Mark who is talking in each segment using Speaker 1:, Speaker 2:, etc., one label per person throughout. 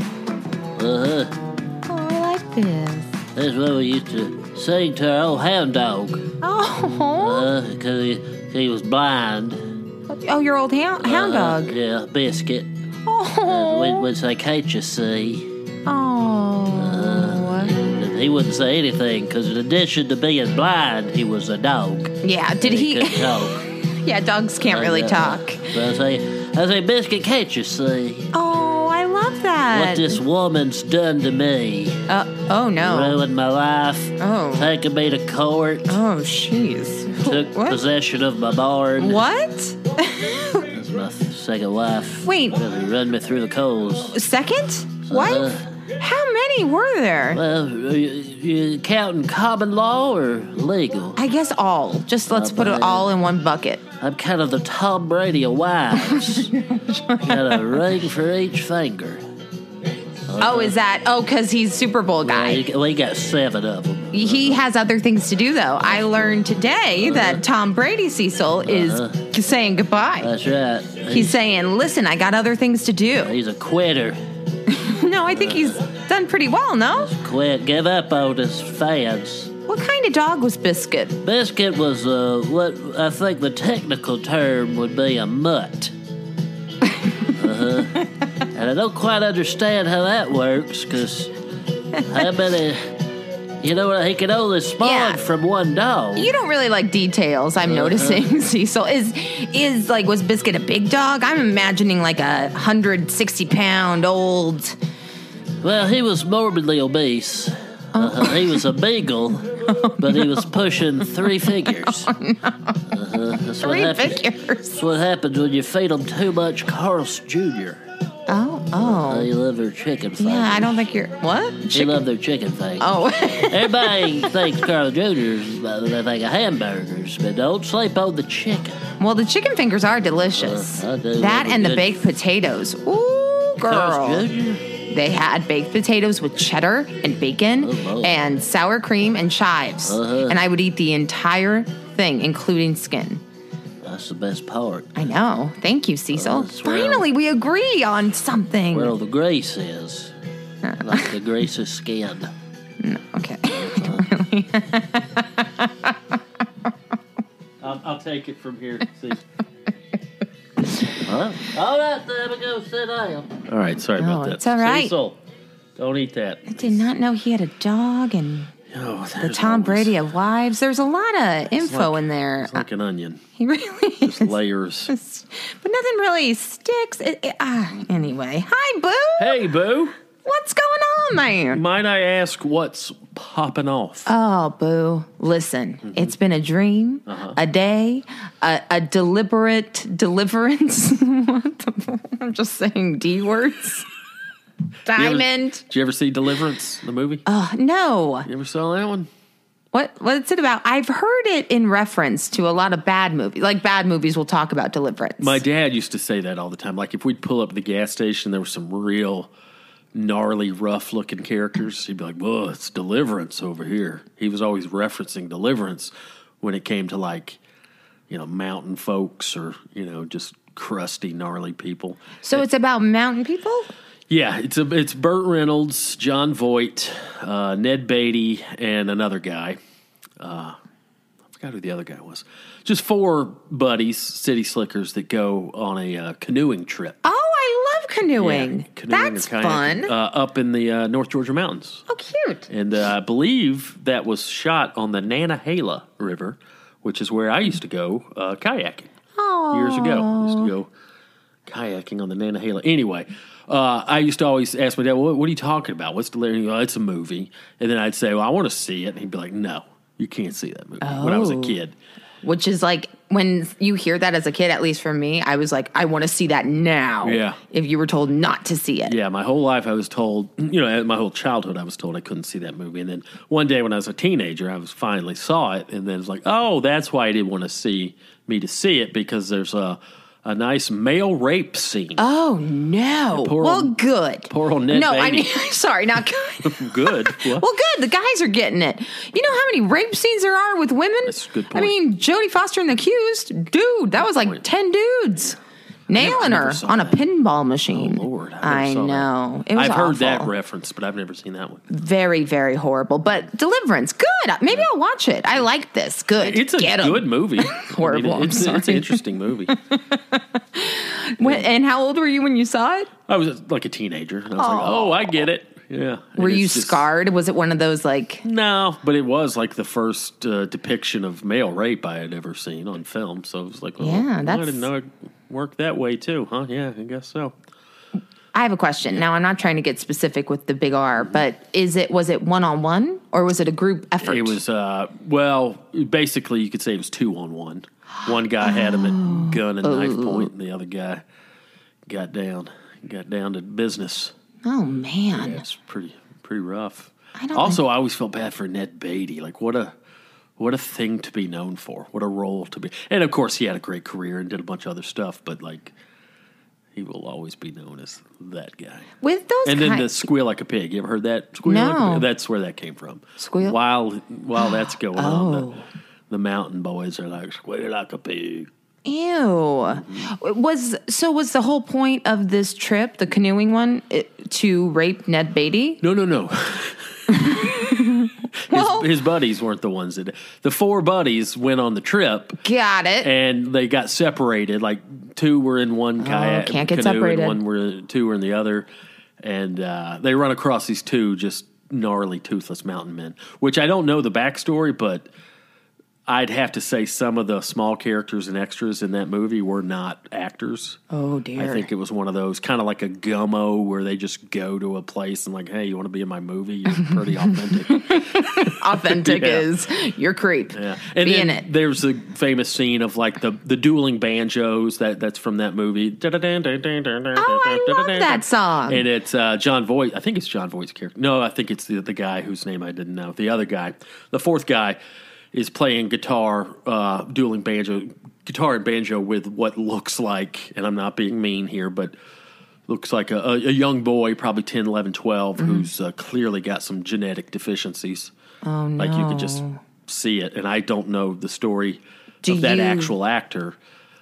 Speaker 1: Uh
Speaker 2: Oh,
Speaker 1: huh.
Speaker 2: I like this.
Speaker 1: That's what we used to sing to our old hound dog.
Speaker 2: Oh,
Speaker 1: Uh, because he, he was blind.
Speaker 2: oh, your old hound, hound
Speaker 1: Uh,
Speaker 2: dog.
Speaker 1: Yeah, Biscuit. Uh, we'd,
Speaker 2: Oh,
Speaker 1: we'd say, can't you see?
Speaker 2: oh.
Speaker 1: And he wouldn't say anything because, in addition to being blind, he was a dog.
Speaker 2: Yeah, did
Speaker 1: couldn't
Speaker 2: he?
Speaker 1: talk.
Speaker 2: Yeah, dogs can't really
Speaker 1: And, uh,
Speaker 2: talk.
Speaker 1: So I say, I say, Biscuit, can't you see
Speaker 2: Oh, I love
Speaker 1: what
Speaker 2: that.
Speaker 1: this woman's done to me?
Speaker 2: Uh, oh no.
Speaker 1: Ruined my life,
Speaker 2: Oh.
Speaker 1: taking me to court,
Speaker 2: Oh, jeez.
Speaker 1: took
Speaker 2: What?
Speaker 1: possession of my barn.
Speaker 2: What?
Speaker 1: That's my second wife.
Speaker 2: Wait.
Speaker 1: Really run me through the coals.
Speaker 2: Second wife?
Speaker 1: Uh-huh.
Speaker 2: How many were there?
Speaker 1: Well, are you, you counting common law or legal?
Speaker 2: I guess all. Just let's put it all in one bucket.
Speaker 1: I'm kind of the Tom Brady of wives. Got a ring for each finger.
Speaker 2: Oh, is that? Oh, because he's Super Bowl guy.
Speaker 1: We we got seven of them.
Speaker 2: He has other things to do, though. I learned today that Tom Brady Cecil is saying goodbye.
Speaker 1: Uh-huh. That's right.
Speaker 2: He's saying, "Listen, I got other things to do."
Speaker 1: He's a quitter.
Speaker 2: No, I think he's
Speaker 1: Uh-huh.
Speaker 2: done pretty well. No,
Speaker 1: Quit. Give up on his fans.
Speaker 2: what kind of dog was Biscuit?
Speaker 1: Biscuit was uh, what I think the technical term would be a mutt. uh-huh. And I don't quite understand how that works, because how many. You know what? He can only spawn
Speaker 2: Yeah.
Speaker 1: from one dog.
Speaker 2: You don't really like details. I'm
Speaker 1: Uh-huh.
Speaker 2: noticing Cecil is is like was Biscuit a big dog? I'm imagining like a hundred sixty pound old.
Speaker 1: Well, he was morbidly obese.
Speaker 2: Oh.
Speaker 1: Uh-huh. He was a beagle, but he was pushing three figures. Uh-huh. That's what
Speaker 2: Oh, Three
Speaker 1: happens-
Speaker 2: figures.
Speaker 1: That's what happens when you feed them too much Carl's Jr.
Speaker 2: Oh, oh,
Speaker 1: They love their chicken fingers.
Speaker 2: yeah. I don't think you're what?
Speaker 1: They
Speaker 2: Chicken?
Speaker 1: love their chicken fingers.
Speaker 2: Oh,
Speaker 1: Everybody thinks Carl Jr. is uh, they think of hamburgers, but don't sleep on the chicken.
Speaker 2: Well, the chicken fingers are delicious.
Speaker 1: Uh, I do
Speaker 2: that
Speaker 1: love a
Speaker 2: and the
Speaker 1: good-
Speaker 2: baked potatoes. Ooh,
Speaker 1: Carl
Speaker 2: girl.
Speaker 1: Jr.
Speaker 2: They had baked potatoes with cheddar and bacon
Speaker 1: Oh, Lord.
Speaker 2: and sour cream and chives.
Speaker 1: Uh-huh.
Speaker 2: And I would eat the entire thing, including skin.
Speaker 1: That's the best part.
Speaker 2: I know. Thank you, Cecil.
Speaker 1: that's where-
Speaker 2: Finally, we agree on something.
Speaker 1: Where all the grease is, like the grease is skin.
Speaker 2: okay.
Speaker 3: I'll, I'll take it from here. See.
Speaker 1: Huh? All right, then we go sit down.
Speaker 3: All right, sorry
Speaker 2: No,
Speaker 3: about that.
Speaker 2: it's all right.
Speaker 3: Cecil, don't eat that.
Speaker 2: I did not know he had a dog and
Speaker 3: Oh,
Speaker 2: the Tom Brady of wives. There's a lot of info
Speaker 3: like-
Speaker 2: in there.
Speaker 3: It's like an onion.
Speaker 2: he really is.
Speaker 3: Just layers.
Speaker 2: But nothing really sticks. It, it- ah, anyway. Hi, Boo.
Speaker 3: hey, Boo.
Speaker 2: What's going on, man?
Speaker 3: Might I ask what's popping off?
Speaker 2: Oh, Boo. Listen,
Speaker 3: Mm-hmm.
Speaker 2: it's been a dream,
Speaker 3: Uh-huh.
Speaker 2: a day, a, a deliberate deliverance. what the? I'm just saying D words.
Speaker 3: You ever-
Speaker 2: Diamond.
Speaker 3: Did you ever see Deliverance, the movie?
Speaker 2: Oh, no.
Speaker 3: you ever saw that one?
Speaker 2: What what's it about? I've heard it in reference to a lot of bad movies. Like bad movies will talk about deliverance.
Speaker 3: My dad used to say that all the time. Like if we'd pull up at the gas station, there were some real gnarly, rough-looking characters. He'd be like, "Whoa, it's Deliverance over here." He was always referencing Deliverance when it came to like, you know, mountain folks or you know, just crusty, gnarly people.
Speaker 2: so it's about mountain people?
Speaker 3: Yeah, it's a, it's Burt Reynolds, John Voight, uh, Ned Beatty, and another guy. Uh, I forgot who the other guy was. Just four buddies, city slickers, that go on a uh, canoeing trip.
Speaker 2: Oh, I love canoeing.
Speaker 3: Yeah, canoeing or
Speaker 2: That's
Speaker 3: kayaking,
Speaker 2: fun.
Speaker 3: Uh, up in the uh, North Georgia mountains,
Speaker 2: oh, cute.
Speaker 3: and uh, I believe that was shot on the Nanahala River, which is where I used to go uh, kayaking
Speaker 2: Oh,
Speaker 3: years ago. I used to go kayaking on the Nantahala. Anyway, uh, I used to always ask my dad, what, what are you talking about? What's Delirium? Oh, it's a movie. And then I'd say, well, I want to see it. And he'd be like, no, you can't see that movie when I was a
Speaker 2: Oh.
Speaker 3: kid.
Speaker 2: Which is like when you hear that as a kid, at least for me, I was like, I want to see that now.
Speaker 3: Yeah.
Speaker 2: If you were told not to see it.
Speaker 3: Yeah, my whole life I was told, you know, my whole childhood I was told I couldn't see that movie. And then one day when I was a teenager, I was finally saw it, and then it's like, oh, that's why I didn't want to see me to see it because there's a a nice male rape scene.
Speaker 2: Oh no.
Speaker 3: poor
Speaker 2: well,
Speaker 3: old-
Speaker 2: good.
Speaker 3: poor old Ned
Speaker 2: No, I
Speaker 3: Beatty.
Speaker 2: mean, sorry, not good.
Speaker 3: Good. What?
Speaker 2: Well, good. The guys are getting it. You know how many rape scenes there are with women?
Speaker 3: That's a good
Speaker 2: I
Speaker 3: point.
Speaker 2: mean, Jodie Foster and the accused, dude, that was like
Speaker 3: point.
Speaker 2: 10 dudes nailing
Speaker 3: never
Speaker 2: her
Speaker 3: saw
Speaker 2: on a
Speaker 3: that. Oh,
Speaker 2: pinball machine.
Speaker 3: Lord, I, never
Speaker 2: I
Speaker 3: saw that.
Speaker 2: know. It was
Speaker 3: I've heard that
Speaker 2: awful.
Speaker 3: reference, but I've never seen that one.
Speaker 2: Very, very horrible. But Deliverance, good. Maybe I'll watch it. I like this. Good.
Speaker 3: It's a
Speaker 2: Get 'em.
Speaker 3: good movie. I mean,
Speaker 2: Horrible, I'm
Speaker 3: it's, it's an
Speaker 2: sorry.
Speaker 3: interesting movie.
Speaker 2: When- and how old were you when you saw it?
Speaker 3: I was like a teenager, and I was like,
Speaker 2: Aw.
Speaker 3: oh, I get it. Yeah.
Speaker 2: Were
Speaker 3: And
Speaker 2: you
Speaker 3: it's just-
Speaker 2: scarred? Was it one of those like?
Speaker 3: No, but it was like the first uh, depiction of male rape I had ever seen on film. So it was like, well,
Speaker 2: Yeah,
Speaker 3: I
Speaker 2: that's-
Speaker 3: didn't know it worked that way too, huh? Yeah, I guess so.
Speaker 2: I have a question. Now I'm not trying to get specific with the big R, but is it was it one on one or was it a group effort?
Speaker 3: It was, uh, well, basically, you could say it was two on one. One guy had him at gun and knife
Speaker 2: Oh.
Speaker 3: point, and the other guy got down, got down to business.
Speaker 2: Oh man.
Speaker 3: It's pretty, pretty rough.
Speaker 2: I don't
Speaker 3: also, I always felt bad for Ned Beatty. Like, what a. What a thing to be known for. What a role to be. And of course, he had a great career and did a bunch of other stuff, but like, he will always be known as that guy.
Speaker 2: With those
Speaker 3: And then
Speaker 2: kind-
Speaker 3: the squeal like a pig. You ever heard that? Squeal like a
Speaker 2: No.
Speaker 3: pig. That's where that came from.
Speaker 2: Squeal-
Speaker 3: While while that's going on,
Speaker 2: Oh.
Speaker 3: the, the mountain boys are like squeal like a pig.
Speaker 2: Ew. Was so was the whole point of this trip, the canoeing one, it, to rape Ned Beatty?
Speaker 3: No, no, no.
Speaker 2: Well-
Speaker 3: his, his buddies weren't the ones that. The four buddies went on the trip.
Speaker 2: Got it.
Speaker 3: and they got separated. Like two were in one kayak,
Speaker 2: Oh, can't get
Speaker 3: canoe and
Speaker 2: separated.
Speaker 3: one were two were in the other, and uh, they run across these two just gnarly, toothless mountain men. Which I don't know the backstory, but I'd have to say some of the small characters and extras in that movie were not actors.
Speaker 2: oh dear.
Speaker 3: I think it was one of those kind of like a gummo where they just go to a place and like, hey, you want to be in my movie? You're pretty authentic.
Speaker 2: Authentic
Speaker 3: Yeah.
Speaker 2: is your creep.
Speaker 3: Yeah,
Speaker 2: Be in
Speaker 3: then
Speaker 2: it.
Speaker 3: There's the famous scene of like the the dueling banjos that that's from that movie. Oh,
Speaker 2: Oh, I love that song.
Speaker 3: And it's uh, John Voight. I think it's John Voight's character. No, I think it's the the guy whose name I didn't know. The other guy, the fourth guy, is playing guitar, uh, dueling banjo, guitar and banjo with what looks like. And I'm not being mean here, but looks like a, a, a young boy, probably 10, 11, 12, who's uh, clearly got some genetic deficiencies. Oh, no. Like you could just see it. And I don't know the story
Speaker 2: Do
Speaker 3: of that
Speaker 2: you-
Speaker 3: actual actor,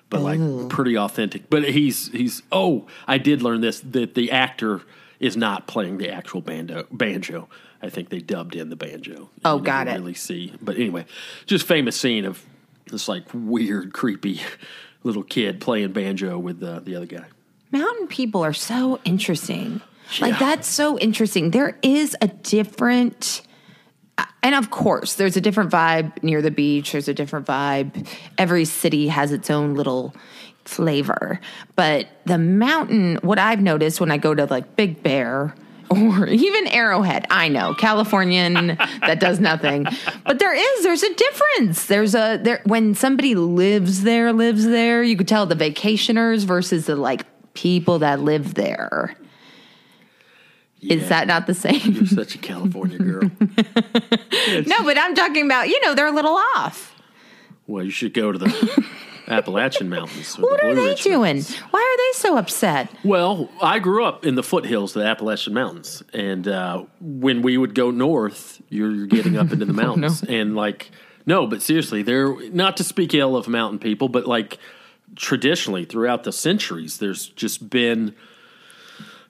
Speaker 3: but
Speaker 2: Oh.
Speaker 3: like pretty authentic. But he's, he's, oh, I did learn this that the actor is not playing the actual bando, banjo. I think they dubbed in the banjo.
Speaker 2: Oh,
Speaker 3: You
Speaker 2: got
Speaker 3: never
Speaker 2: it.
Speaker 3: Really see. But anyway, just famous scene of this like weird, creepy little kid playing banjo with uh, the other guy.
Speaker 2: Mountain people are so interesting.
Speaker 3: Yeah.
Speaker 2: Like that's so interesting. There is a different and of course, there's a different vibe near the beach. There's a different vibe. Every city has its own little flavor. But the mountain, what I've noticed when I go to like Big Bear or even Arrowhead, I know, Californian that does nothing. But there is, there's a difference. There's a there when somebody lives there, lives there, you could tell the vacationers versus the like people that live there. Is
Speaker 3: Yeah.
Speaker 2: that not the same?
Speaker 3: You're such a California girl.
Speaker 2: No, but I'm talking about, you know, they're a little off.
Speaker 3: Well, you should go to the Appalachian Mountains. or the
Speaker 2: What are
Speaker 3: Blue
Speaker 2: they
Speaker 3: Ridge
Speaker 2: doing?
Speaker 3: Mountains.
Speaker 2: Why are they so upset?
Speaker 3: Well, I grew up in the foothills of the Appalachian Mountains, and uh, when we would go north, you're getting up into the mountains, and like, no, but seriously, they're not to speak ill of mountain people, but like traditionally throughout the centuries, there's just been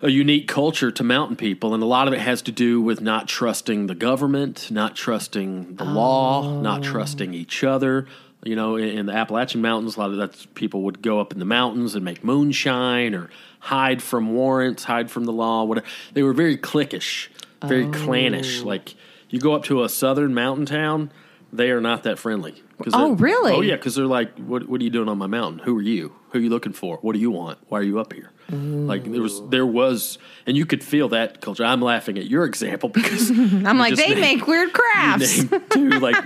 Speaker 3: a unique culture to mountain people, and a lot of it has to do with not trusting the government, not trusting the law,
Speaker 2: Oh.
Speaker 3: not trusting each other. You know, in, in the Appalachian Mountains, a lot of that's people would go up in the mountains and make moonshine or hide from warrants, hide from the law. Whatever. They were very cliquish, very
Speaker 2: Oh.
Speaker 3: clannish. Like you go up to a southern mountain town, they are not that friendly. 'Cause
Speaker 2: Oh,
Speaker 3: they're-
Speaker 2: really?
Speaker 3: Oh yeah, because they're like, what, what are you doing on my mountain? Who are you? Who are you looking for? What do you want? Why are you up here? Like there was, there was, and you could feel that culture. I'm laughing at your example because
Speaker 2: I'm like, they make weird crafts.
Speaker 3: name two like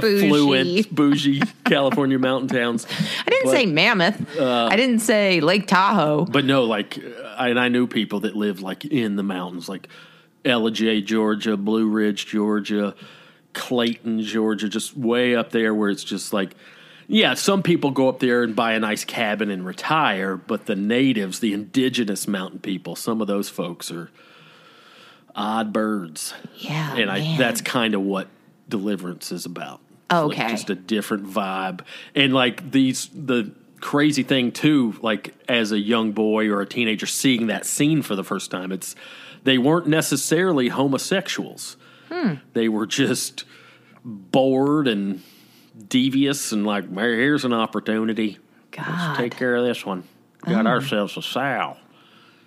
Speaker 2: Bougie.
Speaker 3: affluent, bougie California mountain towns.
Speaker 2: I didn't say mammoth.
Speaker 3: uh,
Speaker 2: I didn't say Lake Tahoe.
Speaker 3: But no, like, I, and I knew people that lived like in the mountains, like LJ, Georgia, Blue Ridge, Georgia, Clayton, Georgia, just way up there where it's just like, yeah, some people go up there and buy a nice cabin and retire, but the natives, the indigenous mountain people, some of those folks are odd birds.
Speaker 2: Yeah,
Speaker 3: and I
Speaker 2: Oh, man. Oh,
Speaker 3: that's kind of what Deliverance is about. It's
Speaker 2: Okay.
Speaker 3: like just a different vibe, and like these the crazy thing too. Like as a young boy or a teenager, seeing that scene for the first time, it's they weren't necessarily homosexuals.
Speaker 2: Hmm.
Speaker 3: They were just bored and devious, and like "Well, here's an opportunity.
Speaker 2: God. Oh.
Speaker 3: Let's take care of this one. Got ourselves a sow.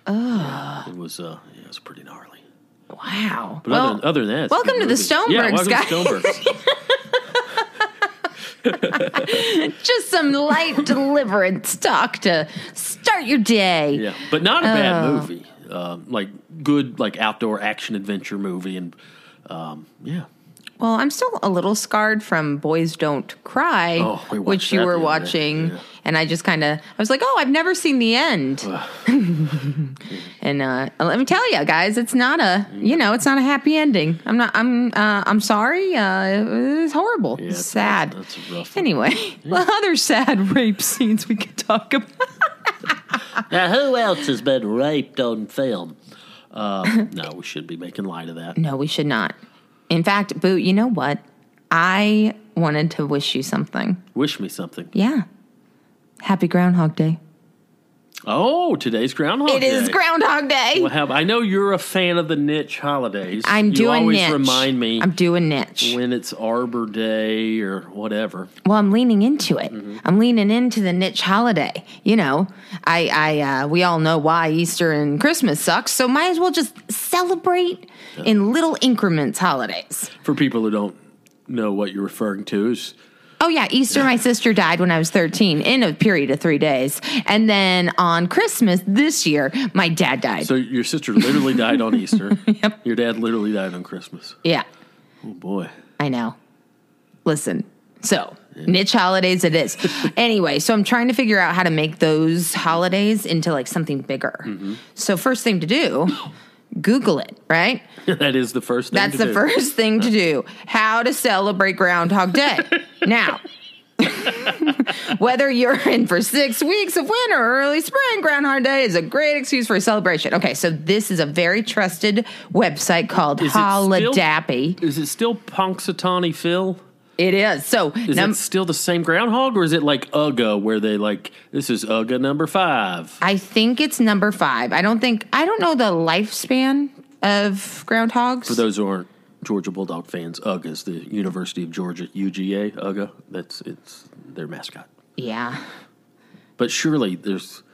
Speaker 3: Yeah, it was uh, yeah, it was pretty gnarly.
Speaker 2: wow.
Speaker 3: But
Speaker 2: well,
Speaker 3: other, other than that, it's a
Speaker 2: welcome
Speaker 3: good
Speaker 2: to the
Speaker 3: movie. yeah,
Speaker 2: Stonebergs,
Speaker 3: welcome
Speaker 2: guys.
Speaker 3: To Stonebergs.
Speaker 2: just some light deliverance talk to start your day.
Speaker 3: yeah, but not a bad
Speaker 2: Oh.
Speaker 3: movie. Um, like good, like outdoor action adventure movie, and um, yeah,
Speaker 2: Well, I'm still a little scarred from Boys Don't Cry,
Speaker 3: Oh, we watched
Speaker 2: which you
Speaker 3: that
Speaker 2: were
Speaker 3: the other day,
Speaker 2: watching.
Speaker 3: yeah.
Speaker 2: And I just kind of, I was like, oh, I've never seen the end. and uh, let me tell you guys, it's not a, you know, it's not a happy ending. I'm not, I'm, uh, I'm sorry. Uh, it was horrible.
Speaker 3: it's-
Speaker 2: sad.
Speaker 3: that's a rough one.
Speaker 2: anyway, other sad rape scenes we could talk about.
Speaker 1: Now, who else has been raped on film?
Speaker 3: Um, no, we should be making light of that.
Speaker 2: No, we should not. In fact, Boo, you know what? I wanted to wish you something.
Speaker 3: Wish me something.
Speaker 2: Yeah. Happy Groundhog Day.
Speaker 3: Oh, today's Groundhog
Speaker 2: It
Speaker 3: Day.
Speaker 2: is Groundhog Day.
Speaker 3: Well, how- I know you're a fan of the niche holidays.
Speaker 2: I'm
Speaker 3: you
Speaker 2: doing
Speaker 3: always
Speaker 2: niche.
Speaker 3: remind me
Speaker 2: I'm doing niche.
Speaker 3: when it's Arbor Day or whatever.
Speaker 2: Well, I'm leaning into it.
Speaker 3: Mm-hmm.
Speaker 2: I'm leaning into the niche holiday. You know, I, I, uh, we all know why Easter and Christmas sucks. So might as well just celebrate in little increments holidays.
Speaker 3: For people who don't know what you're referring to, is
Speaker 2: Oh yeah, Easter. My sister died when I was 13 in a period of three days, and then on Christmas this year, my dad died.
Speaker 3: so your sister literally died on Easter.
Speaker 2: Yep.
Speaker 3: Your dad literally died on Christmas.
Speaker 2: yeah,
Speaker 3: Oh boy.
Speaker 2: I know. Listen, so niche holidays it is. anyway, so I'm trying to figure out how to make those holidays into like something bigger.
Speaker 3: Mm-hmm.
Speaker 2: So first thing to do, Google it. Right,
Speaker 3: that is the first thing.
Speaker 2: that's
Speaker 3: to
Speaker 2: the
Speaker 3: do.
Speaker 2: first thing to do. How to celebrate Groundhog Day now. Whether you're in for six weeks of winter or early spring, Groundhog Day is a great excuse for a celebration. Okay, so this is a very trusted website called
Speaker 3: Is it still-
Speaker 2: Holidappy.
Speaker 3: Is it still Punxsutawney Phil?
Speaker 2: It is. So
Speaker 3: Is
Speaker 2: num-
Speaker 3: it still the same groundhog, or is it like Ugga, where they like this is Ugga number five?
Speaker 2: I think it's number five. I don't think I don't know the lifespan of groundhogs.
Speaker 3: For those who aren't Georgia Bulldog fans, Ugga is the University of Georgia UGA Ugga. That's it's their mascot.
Speaker 2: yeah.
Speaker 3: But surely there's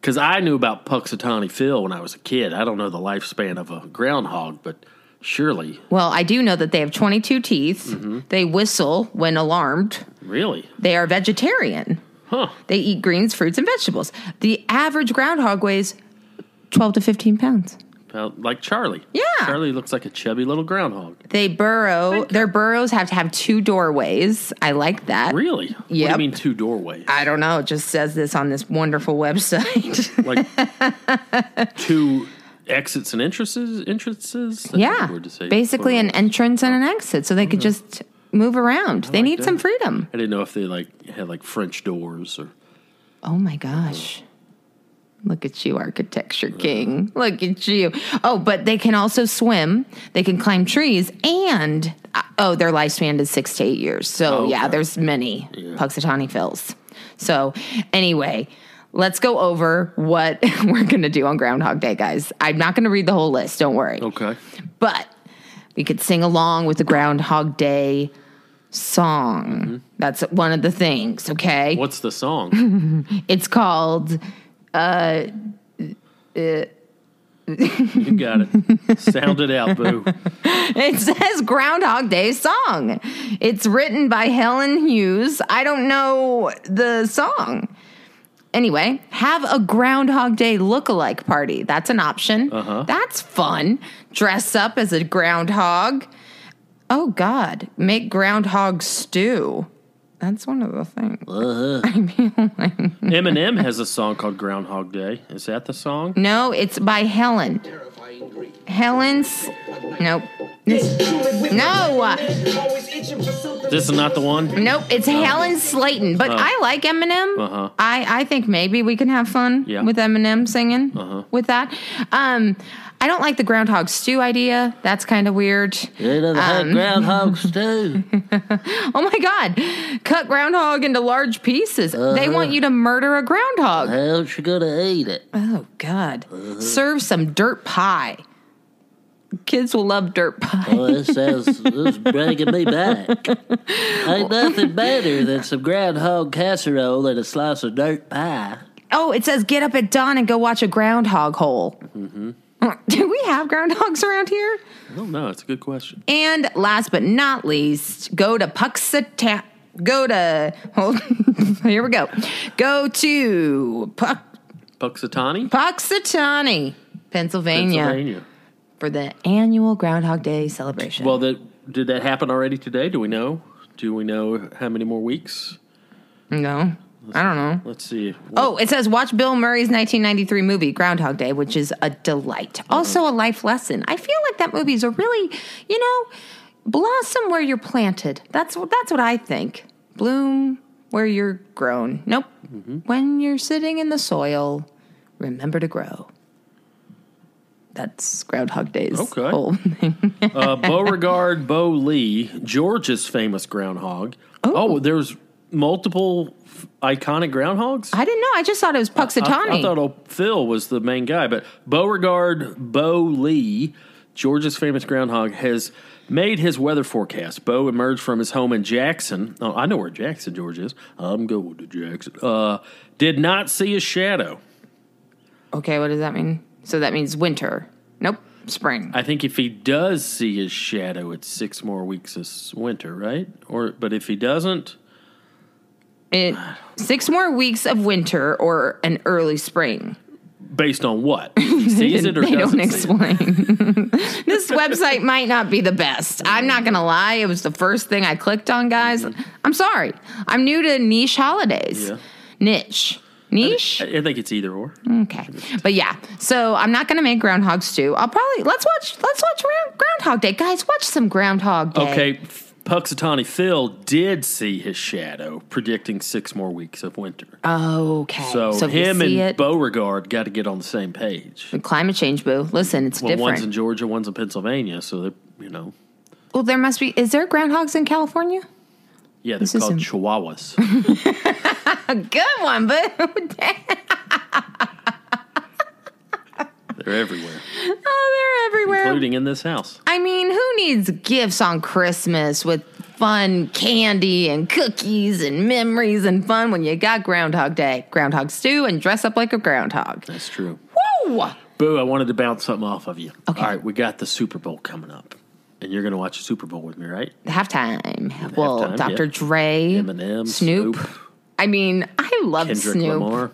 Speaker 3: because I knew about Punxsutawney Phil when I was a kid. I don't know the lifespan of a groundhog, but surely,
Speaker 2: Well, I do know that they have 22 teeth.
Speaker 3: Mm-hmm.
Speaker 2: They whistle when alarmed.
Speaker 3: really,
Speaker 2: They are vegetarian.
Speaker 3: huh?
Speaker 2: They eat greens, fruits, and vegetables. The average groundhog weighs 12 to 15 pounds.
Speaker 3: About like Charlie.
Speaker 2: Yeah.
Speaker 3: Charlie looks like a chubby little groundhog.
Speaker 2: They burrow. Their burrows have to have two doorways. I like that.
Speaker 3: Really? Yeah. What do you
Speaker 2: Yep.
Speaker 3: mean two doorways?
Speaker 2: I don't know. It just says this on this wonderful website.
Speaker 3: like two exits and entrances entrances That's a
Speaker 2: yeah.
Speaker 3: word to say.
Speaker 2: Basically, an
Speaker 3: Plural.
Speaker 2: entrance and an exit. So they could just move around. They need some
Speaker 3: that.
Speaker 2: freedom.
Speaker 3: i didn't know if they like had like french doors or
Speaker 2: Oh my gosh. Look at you, architecture king. Look at you. Oh, but they can also swim, they can climb trees, and uh, oh, their lifespan is six to eight years. So,
Speaker 3: Oh,
Speaker 2: yeah,
Speaker 3: okay.
Speaker 2: there's many Puxatawny fills. So, anyway, let's go over what we're going to do on Groundhog Day, guys. I'm not going to read the whole list. Don't worry.
Speaker 3: okay
Speaker 2: But we could sing along with the Groundhog Day song. That's one of the things, okay?
Speaker 3: what's the song
Speaker 2: It's called
Speaker 3: you got it sound it out boo
Speaker 2: It says Groundhog Day song. It's written by Helen Hughes. I don't know the song. Anyway, have a Groundhog Day look-alike party. That's an option. That's fun. Dress up as a groundhog. Oh God, make groundhog stew. That's one of the things.
Speaker 3: Eminem has a song called Groundhog Day. Is that the song?
Speaker 2: No, it's by Helen. Helen's. Nope. No.
Speaker 3: This is not the one.
Speaker 2: Nope, it's Helen Slayton. But I like Eminem.
Speaker 3: Oh. Uh-huh.
Speaker 2: I, I think maybe we can have fun
Speaker 3: Yeah. Uh-huh.
Speaker 2: with Eminem singing with that. Um, I don't like the groundhog stew idea. That's kind of weird.
Speaker 1: They done had groundhogs too.
Speaker 2: Oh my god, cut groundhog into large pieces. They want
Speaker 3: Uh.
Speaker 2: you to murder a groundhog.
Speaker 1: How else you gonna eat it?
Speaker 2: Oh god,
Speaker 3: Uh-huh.
Speaker 2: serve some dirt pie. Kids will love dirt pie.
Speaker 1: Well, this sounds this is bringing me back. Ain't nothing better than some groundhog casserole and a slice of dirt pie.
Speaker 2: Oh, it says get up at dawn and go watch a groundhog hole. Mm-hmm. Do we have groundhogs around here?
Speaker 3: I don't know. It's a good question.
Speaker 2: And last but not least, go to Puxata. Go to. Hold, here we go. Go to Pux,
Speaker 3: Puxatani,
Speaker 2: Puxatani, Pennsylvania,
Speaker 3: Pennsylvania.
Speaker 2: for the annual Groundhog Day celebration.
Speaker 3: Well, that did that happen already today? Do we know? Do we know how many more weeks?
Speaker 2: no, I don't know.
Speaker 3: Let's see.
Speaker 2: Oh, it says watch Bill Murray's 1993 movie Groundhog Day, which is a delight. Also a life lesson. I feel like that movie's a really, you know, blossom where you're planted. That's what that's what I think. Bloom where you're grown. Nope. When you're sitting in the soil, remember to grow. That's Groundhog Day's
Speaker 3: Okay.
Speaker 2: whole
Speaker 3: Uh, Beauregard Bo Lee, George's famous groundhog. Oh, there's multiple f- iconic groundhogs.
Speaker 2: I didn't know. I just thought it was Puxatani.
Speaker 3: I, I thought old Phil was the main guy, but Beauregard Bo Lee, Georgia's famous groundhog, has made his weather forecast. Bo emerged from his home in Jackson. Oh, I know where Jackson, Georgia is. I'm going to Jackson. Uh, did not see a shadow.
Speaker 2: okay, what does that mean? So that means winter. Nope. Spring.
Speaker 3: I think if he does see his shadow, it's six more weeks this winter, right? Or but if he doesn't,
Speaker 2: It, six more weeks of winter or an early spring.
Speaker 3: based on what If he sees it or
Speaker 2: they
Speaker 3: doesn't
Speaker 2: don't
Speaker 3: see it.
Speaker 2: explain. this website might not be the best. I'm not going to lie. It was the first thing I clicked on, guys. I'm sorry. I'm new to niche holidays.
Speaker 3: Mm-hmm. Yeah.
Speaker 2: Niche. Niche?
Speaker 3: I I think it's either or.
Speaker 2: Okay. But yeah. So I'm not going to make groundhog stew. I'll probably let's watch let's watch Ground- groundhog day. Guys, watch some groundhog day.
Speaker 3: Okay, Puxatani Phil did see his shadow, predicting six more weeks of winter.
Speaker 2: Okay.
Speaker 3: so,
Speaker 2: if you
Speaker 3: him
Speaker 2: Oh,
Speaker 3: and
Speaker 2: see it,
Speaker 3: Beauregard got to get on the same page.
Speaker 2: climate change boo. Listen, it's
Speaker 3: Well,
Speaker 2: different.
Speaker 3: one's in Georgia, one's in Pennsylvania, so they're you know,
Speaker 2: well, there must be is there groundhogs in California?
Speaker 3: yeah,
Speaker 2: This
Speaker 3: they're
Speaker 2: is
Speaker 3: called
Speaker 2: im-
Speaker 3: Chihuahuas.
Speaker 2: Good one, boo.
Speaker 3: they're everywhere,
Speaker 2: Oh, they're everywhere.
Speaker 3: including in this house.
Speaker 2: I mean, who needs gifts on Christmas with fun candy and cookies and memories and fun when you got Groundhog Day, Groundhog Stew, and dress up like a groundhog?
Speaker 3: That's true.
Speaker 2: Woo!
Speaker 3: Boo, I wanted to bounce something off of you. All right, we got the Super Bowl coming up, and you're going to watch the Super Bowl with me, right?
Speaker 2: Halftime. well,
Speaker 3: halftime,
Speaker 2: Dr.
Speaker 3: yeah.
Speaker 2: Dre,
Speaker 3: Eminem,
Speaker 2: Snoop.
Speaker 3: Snoop.
Speaker 2: I mean, I love
Speaker 3: Kendrick
Speaker 2: Snoop.
Speaker 3: Lamar.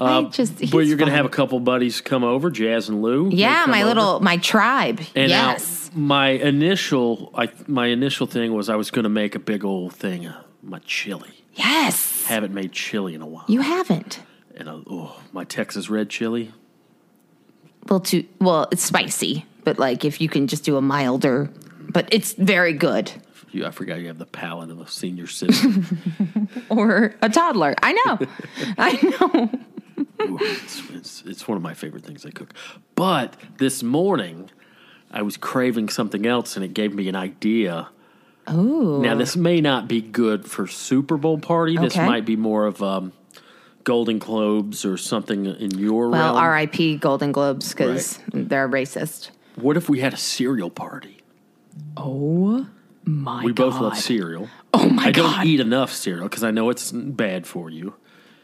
Speaker 2: I just, he's
Speaker 3: but you're going to
Speaker 2: fun.
Speaker 3: have a couple buddies come over, Jazz and Lou. they
Speaker 2: yeah,
Speaker 3: come
Speaker 2: my
Speaker 3: over.
Speaker 2: little my tribe.
Speaker 3: And now,
Speaker 2: yes.
Speaker 3: my initial, I, my initial thing was I was going to make a big old thing, uh, my chili.
Speaker 2: yes.
Speaker 3: Haven't made chili in a while,
Speaker 2: You haven't.
Speaker 3: and I, oh, my Texas red chili.
Speaker 2: Well, too well, it's spicy, but like if you can just do a milder, but it's very good.
Speaker 3: You, I forgot you have the palate of a senior citizen.
Speaker 2: or a toddler. I know. I know.
Speaker 3: Ooh, it's, it's, it's one of my favorite things I cook. But this morning, I was craving something else, and it gave me an idea.
Speaker 2: Ooh.
Speaker 3: Now, this may not be good for Super Bowl party. This
Speaker 2: Okay.
Speaker 3: might be more of um, Golden Globes or something in your
Speaker 2: well,
Speaker 3: realm.
Speaker 2: R.I.P. Golden Globes because they're racist.
Speaker 3: What if we had a cereal party?
Speaker 2: Oh my
Speaker 3: We both love cereal.
Speaker 2: Oh my
Speaker 3: I don't
Speaker 2: god.
Speaker 3: eat enough cereal because I know it's bad for you.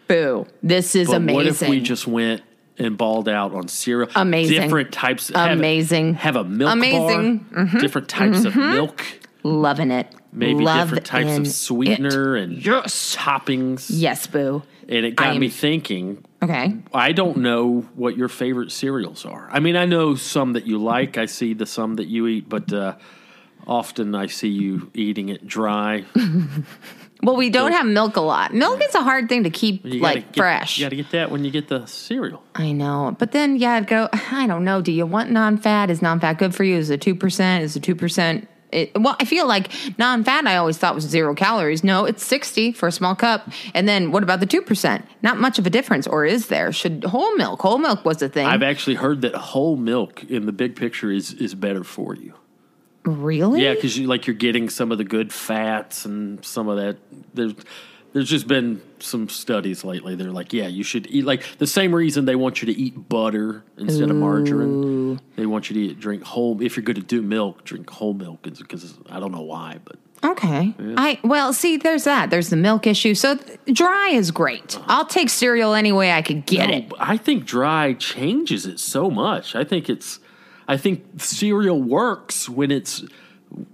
Speaker 2: Boo. This is
Speaker 3: But
Speaker 2: amazing.
Speaker 3: what if we just went and balled out on cereal?
Speaker 2: Amazing.
Speaker 3: Different types. have-
Speaker 2: Amazing.
Speaker 3: Have, a milk
Speaker 2: Amazing. Mm-hmm.
Speaker 3: bar. Different types of milk.
Speaker 2: Loving it.
Speaker 3: Maybe
Speaker 2: Love
Speaker 3: different types
Speaker 2: in
Speaker 3: of
Speaker 2: it.
Speaker 3: sweetener and
Speaker 2: Yes.
Speaker 3: toppings.
Speaker 2: Yes, boo.
Speaker 3: and it got
Speaker 2: am-
Speaker 3: me thinking.
Speaker 2: Okay.
Speaker 3: I don't know what your favorite cereals are. I mean, I know some that you like. I see the some that you eat, but uh, often I see you eating it dry.
Speaker 2: Well, we don't have milk a lot. Milk is a hard thing to keep
Speaker 3: You gotta
Speaker 2: like
Speaker 3: get-
Speaker 2: fresh.
Speaker 3: You got to get that when you get the cereal.
Speaker 2: I know. But then, yeah, I'd go, I don't know. Do you want non fat? Is non fat good for you? Is it 2%? Is it 2%? It, well, I feel like non fat I always thought was zero calories. No, it's 60 for a small cup. And then what about the 2%? Not much of a difference, or is there? Should whole milk? Whole milk was a thing.
Speaker 3: I've actually heard that whole milk in the big picture is is better for you.
Speaker 2: really?
Speaker 3: Yeah, because you like you're getting some of the good fats and some of that. There's there's just been some studies lately. They're like, yeah, you should eat like the same reason they want you to eat butter instead of margarine. They want you to eat, drink whole. If you're going to do milk, drink whole milk. Because I don't know why, but
Speaker 2: Okay. I well, see, there's that. There's the milk issue. So th- dry is great. I'll take cereal any way I could get it.
Speaker 3: No, I think dry changes it so much. I think it's I think cereal works when it's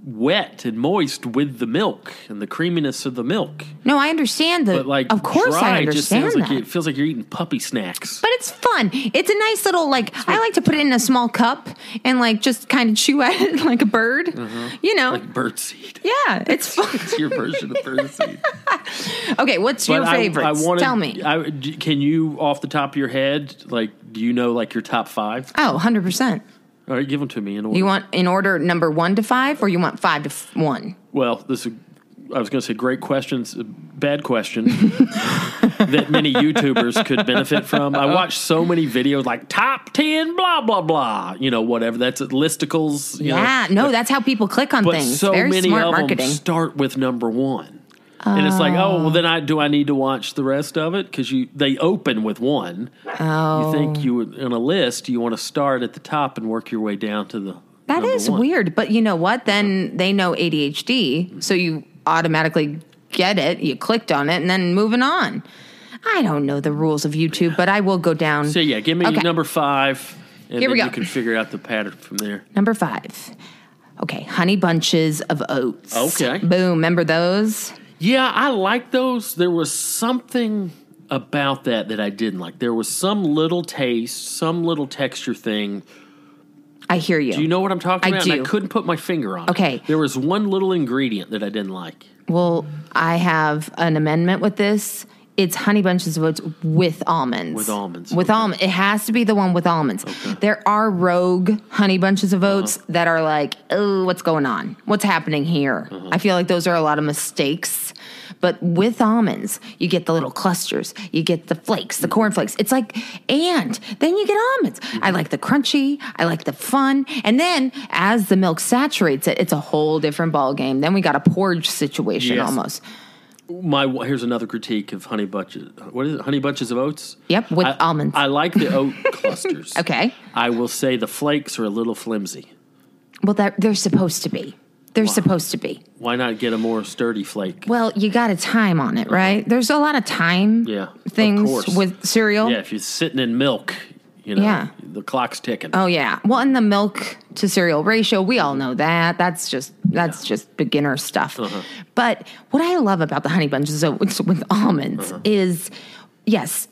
Speaker 3: wet and moist with the milk and the creaminess of the milk.
Speaker 2: No, I understand the.
Speaker 3: But like
Speaker 2: of course,
Speaker 3: dry
Speaker 2: I understand
Speaker 3: just sounds
Speaker 2: that.
Speaker 3: like it feels like you're eating puppy snacks.
Speaker 2: but it's fun. It's a nice little like I like to put it in a small cup and like just kind of chew at it like a bird. You know?
Speaker 3: Mm-hmm. like birdseed.
Speaker 2: yeah, it's fun.
Speaker 3: It's your version of birdseed.
Speaker 2: okay, what's
Speaker 3: But
Speaker 2: your
Speaker 3: I-
Speaker 2: favorites?
Speaker 3: I wanted,
Speaker 2: Tell me.
Speaker 3: I, d- can you off the top of your head like do you know like your top 5?
Speaker 2: oh, 100%.
Speaker 3: All right, give them to me in order.
Speaker 2: You want in order number 1 to 5 or you want 5 to f- 1?
Speaker 3: Well, this is, I was going to say great questions, uh, bad question that many YouTubers could benefit from. I watch so many videos like top 10, blah, blah, blah, you know, whatever. That's listicles. You
Speaker 2: Yeah,
Speaker 3: know,
Speaker 2: no, that's how people click on
Speaker 3: but
Speaker 2: things.
Speaker 3: so
Speaker 2: Very
Speaker 3: many
Speaker 2: smart
Speaker 3: of
Speaker 2: marketing.
Speaker 3: them start with number one. And it's like, oh, well, then I do I need to watch the rest of it because you they open with one. You
Speaker 2: Oh.
Speaker 3: think you would in a list you want to start at the top and work your way down to the
Speaker 2: That
Speaker 3: number
Speaker 2: is
Speaker 3: one.
Speaker 2: weird, but you know what? Then they know ADHD, so you automatically get it. You clicked on it, and then moving on. I don't know the rules of YouTube, but I will go down.
Speaker 3: So yeah, give me
Speaker 2: Okay.
Speaker 3: number five, and
Speaker 2: Here we
Speaker 3: then
Speaker 2: go.
Speaker 3: you can figure out the pattern from there.
Speaker 2: Number five. Okay, honey bunches of oats.
Speaker 3: Okay.
Speaker 2: Boom. Remember those?
Speaker 3: Yeah, I like those. There was something about that that I didn't like. There was some little taste, some little texture thing.
Speaker 2: I hear you.
Speaker 3: Do you know what I'm talking
Speaker 2: I
Speaker 3: about? And
Speaker 2: do.
Speaker 3: I couldn't put my finger on. it.
Speaker 2: Okay.
Speaker 3: There was one little ingredient that I didn't like.
Speaker 2: Well, I have an amendment with this. It's honey bunches of oats with almonds.
Speaker 3: With almonds,
Speaker 2: With
Speaker 3: okay.
Speaker 2: almond. It has to be the one with almonds. There are rogue honey bunches of oats that are like, oh, what's going on? What's happening here? I feel like those are a lot of mistakes. But with almonds, you get the little clusters, you get the flakes, the cornflakes. It's like, and then you get almonds. I like the crunchy, I like the fun. And then as the milk saturates it, it's a whole different ball game. Then we got a porridge situation
Speaker 3: Yes.
Speaker 2: almost.
Speaker 3: My here's another critique of honey bunches. What is it? Honey bunches of oats.
Speaker 2: Yep, with
Speaker 3: I-
Speaker 2: almonds.
Speaker 3: I like the oat clusters.
Speaker 2: Okay.
Speaker 3: I will say the flakes are a little flimsy.
Speaker 2: Well, that they're supposed to be. They're supposed to be.
Speaker 3: Why not get a more sturdy flake?
Speaker 2: Well, you got a time on it, right? There's a lot of time
Speaker 3: Yeah, of
Speaker 2: things
Speaker 3: course.
Speaker 2: with cereal.
Speaker 3: Yeah, if you're sitting in milk, you know,
Speaker 2: Yeah.
Speaker 3: the clock's ticking.
Speaker 2: Oh yeah. Well, and the milk to cereal ratio, we all know that. That's just that's just beginner stuff.
Speaker 3: Uh-huh.
Speaker 2: But what I love about the honey bunches of oats with almonds
Speaker 3: Uh-huh.
Speaker 2: is yes,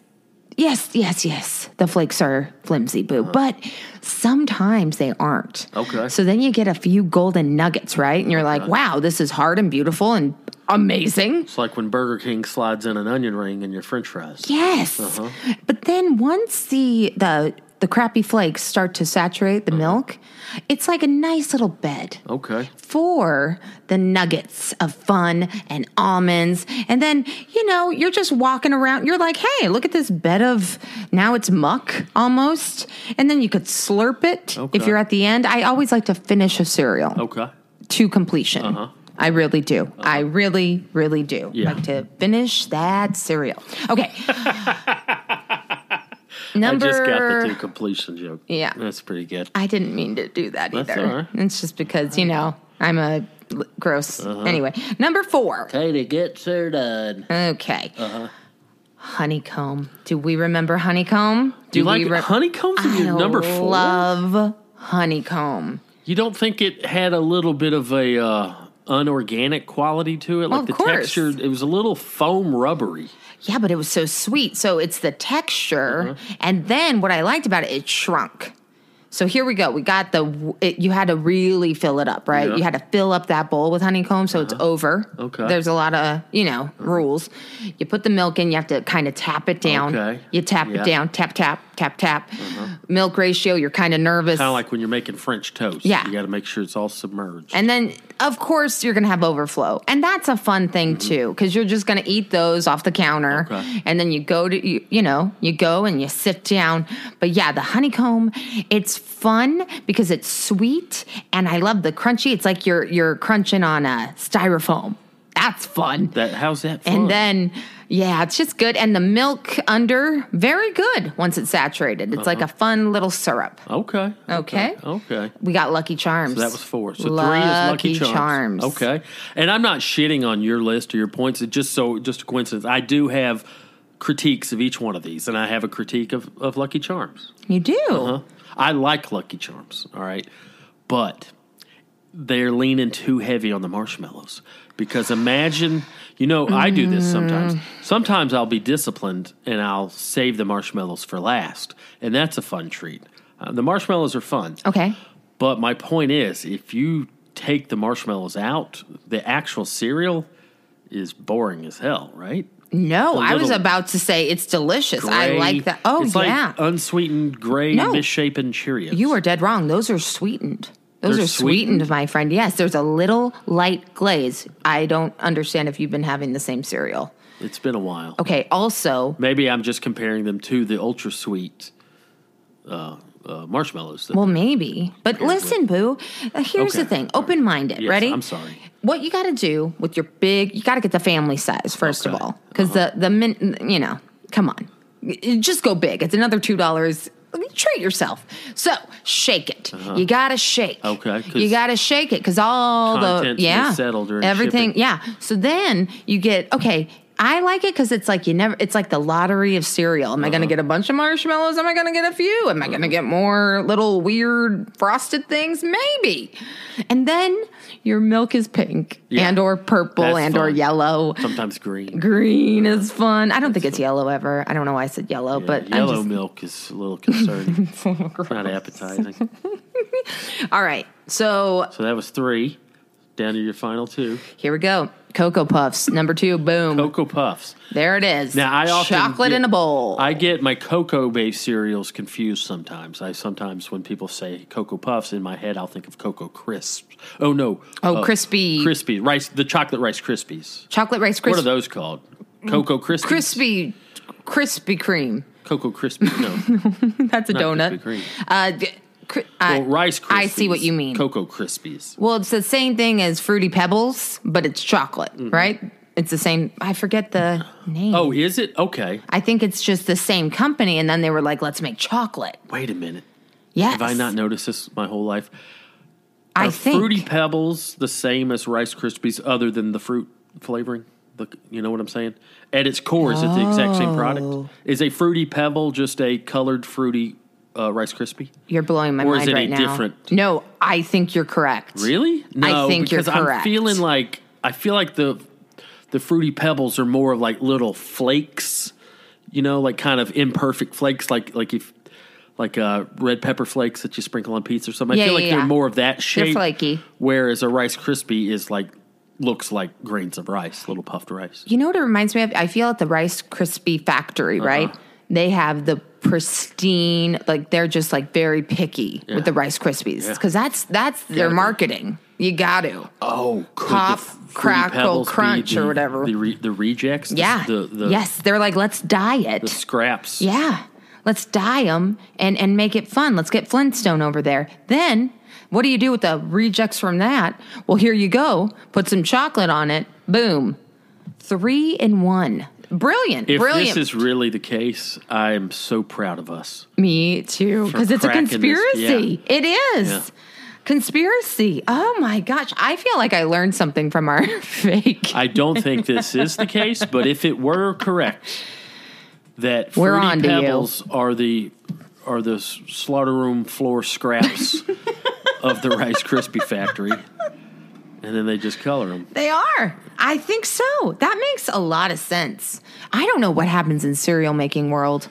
Speaker 2: yes, yes, yes. The flakes are flimsy, boo, but sometimes they aren't.
Speaker 3: Uh-huh. Okay.
Speaker 2: So then you get a few golden nuggets, right? And you're like, wow, this is hard and beautiful and amazing.
Speaker 3: It's like when Burger King slides in an onion ring in your french fries.
Speaker 2: Yes. But then once the the the crappy flakes start to saturate the milk, it's like a nice little bed
Speaker 3: Okay.
Speaker 2: for the nuggets of fun and almonds. And then, you know, you're just walking around. You're like, "Hey, look at this bed of now it's muck almost." And then you could slurp it if
Speaker 3: Okay.
Speaker 2: you're at the end. I always like to finish a cereal
Speaker 3: Okay.
Speaker 2: to completion. I really do. I really, really do
Speaker 3: Uh-huh. Yeah.
Speaker 2: like to finish that cereal. Okay. Number.
Speaker 3: I just got the two completion joke.
Speaker 2: Yeah.
Speaker 3: That's pretty good.
Speaker 2: I didn't mean to do that
Speaker 3: That's
Speaker 2: either.
Speaker 3: all right.
Speaker 2: It's just because you know I'm a l- gross.
Speaker 3: Uh-huh.
Speaker 2: Anyway, number four.
Speaker 1: Katie gets her done.
Speaker 2: Okay.
Speaker 3: Uh-huh.
Speaker 2: Honeycomb. Do we remember honeycomb?
Speaker 3: Do you like
Speaker 2: we re-
Speaker 3: honeycombs in your
Speaker 2: I
Speaker 3: number four?
Speaker 2: Love honeycomb.
Speaker 3: you don't think it had a little bit of a uh, unorganic quality to it. Like
Speaker 2: of
Speaker 3: the
Speaker 2: course.
Speaker 3: texture, it was a little foam rubbery.
Speaker 2: Yeah, but it was so sweet. So it's the texture.
Speaker 3: Mm-hmm.
Speaker 2: And then what I liked about it, it shrunk. So here we go. We got the, it, you had to really fill it up, right?
Speaker 3: Yeah. Uh-huh.
Speaker 2: You had to fill up that bowl with honeycomb so it's over.
Speaker 3: Okay. Uh-huh.
Speaker 2: There's a lot of, you know, rules. You put the milk in, you have to kind of tap it down.
Speaker 3: Okay.
Speaker 2: You tap
Speaker 3: Yeah. Uh-huh.
Speaker 2: it down, tap, tap, tap, tap. Milk ratio, you're kind of nervous.
Speaker 3: Kind of like when you're making French toast.
Speaker 2: Yeah.
Speaker 3: You got to make sure it's all submerged.
Speaker 2: And then, of course, you're going to have overflow. And that's a fun thing, too, because you're just going to eat those off the counter.
Speaker 3: Okay.
Speaker 2: And then you go to, you, you know, you go and you sit down. But yeah, the honeycomb, it's fun because it's sweet. And I love the crunchy. It's like you're, you're crunching on a styrofoam. That's fun.
Speaker 3: that How's that fun?
Speaker 2: And then, yeah, it's just good. And the milk under, very good once it's saturated. It's like a fun little syrup.
Speaker 3: Okay.
Speaker 2: Okay.
Speaker 3: Okay.
Speaker 2: We got Lucky Charms.
Speaker 3: So that was four. So three is
Speaker 2: Lucky
Speaker 3: Lucky Charms.
Speaker 2: Charms.
Speaker 3: Okay. And I'm not shitting on your list or your points. It just so just a coincidence. I do have critiques of each one of these, and I have a critique of, of Lucky Charms.
Speaker 2: You do.
Speaker 3: Huh? I like Lucky Charms, all right, but they're leaning too heavy on the marshmallows because imagine, you know, I do this sometimes.
Speaker 2: Mm.
Speaker 3: Sometimes I'll be disciplined and I'll save the marshmallows for last, and that's a fun treat. Uh, the marshmallows are fun.
Speaker 2: Okay.
Speaker 3: But my point is, if you take the marshmallows out, the actual cereal is boring as hell, right?
Speaker 2: No, I was
Speaker 3: little
Speaker 2: about to say it's delicious. I
Speaker 3: Gray-
Speaker 2: like that. Oh
Speaker 3: it's like uh,
Speaker 2: yeah,
Speaker 3: unsweetened gray
Speaker 2: No.
Speaker 3: misshapen Cheerios.
Speaker 2: you are dead wrong. Those are sweetened. Those
Speaker 3: They're
Speaker 2: are sweetened, my friend. Yes, there's a little light glaze. I don't understand if you've been having the same cereal.
Speaker 3: It's been a while.
Speaker 2: Okay. Also,
Speaker 3: Maybe I'm just comparing them to the ultra sweet uh, uh, marshmallows. that-
Speaker 2: well, maybe. But listen, Boo. uh, Here's
Speaker 3: Okay.
Speaker 2: the thing. Open minded.
Speaker 3: Yes,
Speaker 2: Ready?
Speaker 3: I'm sorry.
Speaker 2: What you got to do with your big? You got to get the family size first of
Speaker 3: Okay.
Speaker 2: all, because the the min, you know, come on, Y- just go big. It's another two dollars. Treat yourself. So shake it. You got to shake.
Speaker 3: Uh-huh. Okay, 'cause
Speaker 2: You got to shake it because all the
Speaker 3: contents
Speaker 2: yeah
Speaker 3: will settle during
Speaker 2: everything
Speaker 3: shipping.
Speaker 2: yeah. So then you get okay. I like it because it's like you never. It's like the lottery of cereal. Am I
Speaker 3: Uh-huh.
Speaker 2: going to get a bunch of marshmallows? Am I going to get a few? Am I going to get more little weird frosted things? Maybe. And then your milk is pink
Speaker 3: Yeah.
Speaker 2: and or purple
Speaker 3: That's
Speaker 2: and or
Speaker 3: fun.
Speaker 2: yellow.
Speaker 3: sometimes green.
Speaker 2: Green is fun. I don't think it's yellow ever. I don't know why I said yellow, but
Speaker 3: Yellow
Speaker 2: I'm just,
Speaker 3: milk is a little concerning. Not appetizing.
Speaker 2: all right. So
Speaker 3: So that was three. Down to your final two.
Speaker 2: Here we go. Cocoa Puffs, number two, boom.
Speaker 3: Cocoa Puffs.
Speaker 2: there it is.
Speaker 3: Now I often
Speaker 2: chocolate
Speaker 3: get-
Speaker 2: in a bowl.
Speaker 3: I get my cocoa based cereals confused sometimes. I sometimes when people say cocoa puffs in my head, I'll think of cocoa crisps. Oh no!
Speaker 2: Oh,
Speaker 3: uh,
Speaker 2: crispy.
Speaker 3: crispy rice, the chocolate rice krispies.
Speaker 2: chocolate rice
Speaker 3: What are
Speaker 2: crisp,
Speaker 3: those called? Cocoa crispies.
Speaker 2: crispy, crispy cream.
Speaker 3: Cocoa crispy. No,
Speaker 2: That's a
Speaker 3: Not Krispy
Speaker 2: donut.
Speaker 3: Kreme.
Speaker 2: Uh, d- cri- I-
Speaker 3: well, rice. Krispies,
Speaker 2: I see what you mean.
Speaker 3: Cocoa crispies.
Speaker 2: well, it's the same thing as fruity pebbles, but it's chocolate, right? It's the same. I forget the name.
Speaker 3: Mm-hmm. Oh, is it okay?
Speaker 2: I think it's just the same company, and then they were like, "Let's make chocolate."
Speaker 3: Wait a minute.
Speaker 2: Yes,
Speaker 3: Have I not noticed this my whole life?
Speaker 2: I
Speaker 3: Are
Speaker 2: think
Speaker 3: fruity pebbles the same as Rice Krispies, other than the fruit flavoring? The, you know what I'm saying? At its core, is it the exact same
Speaker 2: Oh.
Speaker 3: product? Is a fruity pebble just a colored fruity uh, Rice Krispie?
Speaker 2: you're blowing my
Speaker 3: or is
Speaker 2: mind
Speaker 3: it
Speaker 2: right
Speaker 3: a
Speaker 2: now.
Speaker 3: different-
Speaker 2: No, I think you're correct.
Speaker 3: Really? No,
Speaker 2: think you're
Speaker 3: because I'm
Speaker 2: correct.
Speaker 3: feeling like I feel like the the fruity pebbles are more of like little flakes, you know, like kind of imperfect flakes, like like if like uh, red pepper flakes that you sprinkle on pizza or something. I
Speaker 2: Yeah,
Speaker 3: feel
Speaker 2: yeah,
Speaker 3: like they're
Speaker 2: yeah.
Speaker 3: more of that shape.
Speaker 2: flaky.
Speaker 3: Whereas a Rice Krispie is like looks like grains of rice, little puffed rice.
Speaker 2: You know what it reminds me of? I feel at the Rice Krispie factory,
Speaker 3: Uh-huh.
Speaker 2: right? They have the pristine, like they're just like very picky with the Rice Krispies
Speaker 3: Yeah.
Speaker 2: because that's that's their
Speaker 3: Gotta be.
Speaker 2: marketing. You got to.
Speaker 3: Oh, could
Speaker 2: Pop,
Speaker 3: Fruity
Speaker 2: crackle,
Speaker 3: Pebbles be
Speaker 2: crunch, or
Speaker 3: the-
Speaker 2: whatever.
Speaker 3: The, re, the rejects, the-
Speaker 2: Yeah.
Speaker 3: the, the
Speaker 2: yes, they're like let's dye it.
Speaker 3: the scraps.
Speaker 2: yeah. Let's dye them and and make it fun. Let's get Flintstone over there. Then what do you do with the rejects from that? Well, here you go. Put some chocolate on it. Boom. 3 in 1. Brilliant.
Speaker 3: If
Speaker 2: brilliant.
Speaker 3: this is really the case, I am so proud of us.
Speaker 2: Me too. Because it's a
Speaker 3: cracking this-
Speaker 2: conspiracy. It is.
Speaker 3: Yeah.
Speaker 2: Conspiracy. Oh my gosh. I feel like I learned something from our fake.
Speaker 3: I don't think this is the case, but if it were correct that
Speaker 2: We're
Speaker 3: fruity
Speaker 2: on to you.
Speaker 3: pebbles are the are the s- slaughter room floor scraps of the Rice Krispie factory, and then they just color them.
Speaker 2: They are. I think so. That makes a lot of sense. I don't know what happens in cereal making world.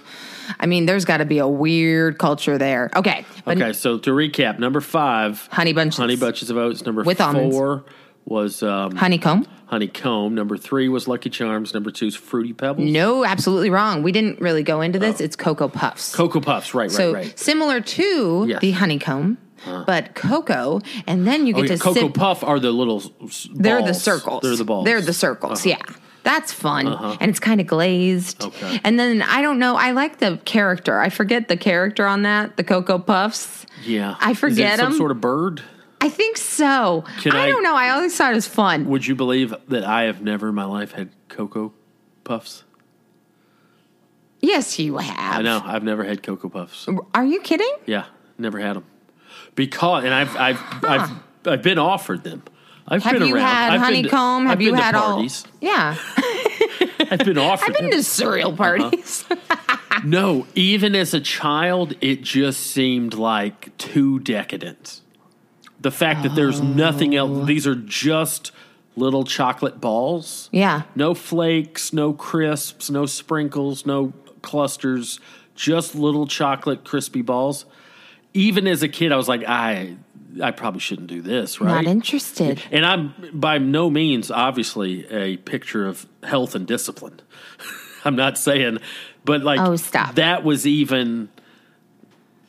Speaker 2: I mean, there's got to be a weird culture there. Okay. But
Speaker 3: Okay, so to recap, number five,
Speaker 2: Honey bunches.
Speaker 3: honey bunches of oats. Number
Speaker 2: With
Speaker 3: four
Speaker 2: almonds.
Speaker 3: was um,
Speaker 2: Honeycomb?
Speaker 3: honeycomb. Number three was Lucky Charms. Number two is Fruity Pebbles.
Speaker 2: No, absolutely wrong. We didn't really go into this. It's Cocoa Puffs.
Speaker 3: Oh. Cocoa Puffs. Right,
Speaker 2: so
Speaker 3: right, right.
Speaker 2: similar to
Speaker 3: Yes.
Speaker 2: the honeycomb, but cocoa, and then you get
Speaker 3: Oh, yeah,
Speaker 2: to
Speaker 3: Cocoa
Speaker 2: sip.
Speaker 3: Puff are the little. s-
Speaker 2: They're the
Speaker 3: balls.
Speaker 2: circles.
Speaker 3: They're the balls. Uh-huh.
Speaker 2: They're the circles. Yeah. That's fun. And it's kind of glazed.
Speaker 3: Okay.
Speaker 2: And then I don't know. I like the character. I forget the character on that, the Cocoa Puffs.
Speaker 3: Yeah,
Speaker 2: I forget
Speaker 3: Is it some
Speaker 2: them.
Speaker 3: sort of bird.
Speaker 2: I think so.
Speaker 3: Can
Speaker 2: I,
Speaker 3: I-
Speaker 2: don't know. I always thought it was fun.
Speaker 3: Would you believe that I have never in my life had Cocoa Puffs?
Speaker 2: Yes, you have.
Speaker 3: I know I've never had Cocoa Puffs.
Speaker 2: Are you kidding?
Speaker 3: Yeah, never had them because, and I've I've I've, I've been offered them. I've
Speaker 2: Have
Speaker 3: been
Speaker 2: you
Speaker 3: around.
Speaker 2: had
Speaker 3: I've been to-
Speaker 2: honeycomb?
Speaker 3: I've
Speaker 2: have you
Speaker 3: been to
Speaker 2: had
Speaker 3: parties.
Speaker 2: all? Yeah,
Speaker 3: I've been offered.
Speaker 2: I've been
Speaker 3: them.
Speaker 2: to cereal
Speaker 3: Uh-huh.
Speaker 2: parties.
Speaker 3: no, even as a child, it just seemed like too decadent. The fact that there's nothing
Speaker 2: Oh.
Speaker 3: else. These are just little chocolate balls.
Speaker 2: yeah,
Speaker 3: No flakes, no crisps, no sprinkles, no clusters, just little chocolate crispy balls. Even as a kid, I was like, I I probably shouldn't do this, right?
Speaker 2: not interested.
Speaker 3: and I'm by no means obviously a picture of health and discipline. I'm not saying, but like
Speaker 2: Oh, stop.
Speaker 3: that was even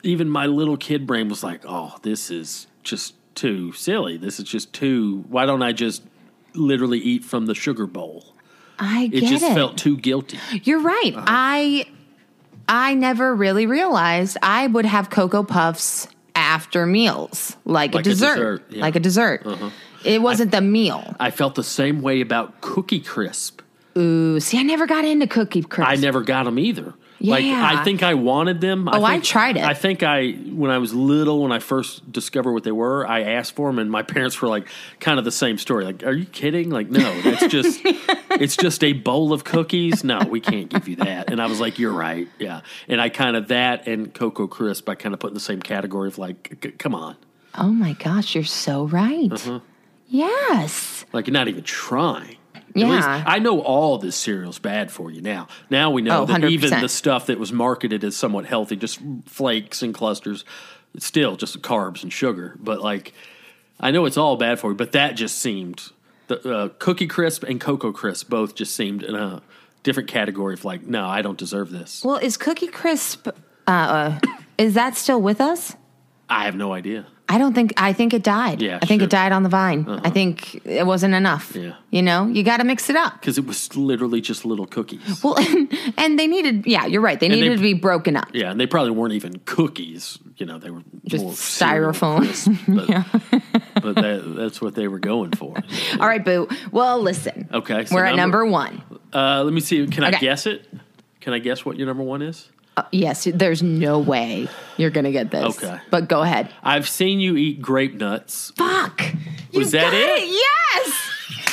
Speaker 3: even my little kid brain was like, "Oh, this is just too silly. This is just too why don't I just literally eat from the sugar bowl?"
Speaker 2: I
Speaker 3: It
Speaker 2: get
Speaker 3: just felt too guilty.
Speaker 2: You're right.
Speaker 3: Uh-huh.
Speaker 2: I I never really realized I would have cocoa puffs after meals, like,
Speaker 3: Like
Speaker 2: a
Speaker 3: a
Speaker 2: dessert,
Speaker 3: dessert, yeah. Uh-huh.
Speaker 2: like a dessert. It wasn't the meal.
Speaker 3: I felt the same way about Cookie Crisp.
Speaker 2: Ooh, see, I never got into cookie crisp.
Speaker 3: I never got them either. Like
Speaker 2: Yeah.
Speaker 3: I think I wanted them.
Speaker 2: Oh, I
Speaker 3: think-
Speaker 2: tried it.
Speaker 3: I think I when I was little, when I first discovered what they were, I asked for them, and my parents were like, kind of the same story. Like, are you kidding? Like, no, that's just it's just a bowl of cookies. No, we can't give you that. And I was like, you're right, yeah. And I kind of that and Cocoa Crisp, I kind of put in the same category of like, c- come on,
Speaker 2: Oh my gosh, you're so right.
Speaker 3: Uh-huh.
Speaker 2: Yes.
Speaker 3: like you're not even trying.
Speaker 2: Yeah.
Speaker 3: At least I know all this cereal's bad for you now. Now we know
Speaker 2: Oh,
Speaker 3: that even
Speaker 2: 100%.
Speaker 3: the stuff that was marketed as somewhat healthy, just flakes and clusters, it's still just carbs and sugar. But like, I know it's all bad for you, but that just seemed the uh, Cookie Crisp and Cocoa Crisp both just seemed in a different category of like, no, I don't deserve this.
Speaker 2: Well, is cookie crisp uh, uh is that still with us?
Speaker 3: I have no idea.
Speaker 2: I don't think I think it died.
Speaker 3: Yeah,
Speaker 2: I think
Speaker 3: sure. Uh-huh.
Speaker 2: it died on the vine. I think it wasn't enough.
Speaker 3: Yeah.
Speaker 2: You know, you got to mix it up.
Speaker 3: Because it was literally just little cookies.
Speaker 2: Well, and, and they needed, yeah, you're right. They
Speaker 3: they-
Speaker 2: needed to be broken up.
Speaker 3: Yeah, and they probably weren't even cookies. You know, they were
Speaker 2: Just
Speaker 3: more cereal
Speaker 2: styrofoam.
Speaker 3: crisp, but but that, that's what they were going for.
Speaker 2: All right, Boo. Well, listen.
Speaker 3: Okay, so
Speaker 2: We're at
Speaker 3: number-
Speaker 2: number one.
Speaker 3: Uh, let me see. Can I
Speaker 2: Okay.
Speaker 3: guess it? Can I guess what your number one is?
Speaker 2: Uh, yes, there's no way you're going to get this.
Speaker 3: Okay.
Speaker 2: But go ahead.
Speaker 3: I've seen you eat grape nuts.
Speaker 2: Fuck. You
Speaker 3: Was that
Speaker 2: got
Speaker 3: it?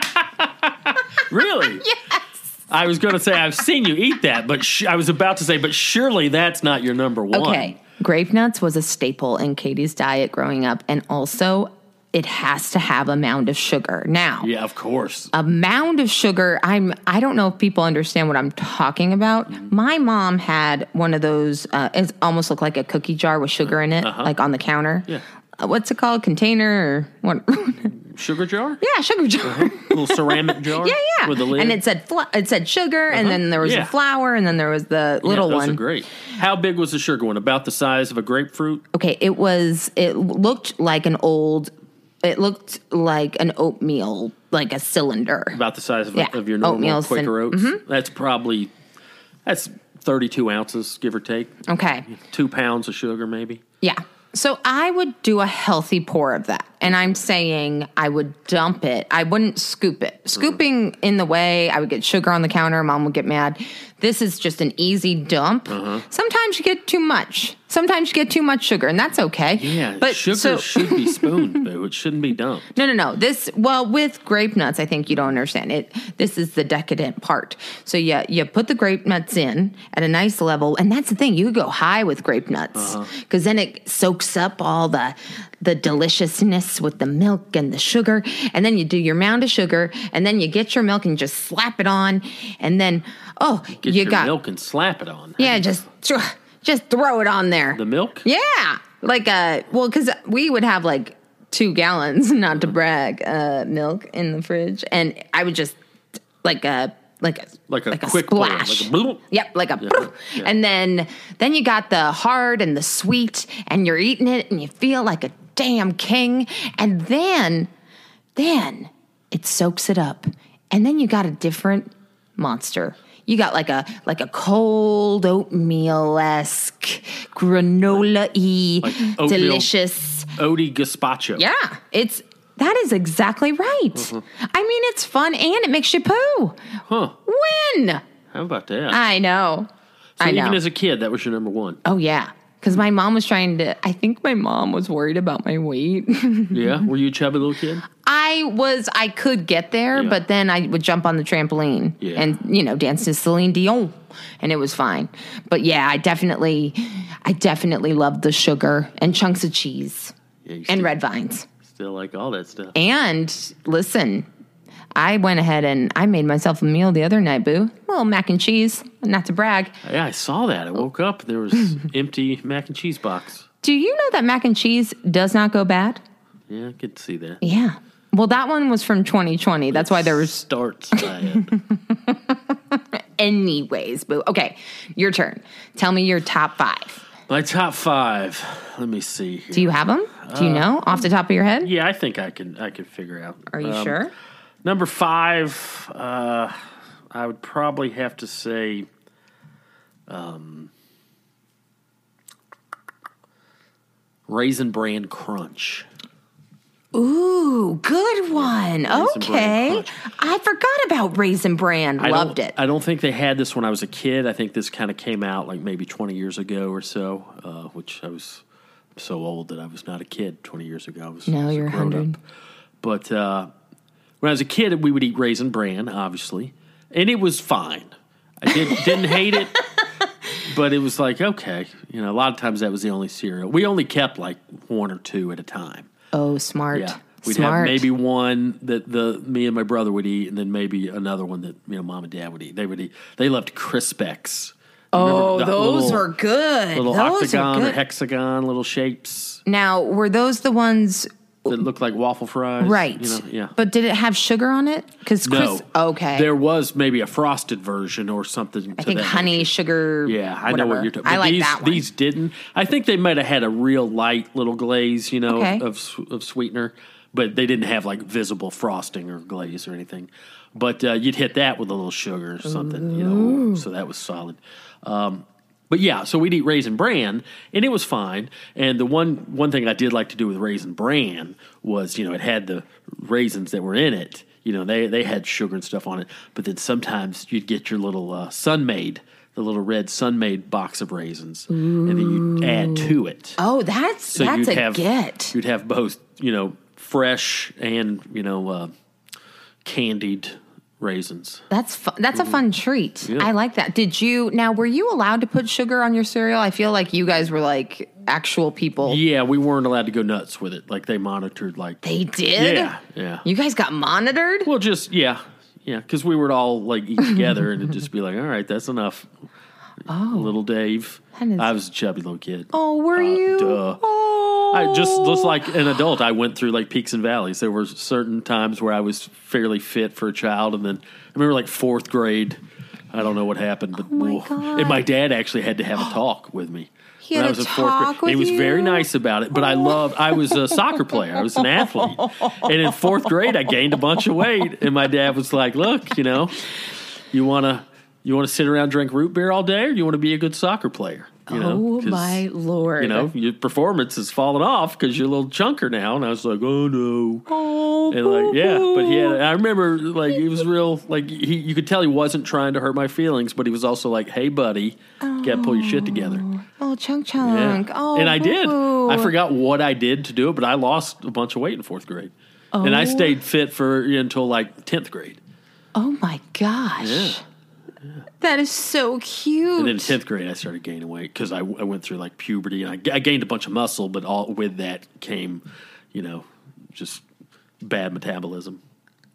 Speaker 2: Yes.
Speaker 3: Really? yes. I was going to say I've seen you eat that, but sh- I was about to say, but surely that's not your number one.
Speaker 2: Okay. Grape nuts was a staple in Katie's diet growing up. And also, it has to have a mound of sugar. Now,
Speaker 3: Yeah, of course.
Speaker 2: a mound of sugar i'm i don't know if people understand what i'm talking about my mom had one of those uh, it almost looked like a cookie jar with sugar in it like on the counter
Speaker 3: Uh-huh. Yeah.
Speaker 2: Uh, what's it called container or what
Speaker 3: Sugar jar?
Speaker 2: yeah sugar jar
Speaker 3: Little ceramic jar?
Speaker 2: yeah yeah
Speaker 3: Uh-huh. With a lid? Uh-huh.
Speaker 2: and it said fl- it said sugar and then there was
Speaker 3: Yeah.
Speaker 2: the flour and then there was the
Speaker 3: Yeah,
Speaker 2: little
Speaker 3: those
Speaker 2: one
Speaker 3: are great. How big was the sugar one? About the size of a grapefruit?
Speaker 2: okay it was it looked like an old it looked like an oatmeal like a cylinder
Speaker 3: about the size of,
Speaker 2: Yeah,
Speaker 3: of your normal
Speaker 2: oatmeal, Mm-hmm. cin-
Speaker 3: Quaker Oats. That's probably that's thirty-two ounces, give or take.
Speaker 2: okay
Speaker 3: Two pounds of sugar, maybe.
Speaker 2: Yeah. So I would do a healthy pour of that. And I'm saying I would dump it. I wouldn't scoop it. Scooping in the way, I would get sugar on the counter. Mom would get mad. This is just an easy dump. Sometimes you get too much. Sometimes you get too much sugar, and that's okay.
Speaker 3: Yeah,
Speaker 2: but
Speaker 3: sugar
Speaker 2: so,
Speaker 3: should be spooned though. It shouldn't be dumped.
Speaker 2: No, no, no. This well with grape nuts, I think you don't understand it. This is the decadent part. So yeah, you put the grape nuts in at a nice level, and that's the thing. You could go high with grape
Speaker 3: Uh-huh.
Speaker 2: nuts because then it soaks up all the the deliciousness with the milk and the sugar, and then you do your mound of sugar, and then you get your milk and just slap it on, and then oh,
Speaker 3: Get
Speaker 2: you
Speaker 3: your
Speaker 2: got
Speaker 3: milk and slap it on.
Speaker 2: yeah, just just throw it on there.
Speaker 3: The milk?
Speaker 2: Yeah. Like uh well cuz we would have like 2 gallons not to brag uh milk in the fridge and I would just like a like a
Speaker 3: Like a quick pour, like a
Speaker 2: splash.
Speaker 3: bloop.
Speaker 2: yep, like a bloop.
Speaker 3: yeah.
Speaker 2: and then then you got the hard and the sweet and you're eating it and you feel like a damn king and then then it soaks it up and then you got a different monster you got like a like a cold oatmeal-esque granola-y
Speaker 3: Like oatmeal.
Speaker 2: delicious
Speaker 3: Odie gazpacho.
Speaker 2: yeah it's that is exactly right
Speaker 3: Mm-hmm.
Speaker 2: i mean it's fun and it makes you poo
Speaker 3: Huh.
Speaker 2: win
Speaker 3: How about that?
Speaker 2: i know
Speaker 3: so
Speaker 2: i know
Speaker 3: even as a kid, that was your number one.
Speaker 2: oh yeah because my mom was trying to i think my mom was worried about my weight
Speaker 3: Yeah. Were you a chubby little kid?
Speaker 2: I was I could get there,
Speaker 3: Yeah.
Speaker 2: but then I would jump on the trampoline
Speaker 3: Yeah.
Speaker 2: and you know dance to Celine Dion, and it was fine. But yeah, I definitely, I definitely loved the sugar and chunks of cheese
Speaker 3: Yeah. You
Speaker 2: and
Speaker 3: still,
Speaker 2: red vines.
Speaker 3: still like all that stuff.
Speaker 2: And listen, I went ahead and I made myself a meal the other night, boo. A little mac and cheese, not to brag.
Speaker 3: Yeah, I saw that. I woke up. There was empty mac and cheese box.
Speaker 2: Do you know that mac and cheese does not go bad?
Speaker 3: Yeah, I could see that.
Speaker 2: Yeah. Well, that one was from 2020. That's why there was
Speaker 3: starts bad.
Speaker 2: anyways, boo. Okay, your turn. Tell me your top five.
Speaker 3: My top five. Let me see here.
Speaker 2: Do you have them? Do you know off the top of your head?
Speaker 3: Uh, yeah, I think I can. I can figure out.
Speaker 2: Are you
Speaker 3: Um,
Speaker 2: sure?
Speaker 3: Number five. Uh, I would probably have to say. Um, Raisin Bran Crunch.
Speaker 2: Ooh, good one.
Speaker 3: Raisin Bran
Speaker 2: okay,
Speaker 3: Crunch.
Speaker 2: I forgot about Raisin Bran.
Speaker 3: I
Speaker 2: Loved
Speaker 3: don't-
Speaker 2: it.
Speaker 3: I don't think they had this when I was a kid. I think this kind of came out like maybe 20 years ago or so, uh, which I was so old that I was not a kid 20 years ago. I was, I
Speaker 2: No,
Speaker 3: was
Speaker 2: you're
Speaker 3: a grown
Speaker 2: 100.
Speaker 3: up. But uh, when I was a kid, we would eat Raisin Bran, obviously, and it was fine. I did, didn't hate it, but it was like, okay. You know, a lot of times that was the only cereal. We only kept like one or two at a time.
Speaker 2: Oh, smart.
Speaker 3: Yeah. We'd
Speaker 2: smart.
Speaker 3: have maybe one that the me and my brother would eat, and then maybe another one that you know mom and dad would eat. They would eat. They loved Crispex.
Speaker 2: oh, those were good.
Speaker 3: little
Speaker 2: those
Speaker 3: octagon
Speaker 2: are
Speaker 3: or
Speaker 2: good.
Speaker 3: hexagon little shapes
Speaker 2: now, were those the ones?
Speaker 3: that looked like waffle fries.
Speaker 2: Right.
Speaker 3: You know, yeah.
Speaker 2: But did it have sugar on it? Because
Speaker 3: no.
Speaker 2: Chris. Okay.
Speaker 3: There was maybe a frosted version or something.
Speaker 2: I think honey, sugar.
Speaker 3: Yeah, I know
Speaker 2: whatever.
Speaker 3: what you're talking.
Speaker 2: I
Speaker 3: but
Speaker 2: like
Speaker 3: these,
Speaker 2: that one.
Speaker 3: These didn't. I think they might have had a real light little glaze, you know,
Speaker 2: Okay.
Speaker 3: of s- of sweetener, but they didn't have like visible frosting or glaze or anything. But uh, you'd hit that with a little sugar or something, you know. So that was solid. Um, but yeah, so we'd eat raisin bran, and it was fine. And the one one thing I did like to do with raisin bran was, you know, it had the raisins that were in it. You know, they they had sugar and stuff on it. But then sometimes you'd get your little uh, sunmade, the little red sunmade box of raisins, and then you'd add to it.
Speaker 2: oh, that's
Speaker 3: so
Speaker 2: that's a
Speaker 3: you'd have
Speaker 2: get.
Speaker 3: you'd have both, you know, fresh and you know, uh, candied raisins.
Speaker 2: That's fun. That's a fun treat. I like that. Did you now? Were you allowed to put sugar on your cereal? I feel like you guys were like actual people.
Speaker 3: Yeah, we weren't allowed to go nuts with it. Like they monitored, like
Speaker 2: They did.
Speaker 3: Yeah, yeah.
Speaker 2: You guys got monitored.
Speaker 3: Well, just yeah, yeah, because we would all like eat together, and it'd just be like, all right, that's enough. Oh, little Dave.
Speaker 2: That is-
Speaker 3: I was a chubby little kid.
Speaker 2: Oh, were you?
Speaker 3: uh, duh.
Speaker 2: Oh,
Speaker 3: I just just like an adult, I went through like peaks and valleys. There were certain times where I was fairly fit for a child, and then I remember like fourth grade. I don't know what happened, but
Speaker 2: Oh my
Speaker 3: woof.
Speaker 2: God.
Speaker 3: and my dad actually had to have a talk with me.
Speaker 2: He had
Speaker 3: I
Speaker 2: a talk with
Speaker 3: he was very
Speaker 2: you?
Speaker 3: nice about it, but I loved. I was a soccer player. I was an athlete, and in fourth grade, I gained a bunch of weight. And my dad was like, "Look, you know, you want to you want to sit around and drink root beer all day, or you want to be a good soccer player." You know,
Speaker 2: oh
Speaker 3: 'cause-
Speaker 2: my lord.
Speaker 3: you know, your performance has fallen off because you're a little chunker now. And I was like, oh no.
Speaker 2: Oh,
Speaker 3: And like, yeah,
Speaker 2: boo-hoo.
Speaker 3: but he had, I remember like, he was real, like, he, you could tell he wasn't trying to hurt my feelings, but he was also like, hey, buddy, got to pull your shit together.
Speaker 2: Oh, chunk
Speaker 3: Yeah.
Speaker 2: chunk. Oh,
Speaker 3: and I did.
Speaker 2: boo-boo.
Speaker 3: I forgot what I did to do it, but I lost a bunch of weight in fourth grade, and I
Speaker 2: Oh.
Speaker 3: stayed fit for until like tenth grade.
Speaker 2: Oh my gosh. That is so cute.
Speaker 3: And then tenth grade, I started gaining weight because I, I went through like puberty and I, g- I gained a bunch of muscle, but all with that came, you know, just bad metabolism.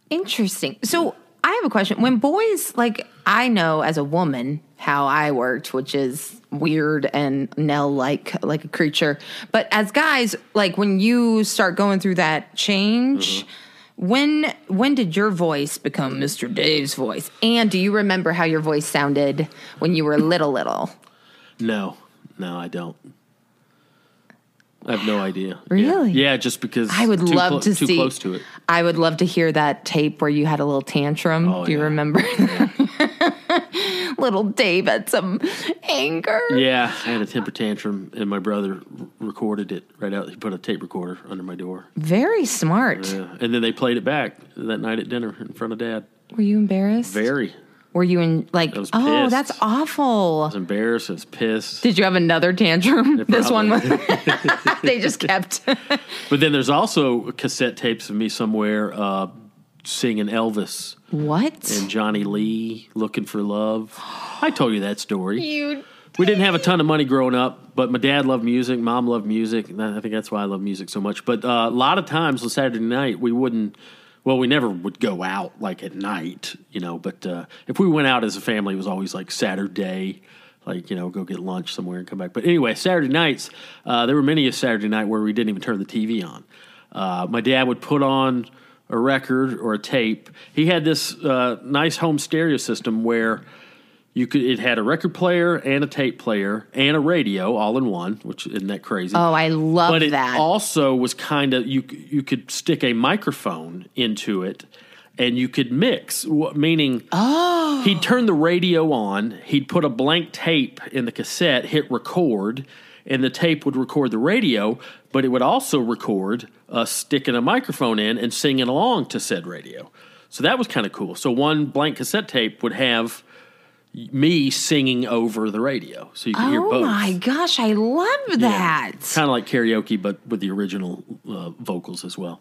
Speaker 2: Interesting. So I have a question. When boys, like I know as a woman how I worked, which is weird and Nell like like a creature. But as guys, like when you start going through that change, when when did your voice become Mr. Dave's voice? And do you remember how your voice sounded when you were little little?
Speaker 3: No, no, I don't. I have no idea. Yeah.
Speaker 2: Really?
Speaker 3: Yeah, just because
Speaker 2: I would
Speaker 3: too
Speaker 2: love
Speaker 3: clo-
Speaker 2: to
Speaker 3: too
Speaker 2: see
Speaker 3: close to it.
Speaker 2: I would love to hear that tape where you had a little tantrum.
Speaker 3: Oh,
Speaker 2: do you
Speaker 3: yeah.
Speaker 2: remember? little Dave had some anger.
Speaker 3: Yeah, I had a temper tantrum, and my brother r- recorded it right out. He put a tape recorder under my door,
Speaker 2: Very smart.
Speaker 3: yeah. and then they played it back that night at dinner in front of Dad.
Speaker 2: Were you embarrassed?
Speaker 3: Very,
Speaker 2: Were you in like?
Speaker 3: was
Speaker 2: Oh,
Speaker 3: pissed.
Speaker 2: that's
Speaker 3: I
Speaker 2: awful.
Speaker 3: was embarrassed. I was pissed.
Speaker 2: Did you have another tantrum? This one was.
Speaker 3: probably-
Speaker 2: they just kept.
Speaker 3: But then there's also cassette tapes of me somewhere uh, singing Elvis
Speaker 2: what?
Speaker 3: and Johnny Lee, "Looking for Love." I told you that story.
Speaker 2: You.
Speaker 3: We didn't have a ton of money growing up, but my dad loved music, mom loved music, and I think that's why I love music so much. But uh, a lot of times on Saturday night, we wouldn't. Well, we never would go out like at night, you know. But uh, if we went out as a family, it was always like Saturday, like you know, go get lunch somewhere and come back. But anyway, Saturday nights, uh, there were many a Saturday night where we didn't even turn the TV on. Uh, my dad would put on a record or a tape. He had this uh, nice home stereo system where you could it had a record player and a tape player and a radio all in one, which isn't that crazy.
Speaker 2: Oh, I love
Speaker 3: but it
Speaker 2: that.
Speaker 3: also was kind of you c- you could stick a microphone into it and you could mix, wh- meaning
Speaker 2: Oh.
Speaker 3: he'd turn the radio on, he'd put a blank tape in the cassette, hit record, and the tape would record the radio, but it would also record us sticking a microphone in and singing along to said radio. So that was kind of cool. So one blank cassette tape would have me singing over the radio, so you could hear
Speaker 2: oh
Speaker 3: both.
Speaker 2: my gosh, I love that.
Speaker 3: Kind of like karaoke, but with the original uh, vocals as well.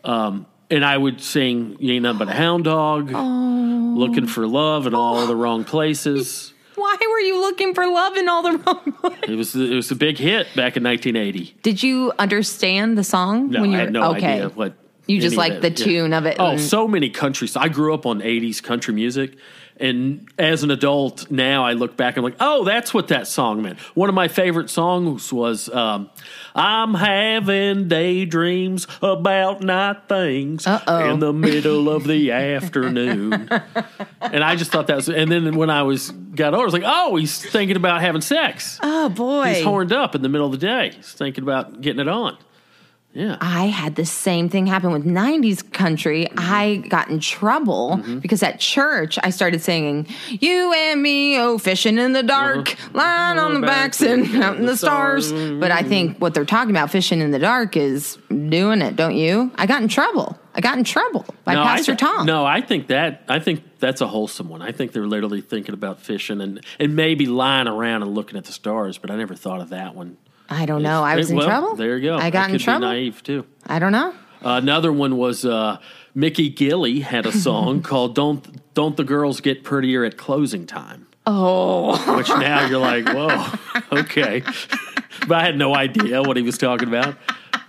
Speaker 3: Um, and I would sing "You Ain't Nothing But a Hound Dog," "Looking for Love" in all the wrong places.
Speaker 2: Why were you looking for love in all the wrong places?
Speaker 3: It was it was a big hit back in 1980.
Speaker 2: Did you understand the song
Speaker 3: No,
Speaker 2: when you
Speaker 3: I
Speaker 2: were
Speaker 3: had no
Speaker 2: okay?
Speaker 3: idea what.
Speaker 2: You just
Speaker 3: any of
Speaker 2: liked
Speaker 3: it-
Speaker 2: the
Speaker 3: yeah.
Speaker 2: tune of it
Speaker 3: Oh,
Speaker 2: and-
Speaker 3: so many countries. I grew up on 80s country music. And as an adult now, I look back and I'm like, oh, that's what that song meant. One of my favorite songs was um, I'm having daydreams about night things
Speaker 2: Uh-oh.
Speaker 3: in the middle of the afternoon. And I just thought that was, and then when I was got older, I was like, oh, he's thinking about having sex.
Speaker 2: Oh boy.
Speaker 3: He's horned up in the middle of the day. He's thinking about getting it on. Yeah.
Speaker 2: I had the same thing happen with 90s country.
Speaker 3: Mm-hmm.
Speaker 2: I got in trouble because at church I started singing, You and me, oh, fishing in the dark,
Speaker 3: Uh-huh.
Speaker 2: lying on the backs and out in the stars. But I think what they're talking about, fishing in the dark, is doing it, don't you? I got in trouble. I got in trouble by Pastor
Speaker 3: I thi-
Speaker 2: Tom.
Speaker 3: No, I think that I think that's a wholesome one. I think they're literally thinking about fishing and and maybe lying around and looking at the stars. But I never thought of that one.
Speaker 2: I don't know. I was in
Speaker 3: Well,
Speaker 2: trouble.
Speaker 3: There you go.
Speaker 2: I got
Speaker 3: could
Speaker 2: in
Speaker 3: be
Speaker 2: trouble.
Speaker 3: naive too.
Speaker 2: I don't know.
Speaker 3: another one was uh, Mickey Gilly had a song called "Don't Don't the Girls Get Prettier at Closing Time." Oh, which now you're like, whoa, okay. but I had no idea what he was talking about.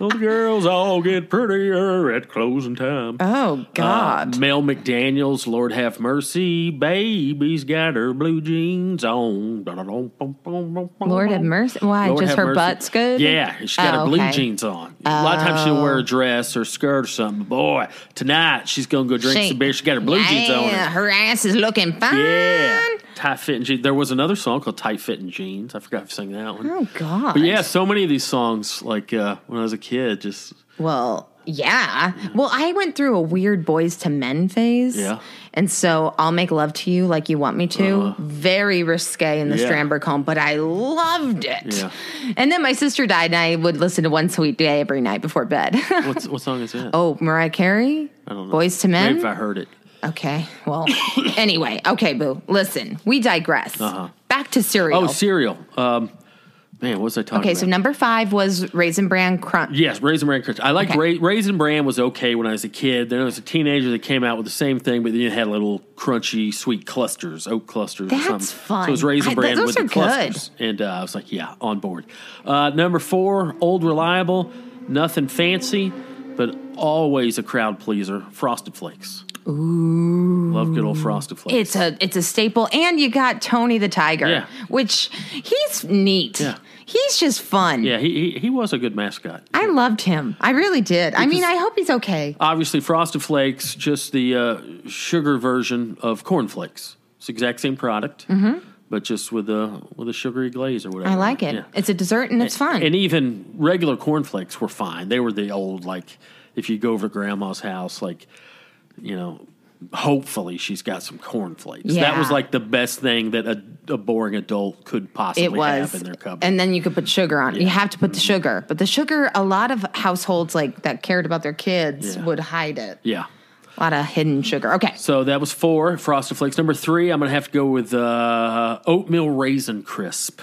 Speaker 3: Well, the girls all get prettier at closing time.
Speaker 2: Oh, God.
Speaker 3: Uh, Mel McDaniels, Lord have mercy, baby's got her blue jeans on.
Speaker 2: Lord
Speaker 3: Lord
Speaker 2: have mercy. Why?
Speaker 3: Lord
Speaker 2: just
Speaker 3: have
Speaker 2: her
Speaker 3: mercy.
Speaker 2: butt's good?
Speaker 3: Yeah, she's got
Speaker 2: Oh,
Speaker 3: her blue
Speaker 2: okay. Oh.
Speaker 3: jeans on. A lot of times she'll wear a dress or skirt or something. But boy, tonight she's gonna go drink
Speaker 2: She-
Speaker 3: some beer. She got her blue jeans on.
Speaker 2: Yeah, Her ass is looking fine.
Speaker 3: Yeah, tight fitting jeans. There was another song called "Tight Fitting Jeans." I forgot if I sang that one.
Speaker 2: Oh God.
Speaker 3: But yeah, so many of these songs, like uh, when I was a kid, just
Speaker 2: Well, yeah. Well, I went through a weird boys to men phase.
Speaker 3: Yeah. Uh-huh.
Speaker 2: And so I'll make love to you like you want me to. Very risque in the
Speaker 3: Yeah.
Speaker 2: Strandberg home, but I loved it.
Speaker 3: Yeah.
Speaker 2: And then my sister died, and I would listen to One Sweet Day every night before bed.
Speaker 3: what's, what song is that?
Speaker 2: oh, Mariah Carey?
Speaker 3: I don't know.
Speaker 2: Boys to men?
Speaker 3: Maybe if I heard it.
Speaker 2: Okay. Well, anyway, okay, boo. Listen, we digress.
Speaker 3: Uh-huh.
Speaker 2: back to cereal.
Speaker 3: Oh, cereal. Um, man, what was I talking
Speaker 2: okay,
Speaker 3: about?
Speaker 2: so number five was Raisin Bran Crunch.
Speaker 3: Yes, Raisin Bran Crunch. I liked
Speaker 2: Okay.
Speaker 3: Ra- Raisin Bran was okay when I was a kid. Then I was a teenager that came out with the same thing, but then it had little crunchy sweet clusters, oat clusters
Speaker 2: That's
Speaker 3: or something.
Speaker 2: fun.
Speaker 3: So it was
Speaker 2: I-
Speaker 3: Raisin Bran
Speaker 2: those
Speaker 3: with
Speaker 2: are
Speaker 3: the
Speaker 2: good.
Speaker 3: clusters. And uh, I was like, yeah, on board. Uh, number four, Old Reliable. Nothing fancy, but always a crowd pleaser. Frosted Flakes. Ooh. Love good old Frosted Flakes.
Speaker 2: It's a it's a staple, and you got Tony the Tiger,
Speaker 3: Yeah.
Speaker 2: which he's neat.
Speaker 3: Yeah.
Speaker 2: He's just fun.
Speaker 3: yeah, he, he, he was a good mascot.
Speaker 2: I loved him. I really did. I mean,
Speaker 3: Because-
Speaker 2: I hope he's okay.
Speaker 3: obviously frosted flakes just the uh, sugar version of cornflakes it's the exact same product but just with a with a sugary glaze or whatever
Speaker 2: Mm-hmm. I like it.
Speaker 3: Yeah.
Speaker 2: It's a dessert and it's fun.
Speaker 3: and even regular cornflakes were fine they were the old like if you go over to grandma's house like you know hopefully she's got some cornflakes that
Speaker 2: Yeah.
Speaker 3: was like the best thing that a, a boring adult could possibly
Speaker 2: it was.
Speaker 3: have in their cupboard
Speaker 2: And then you could put sugar on. it. You have to put the sugar, but the sugar. A lot of households like that cared about their kids
Speaker 3: Yeah.
Speaker 2: would hide it.
Speaker 3: yeah
Speaker 2: A lot of hidden sugar. Okay.
Speaker 3: So that was four Frosted Flakes. Number three, I'm gonna have to go with uh, oatmeal raisin crisp.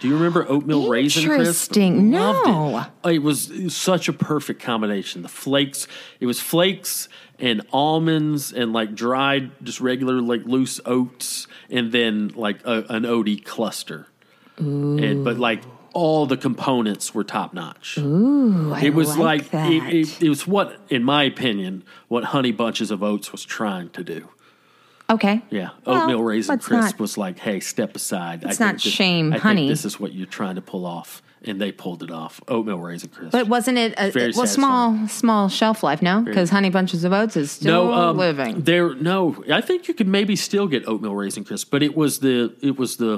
Speaker 3: Do you remember oatmeal raisin crisp?
Speaker 2: Interesting.
Speaker 3: Loved
Speaker 2: No.
Speaker 3: it. It was such a perfect combination. The flakes, it was flakes and almonds and like dried, just regular like loose oats, and then like a, an oaty cluster. And but like all the components were top notch
Speaker 2: Ooh, I
Speaker 3: it was
Speaker 2: like,
Speaker 3: like,
Speaker 2: that.
Speaker 3: It, it, it was what, in my opinion, what Honey Bunches of Oats was trying to do.
Speaker 2: okay.
Speaker 3: Yeah,
Speaker 2: Well,
Speaker 3: oatmeal raisin
Speaker 2: let's
Speaker 3: crisp
Speaker 2: not-
Speaker 3: was like, hey, step aside.
Speaker 2: Let's
Speaker 3: I
Speaker 2: not
Speaker 3: think
Speaker 2: shame
Speaker 3: I
Speaker 2: honey.
Speaker 3: Think this is what you're trying to pull off, and they pulled it off. Oatmeal raisin crisp.
Speaker 2: But wasn't it a
Speaker 3: Very
Speaker 2: well small small shelf life? No, because Honey Bunches of Oats is still
Speaker 3: no um,
Speaker 2: living.
Speaker 3: There, no. I think you could maybe still get oatmeal raisin crisp, but it was the it was the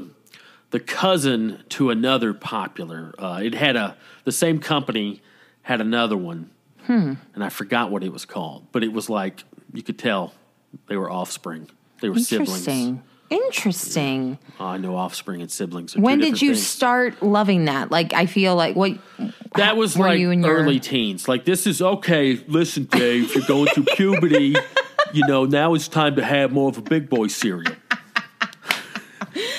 Speaker 3: the cousin to another popular. Uh, it had a the same company had another one,
Speaker 2: Hmm.
Speaker 3: and I forgot what it was called. But it was like you could tell they were offspring. They were siblings.
Speaker 2: Interesting. Interesting.
Speaker 3: Oh, I know offspring and siblings. Are two
Speaker 2: When
Speaker 3: different
Speaker 2: did you
Speaker 3: things.
Speaker 2: start loving that? Like, I feel like what
Speaker 3: That was
Speaker 2: Were
Speaker 3: like
Speaker 2: you in your-
Speaker 3: early teens. Like this is okay. Listen, Dave, you're going through puberty. You know now it's time to have more of a big boy cereal.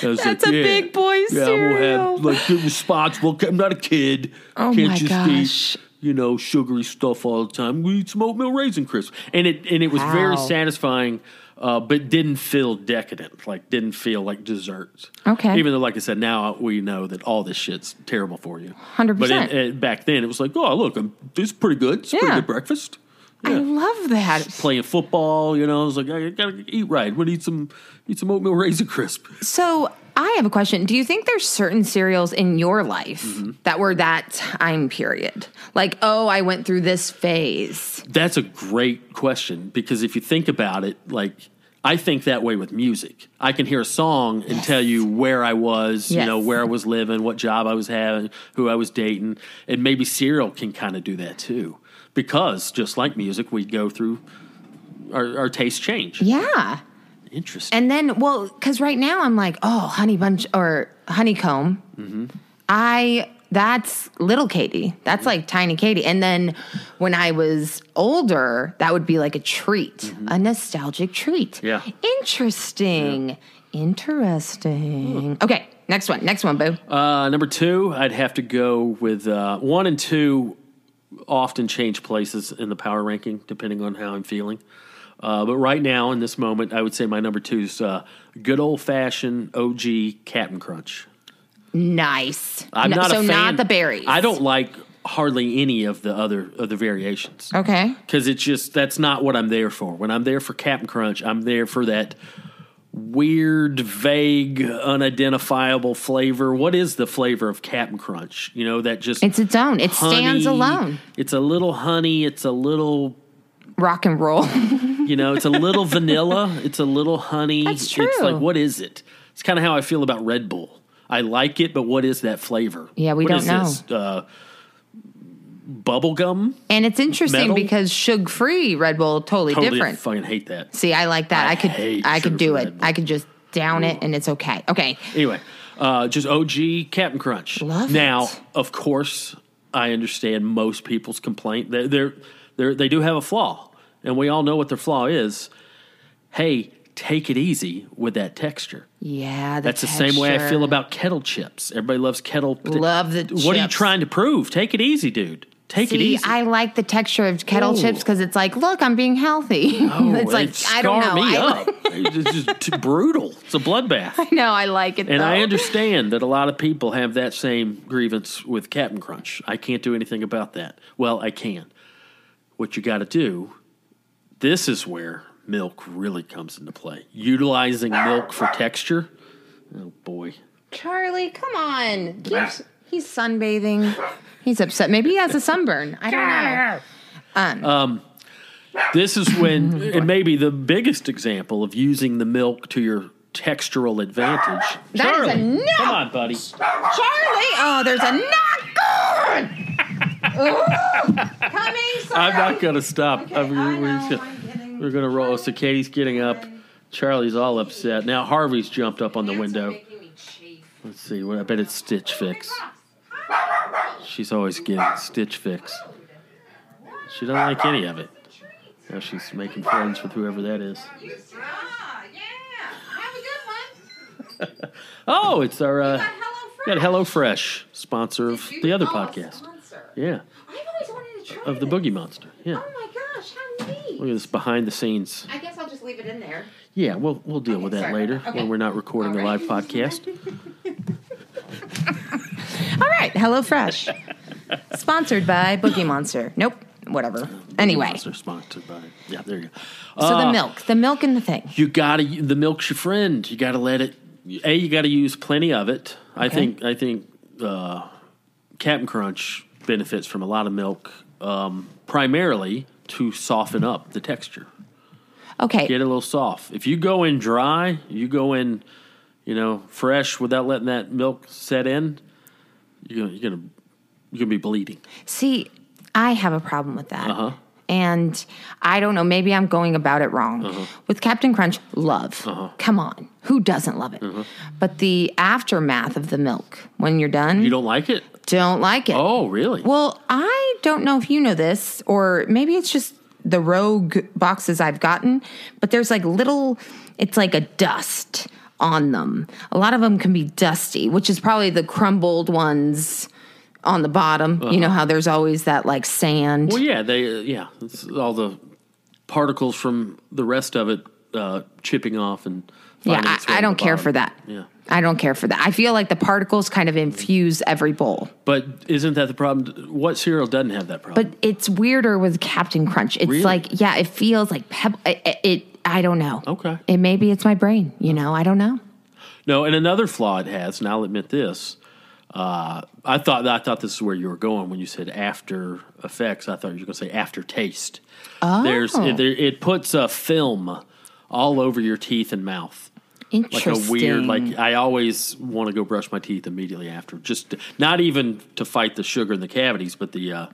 Speaker 3: That's
Speaker 2: a big boy
Speaker 3: yeah, Yeah,
Speaker 2: cereal.
Speaker 3: I'm gonna have like good responsible. I'm not a kid.
Speaker 2: Oh
Speaker 3: Can't
Speaker 2: my
Speaker 3: just
Speaker 2: gosh.
Speaker 3: eat you know sugary stuff all the time. We eat some oatmeal raisin crisp, and it and it was very
Speaker 2: Wow.
Speaker 3: satisfying, uh, but didn't feel decadent. Like didn't feel like dessert.
Speaker 2: Okay.
Speaker 3: Even though, like I said, now we know that all this shit's terrible for you.
Speaker 2: 100%.
Speaker 3: But in, uh, back then, it was like, oh, look, I'm, it's pretty good. It's
Speaker 2: Yeah.
Speaker 3: pretty good breakfast.
Speaker 2: I love that.
Speaker 3: Playing football, you know, I was like, I gotta eat right. Would eat some, eat some oatmeal raisin crisp.
Speaker 2: So I have a question. Do you think there's certain cereals in your life
Speaker 3: Mm-hmm.
Speaker 2: that were that time period? Like, oh, I went through this phase.
Speaker 3: That's a great question because if you think about it, like I think that way with music. I can hear a song and tell you where I was,
Speaker 2: Yes.
Speaker 3: you know, where I was living, what job I was having, who I was dating, and maybe cereal can kind of do that too. Because just like music, we go through our, our tastes change.
Speaker 2: Yeah.
Speaker 3: Interesting.
Speaker 2: And then, well, because right now I'm like, oh, honey bunch or honeycomb.
Speaker 3: Mm-hmm.
Speaker 2: I that's little Katie. That's like tiny Katie. And then when I was older, that would be like a treat, a nostalgic treat.
Speaker 3: Mm-hmm. Yeah.
Speaker 2: Interesting. Interesting. Okay. Next one. Next one, boo.
Speaker 3: Uh, number two, I'd have to go with uh, one and two. Often change places in the power ranking depending on how I'm feeling. Uh, but right now, in this moment, I would say my number two is uh, good old fashioned OG Captain Crunch.
Speaker 2: nice.
Speaker 3: I'm
Speaker 2: No-
Speaker 3: not
Speaker 2: so
Speaker 3: a fan.
Speaker 2: not the berries.
Speaker 3: I don't like hardly any of the other of the variations
Speaker 2: Okay.
Speaker 3: because it's just that's not what I'm there for. When I'm there for Captain Crunch, I'm there for that weird, vague, unidentifiable flavor. What is the flavor of Captain Crunch? You know that just
Speaker 2: It's its own. It stands
Speaker 3: honey-
Speaker 2: alone.
Speaker 3: It's a little honey. It's a little
Speaker 2: Rock and roll.
Speaker 3: you know. It's a little vanilla. It's a little honey.
Speaker 2: That's
Speaker 3: It's
Speaker 2: true.
Speaker 3: like what is it? It's kind of how I feel about Red Bull. I like it, but what is that flavor?
Speaker 2: Yeah, we
Speaker 3: What
Speaker 2: don't
Speaker 3: is
Speaker 2: know.
Speaker 3: This, uh, bubble gum.
Speaker 2: and it's interesting
Speaker 3: Metal?
Speaker 2: because sugar free Red Bull totally,
Speaker 3: Totally
Speaker 2: different.
Speaker 3: fucking hate that.
Speaker 2: See, I like that. I,
Speaker 3: I
Speaker 2: could
Speaker 3: hate
Speaker 2: I could do
Speaker 3: sugar-free
Speaker 2: it.
Speaker 3: Red Bull.
Speaker 2: I could just down it and it's okay. Okay.
Speaker 3: Anyway, uh, just OG Captain Crunch.
Speaker 2: Love
Speaker 3: now,
Speaker 2: it.
Speaker 3: of course, I understand most people's complaint. They're, they're, they're, they do have a flaw, and we all know what their flaw is. Hey, take it easy with that texture.
Speaker 2: Yeah, the
Speaker 3: That's the same way I feel
Speaker 2: texture.
Speaker 3: about kettle chips. Everybody loves kettle.
Speaker 2: Love the
Speaker 3: What are you
Speaker 2: chips.
Speaker 3: trying to prove? Take it easy, dude. Take it
Speaker 2: See,
Speaker 3: easy.
Speaker 2: I like the texture of kettle
Speaker 3: Ooh.
Speaker 2: chips because it's like, look, I'm being healthy.
Speaker 3: Oh,
Speaker 2: it's like
Speaker 3: it'd
Speaker 2: I don't
Speaker 3: scar
Speaker 2: know.
Speaker 3: Me
Speaker 2: I,
Speaker 3: up. it's just t- brutal. It's a bloodbath.
Speaker 2: no, I like it.
Speaker 3: And
Speaker 2: though.
Speaker 3: I understand that a lot of people have that same grievance with Captain Crunch. I can't do anything about that. Well, I can. What you got to do, this is where milk really comes into play. Utilizing milk for texture. Oh, boy.
Speaker 2: Charlie, come on. Keep- he's sunbathing. He's upset. Maybe he has a sunburn. I don't know.
Speaker 3: This is when, and maybe the biggest example of using the milk to your textural advantage.
Speaker 2: That is a
Speaker 3: Charlie,
Speaker 2: no!
Speaker 3: Come on, buddy.
Speaker 2: Charlie, oh, there's a knock on. Ooh, coming. Sorry.
Speaker 3: I'm not going to stop.
Speaker 2: Okay,
Speaker 3: I'm-
Speaker 2: I
Speaker 3: we're
Speaker 2: know,
Speaker 3: just-
Speaker 2: I'm getting-
Speaker 3: We're gonna roll. Oh, So Katie's getting up. Charlie's all upset. Now Harvey's jumped up on the
Speaker 2: Hands are
Speaker 3: window.
Speaker 2: making me chafe.
Speaker 3: Let's see. What I bet it's Stitch
Speaker 2: Oh
Speaker 3: Fix. She's always getting Stitch Fix. She doesn't like any of it. Now she's making friends with whoever that is.
Speaker 2: Ah, yeah. Have a good one.
Speaker 3: Oh, it's our uh,
Speaker 2: Hello,
Speaker 3: we got HelloFresh sponsor of the other podcast. Yeah,
Speaker 2: I've always wanted to try
Speaker 3: of the
Speaker 2: this.
Speaker 3: Boogie Monster. Yeah.
Speaker 2: Oh my gosh, how neat.
Speaker 3: Look at this behind the scenes.
Speaker 2: I guess I'll just leave it in there.
Speaker 3: Yeah, we'll we'll deal with that
Speaker 2: sorry.
Speaker 3: later
Speaker 2: Okay.
Speaker 3: when we're not recording
Speaker 2: All
Speaker 3: a
Speaker 2: right.
Speaker 3: live podcast.
Speaker 2: All right, HelloFresh. Sponsored by Boogie Monster. Nope, whatever. Anyway, so
Speaker 3: Monster Ah. sponsored by. Yeah, there you go.
Speaker 2: the milk, the milk and the thing.
Speaker 3: you gotta the milk's your friend you gotta let it a you gotta use plenty of it i
Speaker 2: Okay.
Speaker 3: think i think uh captain crunch benefits from a lot of milk um primarily to soften up the texture
Speaker 2: Okay,
Speaker 3: get it a little soft if you go in dry you go in you know fresh without letting that milk set in you're gonna you're gonna you're gonna be bleeding
Speaker 2: See, I have a problem with that.
Speaker 3: Uh-huh.
Speaker 2: And I don't know, maybe I'm going about it wrong.
Speaker 3: Uh-huh.
Speaker 2: With Captain Crunch, love. Come on. Who doesn't love it?
Speaker 3: Uh-huh.
Speaker 2: But the aftermath of the milk when you're done,
Speaker 3: you don't like it
Speaker 2: don't like it.
Speaker 3: oh really
Speaker 2: Well, I don't know if you know this, or maybe it's just the rogue boxes I've gotten, but there's like little, it's like a dust on them. A lot of them can be dusty, which is probably the crumbled ones on the bottom. You know how there's always that like sand.
Speaker 3: Uh-huh. Well, yeah, they uh, yeah, it's all the particles from the rest of it uh, chipping off and
Speaker 2: yeah,
Speaker 3: finding its way
Speaker 2: I, I
Speaker 3: to
Speaker 2: don't
Speaker 3: the
Speaker 2: care
Speaker 3: bottom.
Speaker 2: for that.
Speaker 3: Yeah,
Speaker 2: I don't care for that. I feel like the particles kind of infuse every bowl.
Speaker 3: but isn't that the problem? What cereal doesn't have that problem?
Speaker 2: But it's weirder with Captain Crunch. It's
Speaker 3: Really?
Speaker 2: like, yeah, it feels like peb- it, it. I don't know.
Speaker 3: Okay.
Speaker 2: It maybe it's my brain. You know, I don't know.
Speaker 3: no, and another flaw it has, and I'll admit this. Uh, I thought I thought this is where you were going when you said after effects. I thought you were going to say after taste. Oh. There's it, there, it puts a film all over your teeth and mouth. like a
Speaker 2: Interesting.
Speaker 3: weird like i always want to go brush my teeth immediately after just to- not even to fight the sugar in the cavities but the uh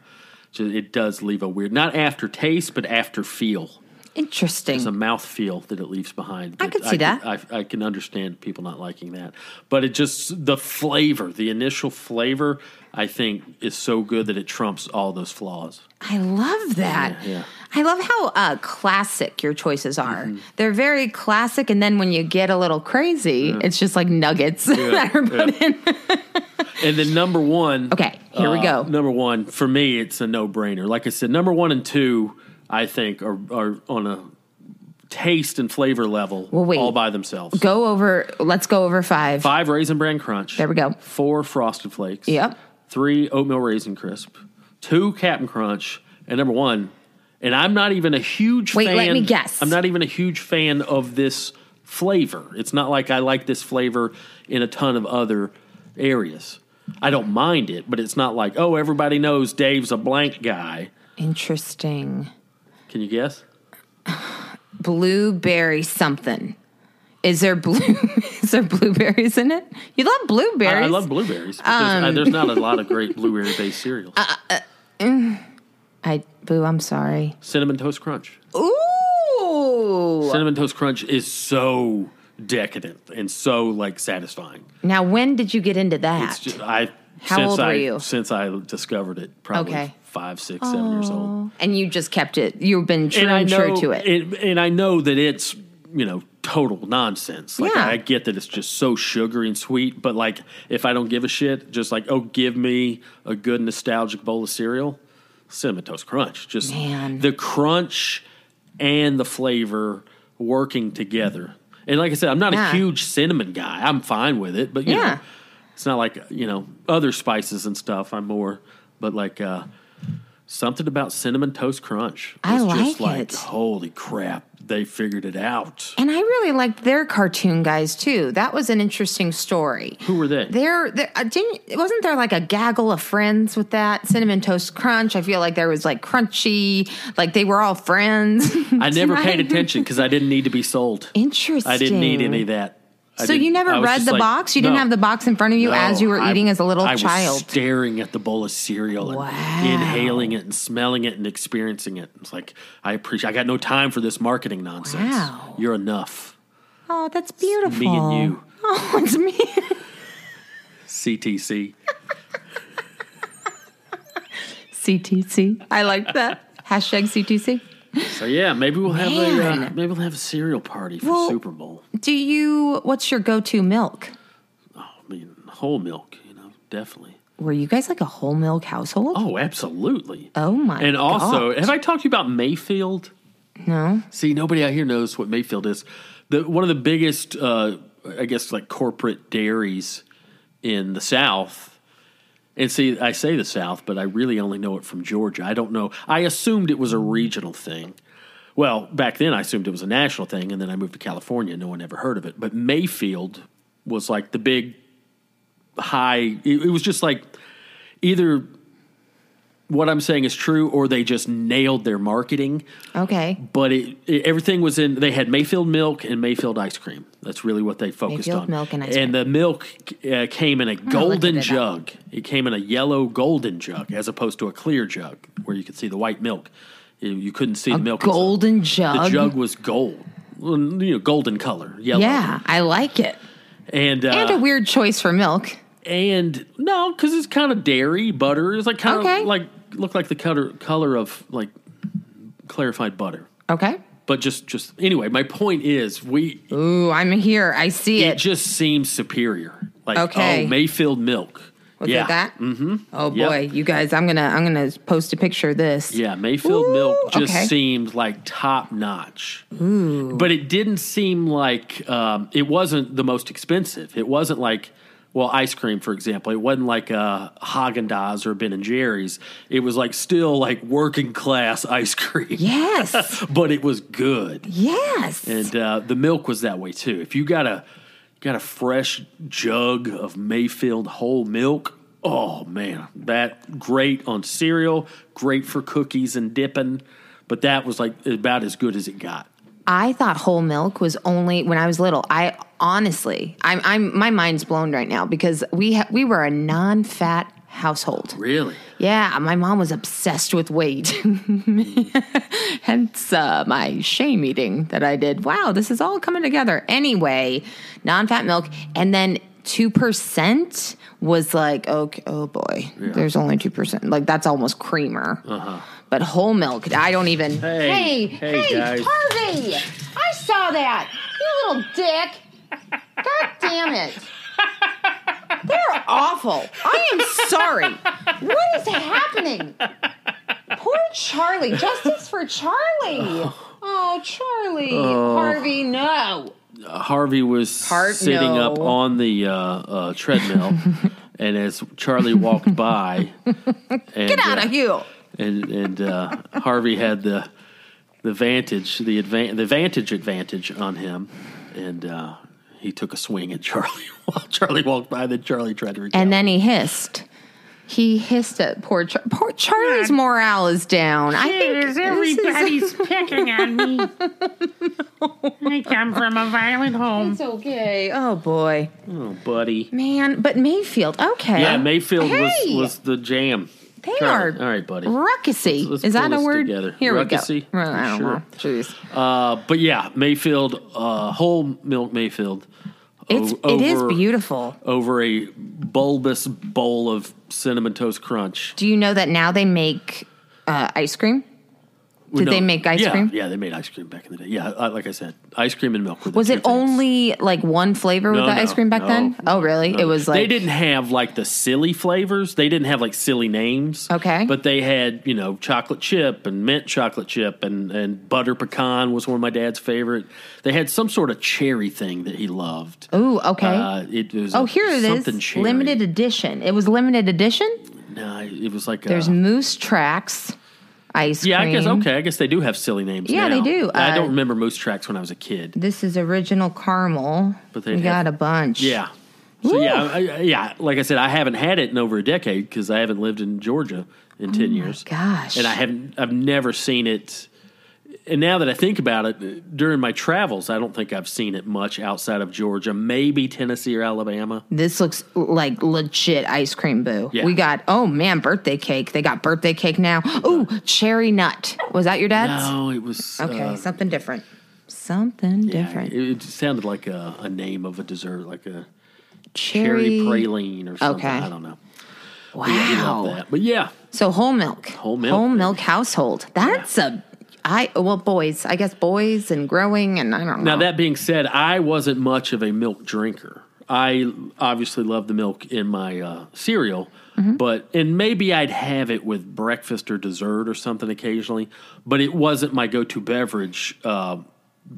Speaker 3: ju- it does leave a weird not after taste but after feel
Speaker 2: Interesting.
Speaker 3: the mouth feel that it leaves behind
Speaker 2: Mm. I
Speaker 3: But
Speaker 2: could see that.
Speaker 3: I, I can understand people not liking that but it just the flavor the initial flavor i think is so good that it trumps all those flaws
Speaker 2: I love that.
Speaker 3: Yeah, Mm-hmm. yeah.
Speaker 2: I love how uh, classic your choices are. They're very classic, and then when you get a little crazy, it's just like nuggets that are put in.
Speaker 3: and then number one
Speaker 2: Okay, here we go.
Speaker 3: Uh, Number one for me, it's a no-brainer. Like I said, number one and two, I think are are on a taste and flavor level
Speaker 2: Well, wait.
Speaker 3: all by themselves.
Speaker 2: Go over. Let's go over five.
Speaker 3: Five raisin bran crunch.
Speaker 2: There we go.
Speaker 3: Four frosted flakes.
Speaker 2: Yep.
Speaker 3: Three oatmeal raisin crisp. Two Captain Crunch, and number one. And I'm not even a huge
Speaker 2: Wait,
Speaker 3: fan.
Speaker 2: let me guess.
Speaker 3: I'm not even a huge fan of this flavor. It's not like I like this flavor in a ton of other areas. I don't mind it, but it's not like, oh, everybody knows Dave's a blank guy.
Speaker 2: Interesting.
Speaker 3: Can you guess?
Speaker 2: Blueberry something. Is there blue? is there blueberries in it? You love
Speaker 3: I,
Speaker 2: blueberries. Um.
Speaker 3: I love blueberries. because I- there's not a lot of great blueberry based cereals.
Speaker 2: Uh, I boo. I'm sorry.
Speaker 3: Cinnamon Toast Crunch.
Speaker 2: Ooh.
Speaker 3: Cinnamon Toast Crunch is so decadent and so like satisfying.
Speaker 2: Now, when did you get into that?
Speaker 3: It's just, I
Speaker 2: How
Speaker 3: since
Speaker 2: old were
Speaker 3: I,
Speaker 2: you?
Speaker 3: Since I discovered it, probably
Speaker 2: Okay.
Speaker 3: five, six, seven years old.
Speaker 2: and you just kept it. You've been true
Speaker 3: And I
Speaker 2: and
Speaker 3: know,
Speaker 2: true to it.
Speaker 3: and I know that it's you know total nonsense. Like
Speaker 2: Yeah.
Speaker 3: I get that it's just so sugary and sweet, but like if I don't give a shit, just like oh, give me a good nostalgic bowl of cereal, cinnamon toast crunch. Just
Speaker 2: Man.
Speaker 3: the crunch and the flavor working together. And like I said, I'm not
Speaker 2: Yeah.
Speaker 3: a huge cinnamon guy. I'm fine with it, but you
Speaker 2: Yeah.
Speaker 3: know, it's not like you know other spices and stuff. I'm more, but like uh, something about cinnamon toast crunch.
Speaker 2: I
Speaker 3: was
Speaker 2: like
Speaker 3: just like
Speaker 2: it.
Speaker 3: holy crap, they figured it out.
Speaker 2: And I really liked their cartoon guys too. That was an interesting story.
Speaker 3: Who were they?
Speaker 2: There, there uh, didn't wasn't there like a gaggle of friends with that cinnamon toast crunch? I feel like there was like crunchy, like they were all friends.
Speaker 3: I never paid
Speaker 2: Right?
Speaker 3: attention because I didn't need to be sold.
Speaker 2: Interesting.
Speaker 3: I didn't need any of that. I
Speaker 2: So
Speaker 3: didn't-
Speaker 2: you
Speaker 3: I
Speaker 2: never
Speaker 3: was
Speaker 2: read
Speaker 3: just
Speaker 2: the
Speaker 3: like,
Speaker 2: box? You didn't
Speaker 3: no,
Speaker 2: have the box in front of you as
Speaker 3: no,
Speaker 2: you were
Speaker 3: I-
Speaker 2: eating as a little
Speaker 3: I was
Speaker 2: child.
Speaker 3: staring at the bowl of cereal, and
Speaker 2: Wow.
Speaker 3: inhaling it and smelling it and experiencing it. It's like I appreciate. I got no time for this marketing nonsense.
Speaker 2: Wow.
Speaker 3: You're enough.
Speaker 2: oh, that's beautiful.
Speaker 3: Me and you,
Speaker 2: Oh, it's me.
Speaker 3: CTC.
Speaker 2: CTC. I like that. Hashtag CTC.
Speaker 3: So yeah, maybe we'll have a uh,
Speaker 2: Man.
Speaker 3: maybe we'll have a cereal party for
Speaker 2: Well-
Speaker 3: Super Bowl.
Speaker 2: Do you, what's your go to milk?
Speaker 3: I mean, whole milk, you know, definitely.
Speaker 2: Were you guys like a whole milk household?
Speaker 3: Oh, absolutely.
Speaker 2: Oh my
Speaker 3: And also,
Speaker 2: God.
Speaker 3: have I talked to you about Mayfield?
Speaker 2: No.
Speaker 3: See, nobody out here knows what Mayfield is. The one of the biggest, uh, I guess, like corporate dairies in the South. And see, I say the South, but I really only know it from Georgia. I don't know. I assumed it was a regional thing. Well, back then I assumed it was a national thing, and then I moved to California. No one ever heard of it. But Mayfield was like the big high. It, it was just like either what I'm saying is true, or they just nailed their marketing
Speaker 2: Okay.
Speaker 3: but it, it- everything was in. They had Mayfield milk and Mayfield ice cream. That's really what they focused
Speaker 2: Mayfield
Speaker 3: on.
Speaker 2: milk and ice cream.
Speaker 3: the milk uh, came in a
Speaker 2: it
Speaker 3: golden
Speaker 2: up.
Speaker 3: jug. It came in a yellow golden jug, as opposed to a clear jug where you could see the white milk. You- You couldn't see the milk. inside.
Speaker 2: Golden jug.
Speaker 3: The jug was gold, Well, you know, golden color, yellow.
Speaker 2: Yeah, I like it.
Speaker 3: and uh,
Speaker 2: And a weird choice for milk.
Speaker 3: and no, because it's kind of dairy butter. It's like kind of
Speaker 2: Okay.
Speaker 3: like looked like the color color of like clarified butter.
Speaker 2: Okay.
Speaker 3: But just just anyway, my point is we
Speaker 2: Ooh, I'm here. I see
Speaker 3: it
Speaker 2: it.
Speaker 3: just seems superior. Like
Speaker 2: Okay.
Speaker 3: oh, Mayfield milk.
Speaker 2: Look
Speaker 3: yeah.
Speaker 2: at that. Mm-hmm. Oh
Speaker 3: Yep.
Speaker 2: boy, you guys, I'm gonna I'm gonna post a picture of this.
Speaker 3: Yeah, Mayfield
Speaker 2: Ooh,
Speaker 3: milk just
Speaker 2: okay.
Speaker 3: seemed like top notch. But it didn't seem like um, it wasn't the most expensive. It wasn't like well, ice cream, for example, it wasn't like uh, Haagen Dazs or Ben and Jerry's. It was like still like working class ice cream,
Speaker 2: Yes.
Speaker 3: but it was good.
Speaker 2: yes.
Speaker 3: And uh, the milk was that way too. If you got a got a fresh jug of Mayfield whole milk, oh man, that great on cereal, great for cookies and dipping. But that was like about as good as it got.
Speaker 2: I thought whole milk was only when I was little. I honestly, I'm, I'm my mind's blown right now because we ha- we were a non-fat household.
Speaker 3: Really?
Speaker 2: Yeah, my mom was obsessed with weight. Hence uh, my shame eating that I did. Wow, this is all coming together. Anyway, non fat milk. And then 2% was like, okay, oh boy, there's only 2%. Like, that's almost creamer. But whole milk, I don't even.
Speaker 3: Uh-huh. Hey, hey, guys.
Speaker 2: Harvey, I saw that. You little dick. God damn it. They're awful. I am sorry. What is happening? Poor Charlie. Justice for Charlie. Oh, Charlie. Harvey, no.
Speaker 3: Uh, Harvey was
Speaker 2: Har-
Speaker 3: sitting up
Speaker 2: no.
Speaker 3: on the uh, uh, treadmill, and as Charlie walked by, and,
Speaker 2: Get out
Speaker 3: uh,
Speaker 2: of here.
Speaker 3: and and uh, Harvey had the the vantage the advan- the vantage advantage on him, and uh, he took a swing at Charlie while Charlie walked by. Then Charlie tried to
Speaker 2: And
Speaker 3: retaliate.
Speaker 2: then he hissed. He hissed at poor Char- poor Charlie's morale is down. I think this is-
Speaker 4: Everybody's picking on me. I come from a violent home.
Speaker 2: it's okay. Oh boy,
Speaker 3: oh, buddy.
Speaker 2: man. But Mayfield, okay.
Speaker 3: Yeah, Mayfield was
Speaker 2: Hey!
Speaker 3: was the jam.
Speaker 2: They
Speaker 3: Charlie,
Speaker 2: are
Speaker 3: all right, buddy.
Speaker 2: Ruckusy.
Speaker 3: Let's- let's
Speaker 2: is that
Speaker 3: pull
Speaker 2: a
Speaker 3: this
Speaker 2: word?
Speaker 3: together.
Speaker 2: Here
Speaker 3: Ruckusy?
Speaker 2: we go. Well, I don't
Speaker 3: Sure.
Speaker 2: know. Jeez.
Speaker 3: Uh, but yeah, Mayfield, uh, whole milk Mayfield. o-
Speaker 2: It's it is
Speaker 3: over-
Speaker 2: beautiful.
Speaker 3: Over a bulbous bowl of cinnamon toast crunch.
Speaker 2: Do you know that now they make uh, ice cream?
Speaker 3: Well,
Speaker 2: Did they make ice
Speaker 3: yeah,
Speaker 2: cream?
Speaker 3: Yeah, they made ice cream back in the day. Yeah, I, like I said, ice cream and milk. Were the
Speaker 2: Was
Speaker 3: two
Speaker 2: it
Speaker 3: things.
Speaker 2: only like one flavor with
Speaker 3: No,
Speaker 2: the
Speaker 3: no,
Speaker 2: ice cream back
Speaker 3: no,
Speaker 2: then?
Speaker 3: no,
Speaker 2: oh, really? it was like
Speaker 3: they didn't have like the silly flavors. They didn't have like silly names.
Speaker 2: Okay.
Speaker 3: but they had you know chocolate chip and mint chocolate chip and and butter pecan was one of my dad's favorite. They had some sort of cherry thing that he loved.
Speaker 2: Ooh, okay.
Speaker 3: Uh, it was
Speaker 2: oh,
Speaker 3: a-
Speaker 2: here it is.
Speaker 3: something Cherry.
Speaker 2: Limited edition. It was limited edition.
Speaker 3: No, it was like
Speaker 2: There's
Speaker 3: a,
Speaker 2: Moose Tracks ice
Speaker 3: yeah.
Speaker 2: cream.
Speaker 3: I guess okay. I guess they do have silly names.
Speaker 2: Yeah, they
Speaker 3: now.
Speaker 2: do.
Speaker 3: I
Speaker 2: Uh,
Speaker 3: don't remember Moose Tracks when I was a kid.
Speaker 2: This is original caramel.
Speaker 3: But they'd
Speaker 2: we
Speaker 3: have-
Speaker 2: got a bunch.
Speaker 3: Yeah. So
Speaker 2: Woo.
Speaker 3: yeah, I, I- yeah. Like I said, I haven't had it in over a decade because I haven't lived in Georgia in
Speaker 2: Oh
Speaker 3: ten years.
Speaker 2: Gosh.
Speaker 3: and I haven't. I've never seen it. And now that I think about it, during my travels, I don't think I've seen it much outside of Georgia. Maybe Tennessee or Alabama.
Speaker 2: This looks like legit ice cream boo.
Speaker 3: Yeah.
Speaker 2: We got oh man, birthday cake. They got birthday cake now. Ooh, cherry nut. Was that your dad's?
Speaker 3: No, it was
Speaker 2: okay,
Speaker 3: uh,
Speaker 2: something different. Something
Speaker 3: yeah,
Speaker 2: different.
Speaker 3: It, it sounded like a, a name of a dessert, like a
Speaker 2: cherry
Speaker 3: cherry praline or something.
Speaker 2: Okay.
Speaker 3: I don't know. But yeah, we love
Speaker 2: Wow.
Speaker 3: that. But yeah,
Speaker 2: So whole milk.
Speaker 3: Whole milk,
Speaker 2: Whole
Speaker 3: baby.
Speaker 2: milk household. That's a I well boys, I guess boys and growing and I don't know.
Speaker 3: Now that being said, I wasn't much of a milk drinker. I obviously love the milk in my uh, cereal,
Speaker 2: Mm-hmm.
Speaker 3: but and maybe I'd have it with breakfast or dessert or something occasionally, but it wasn't my go-to beverage. Uh,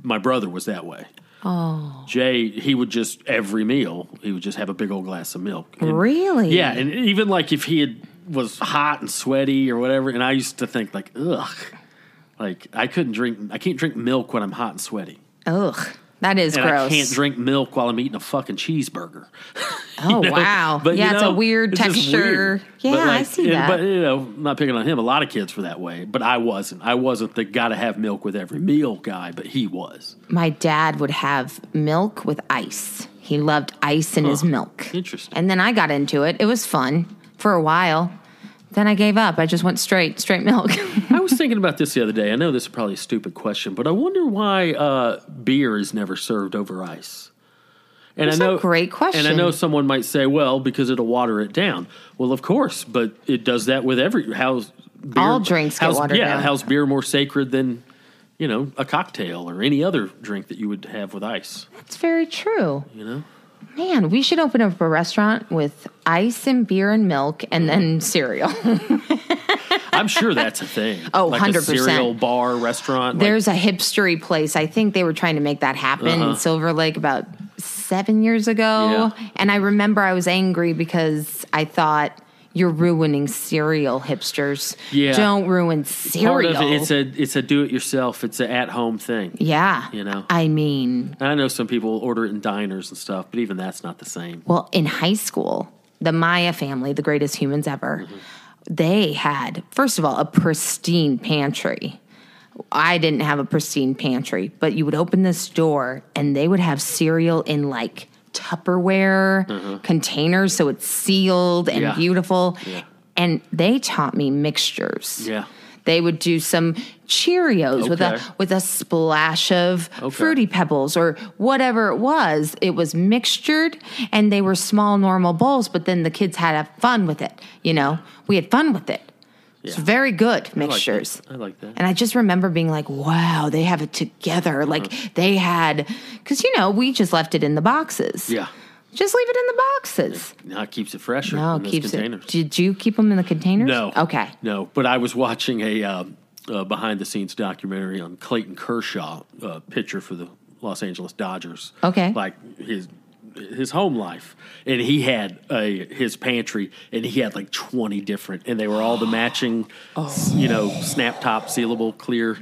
Speaker 3: my brother was that way. Oh, Jay, he would just every meal he would just have a big old glass of milk. And-
Speaker 2: Really?
Speaker 3: Yeah, and even like if he had, was hot and sweaty or whatever, and I used to think like, ugh, like I couldn't drink, I can't drink milk when I'm hot and sweaty
Speaker 2: Ugh. That is
Speaker 3: and
Speaker 2: gross.
Speaker 3: I can't drink milk while I'm eating a fucking cheeseburger.
Speaker 2: Oh wow.
Speaker 3: But, you
Speaker 2: yeah, it's a
Speaker 3: know,
Speaker 2: weird
Speaker 3: it's just
Speaker 2: texture.
Speaker 3: weird.
Speaker 2: Yeah,
Speaker 3: But,
Speaker 2: I
Speaker 3: like,
Speaker 2: see
Speaker 3: and-
Speaker 2: that.
Speaker 3: But you know, I'm not picking on him. A lot of kids were that way, but I wasn't. I wasn't the got to have milk with every meal guy, but he was.
Speaker 2: my dad would have milk with ice. He loved ice in his milk.
Speaker 3: Interesting.
Speaker 2: And then I got into it. It was fun for a while. Then I gave up. I just went straight, straight milk.
Speaker 3: I was thinking about this the other day. I know this is probably a stupid question, but I wonder why uh, beer is never served over ice. And
Speaker 2: That's
Speaker 3: I
Speaker 2: a
Speaker 3: know
Speaker 2: great question.
Speaker 3: And I know someone might say, "Well, because it'll water it down." Well, of course, but it does that with every how's beer,
Speaker 2: All drinks get
Speaker 3: how's-
Speaker 2: watered
Speaker 3: yeah,
Speaker 2: down.
Speaker 3: how's beer more sacred than you know a cocktail or any other drink that you would have with ice?
Speaker 2: That's very true.
Speaker 3: You know,
Speaker 2: Man, we should open up a restaurant with ice and beer and milk and
Speaker 3: Mm-hmm.
Speaker 2: then cereal.
Speaker 3: I'm sure that's a thing.
Speaker 2: Oh,
Speaker 3: like a
Speaker 2: 100%.
Speaker 3: cereal bar restaurant. like-
Speaker 2: There's a hipstery place. I think they were trying to make that happen in Silver Lake about seven years ago.
Speaker 3: Uh-huh. Yeah.
Speaker 2: And I remember I was angry because I thought you're ruining cereal, hipsters.
Speaker 3: Yeah.
Speaker 2: Don't ruin
Speaker 3: part
Speaker 2: cereal.
Speaker 3: of it, it's a it's a do it yourself. It's a at home thing.
Speaker 2: yeah.
Speaker 3: you know.
Speaker 2: I mean,
Speaker 3: I know some people order it in diners and stuff, but even that's not the same.
Speaker 2: well, in high school, the Maya family, the greatest humans ever, they had, first of all, a pristine pantry. I didn't have a pristine pantry, but you would open this door and they would have cereal in like Tupperware containers, so it's sealed and
Speaker 3: Mm-hmm. Yeah.
Speaker 2: beautiful.
Speaker 3: Yeah.
Speaker 2: And they taught me mixtures.
Speaker 3: Yeah.
Speaker 2: They would do some Cheerios with a
Speaker 3: Okay.
Speaker 2: with a splash of
Speaker 3: Okay.
Speaker 2: fruity pebbles or whatever it was. It was mixtured and they were small normal bowls, but then the kids had a fun with it, you know. We had fun with it. It's
Speaker 3: Yeah.
Speaker 2: very good
Speaker 3: I like that.
Speaker 2: mixtures.
Speaker 3: I like that. Uh-huh.
Speaker 2: And I just remember being like, wow, they have it together. Like they had, because, you know, we just left it in the boxes.
Speaker 3: yeah.
Speaker 2: Just leave it in the boxes.
Speaker 3: Now it keeps it fresher
Speaker 2: No,
Speaker 3: in
Speaker 2: it
Speaker 3: those
Speaker 2: keeps
Speaker 3: containers.
Speaker 2: it. Did you keep them in the containers?
Speaker 3: No.
Speaker 2: Okay.
Speaker 3: No, but I was watching a uh, uh, behind the scenes documentary on Clayton Kershaw, uh, pitcher for the Los Angeles Dodgers.
Speaker 2: Okay.
Speaker 3: Like his his home life, and he had a his pantry, and he had like twenty different, and they were all the matching,
Speaker 2: Oh.
Speaker 3: s- you know, snap top, sealable, clear.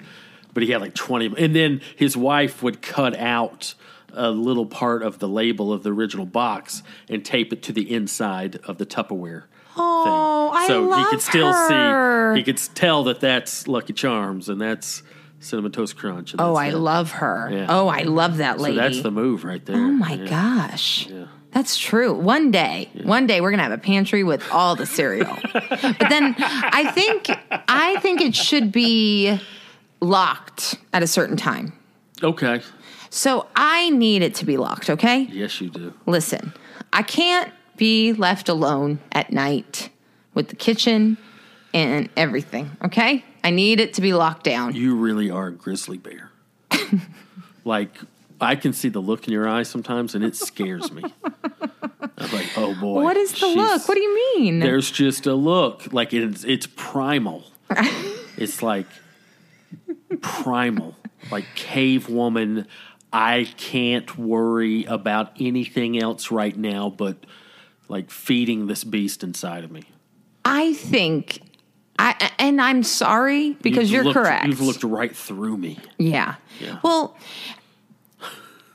Speaker 3: But he had like twenty, and then his wife would cut out. A little part of the label of the original box and tape it to the inside of the Tupperware thing.
Speaker 2: Oh, I
Speaker 3: so he
Speaker 2: love
Speaker 3: could still
Speaker 2: her.
Speaker 3: see he could tell that that's Lucky Charms and that's Cinnamon Toast Crunch. And
Speaker 2: Oh,
Speaker 3: that's
Speaker 2: I
Speaker 3: that.
Speaker 2: love her.
Speaker 3: Yeah.
Speaker 2: Oh, I love that
Speaker 3: So
Speaker 2: lady.
Speaker 3: that's the move right there.
Speaker 2: oh my
Speaker 3: Yeah.
Speaker 2: gosh. That's true. One day, one day we're gonna have a pantry with all the cereal. but then I think I think it should be locked at a certain time.
Speaker 3: Okay.
Speaker 2: So I need it to be locked, okay?
Speaker 3: Yes, you do.
Speaker 2: Listen, I can't be left alone at night with the kitchen and everything. Okay, I need it to be locked down.
Speaker 3: you really are a grizzly bear. like I can see the look in your eyes sometimes, and it scares me. I'm like, oh boy,
Speaker 2: What is the
Speaker 3: she's-
Speaker 2: look? What do you mean?
Speaker 3: There's just a look, like it's it's primal. it's like primal, like cave woman. I can't worry about anything else right now, but like feeding this beast inside of me.
Speaker 2: I think, I and I'm sorry because you're
Speaker 3: You've looked-
Speaker 2: correct.
Speaker 3: You've looked right through me.
Speaker 2: Yeah. Well,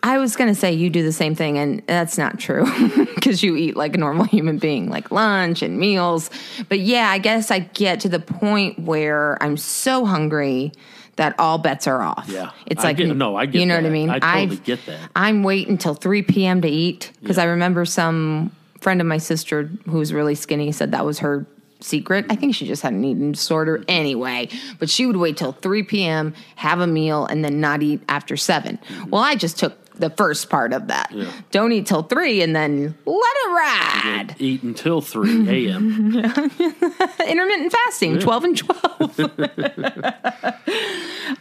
Speaker 2: I was going to say you do the same thing, and that's not true because you eat like a normal human being, like lunch and meals. But yeah, I guess I get to the point where I'm so hungry that all bets are off.
Speaker 3: Yeah.
Speaker 2: It's
Speaker 3: I
Speaker 2: like,
Speaker 3: get- no, I get
Speaker 2: You know
Speaker 3: that.
Speaker 2: what I mean?
Speaker 3: I totally
Speaker 2: I've-
Speaker 3: get that.
Speaker 2: I'm waiting till 3 p.m. to eat because I remember some friend of my sister who was really skinny said that was her secret. I think she just had an eating disorder anyway, but she would wait till 3 p.m., have a meal, and then not eat after 7.
Speaker 3: Mm-hmm.
Speaker 2: Well, I just took the first part of that. Don't eat till 3 and then let it ride.
Speaker 3: Eat until three a.m.
Speaker 2: Intermittent fasting, 12 and 12.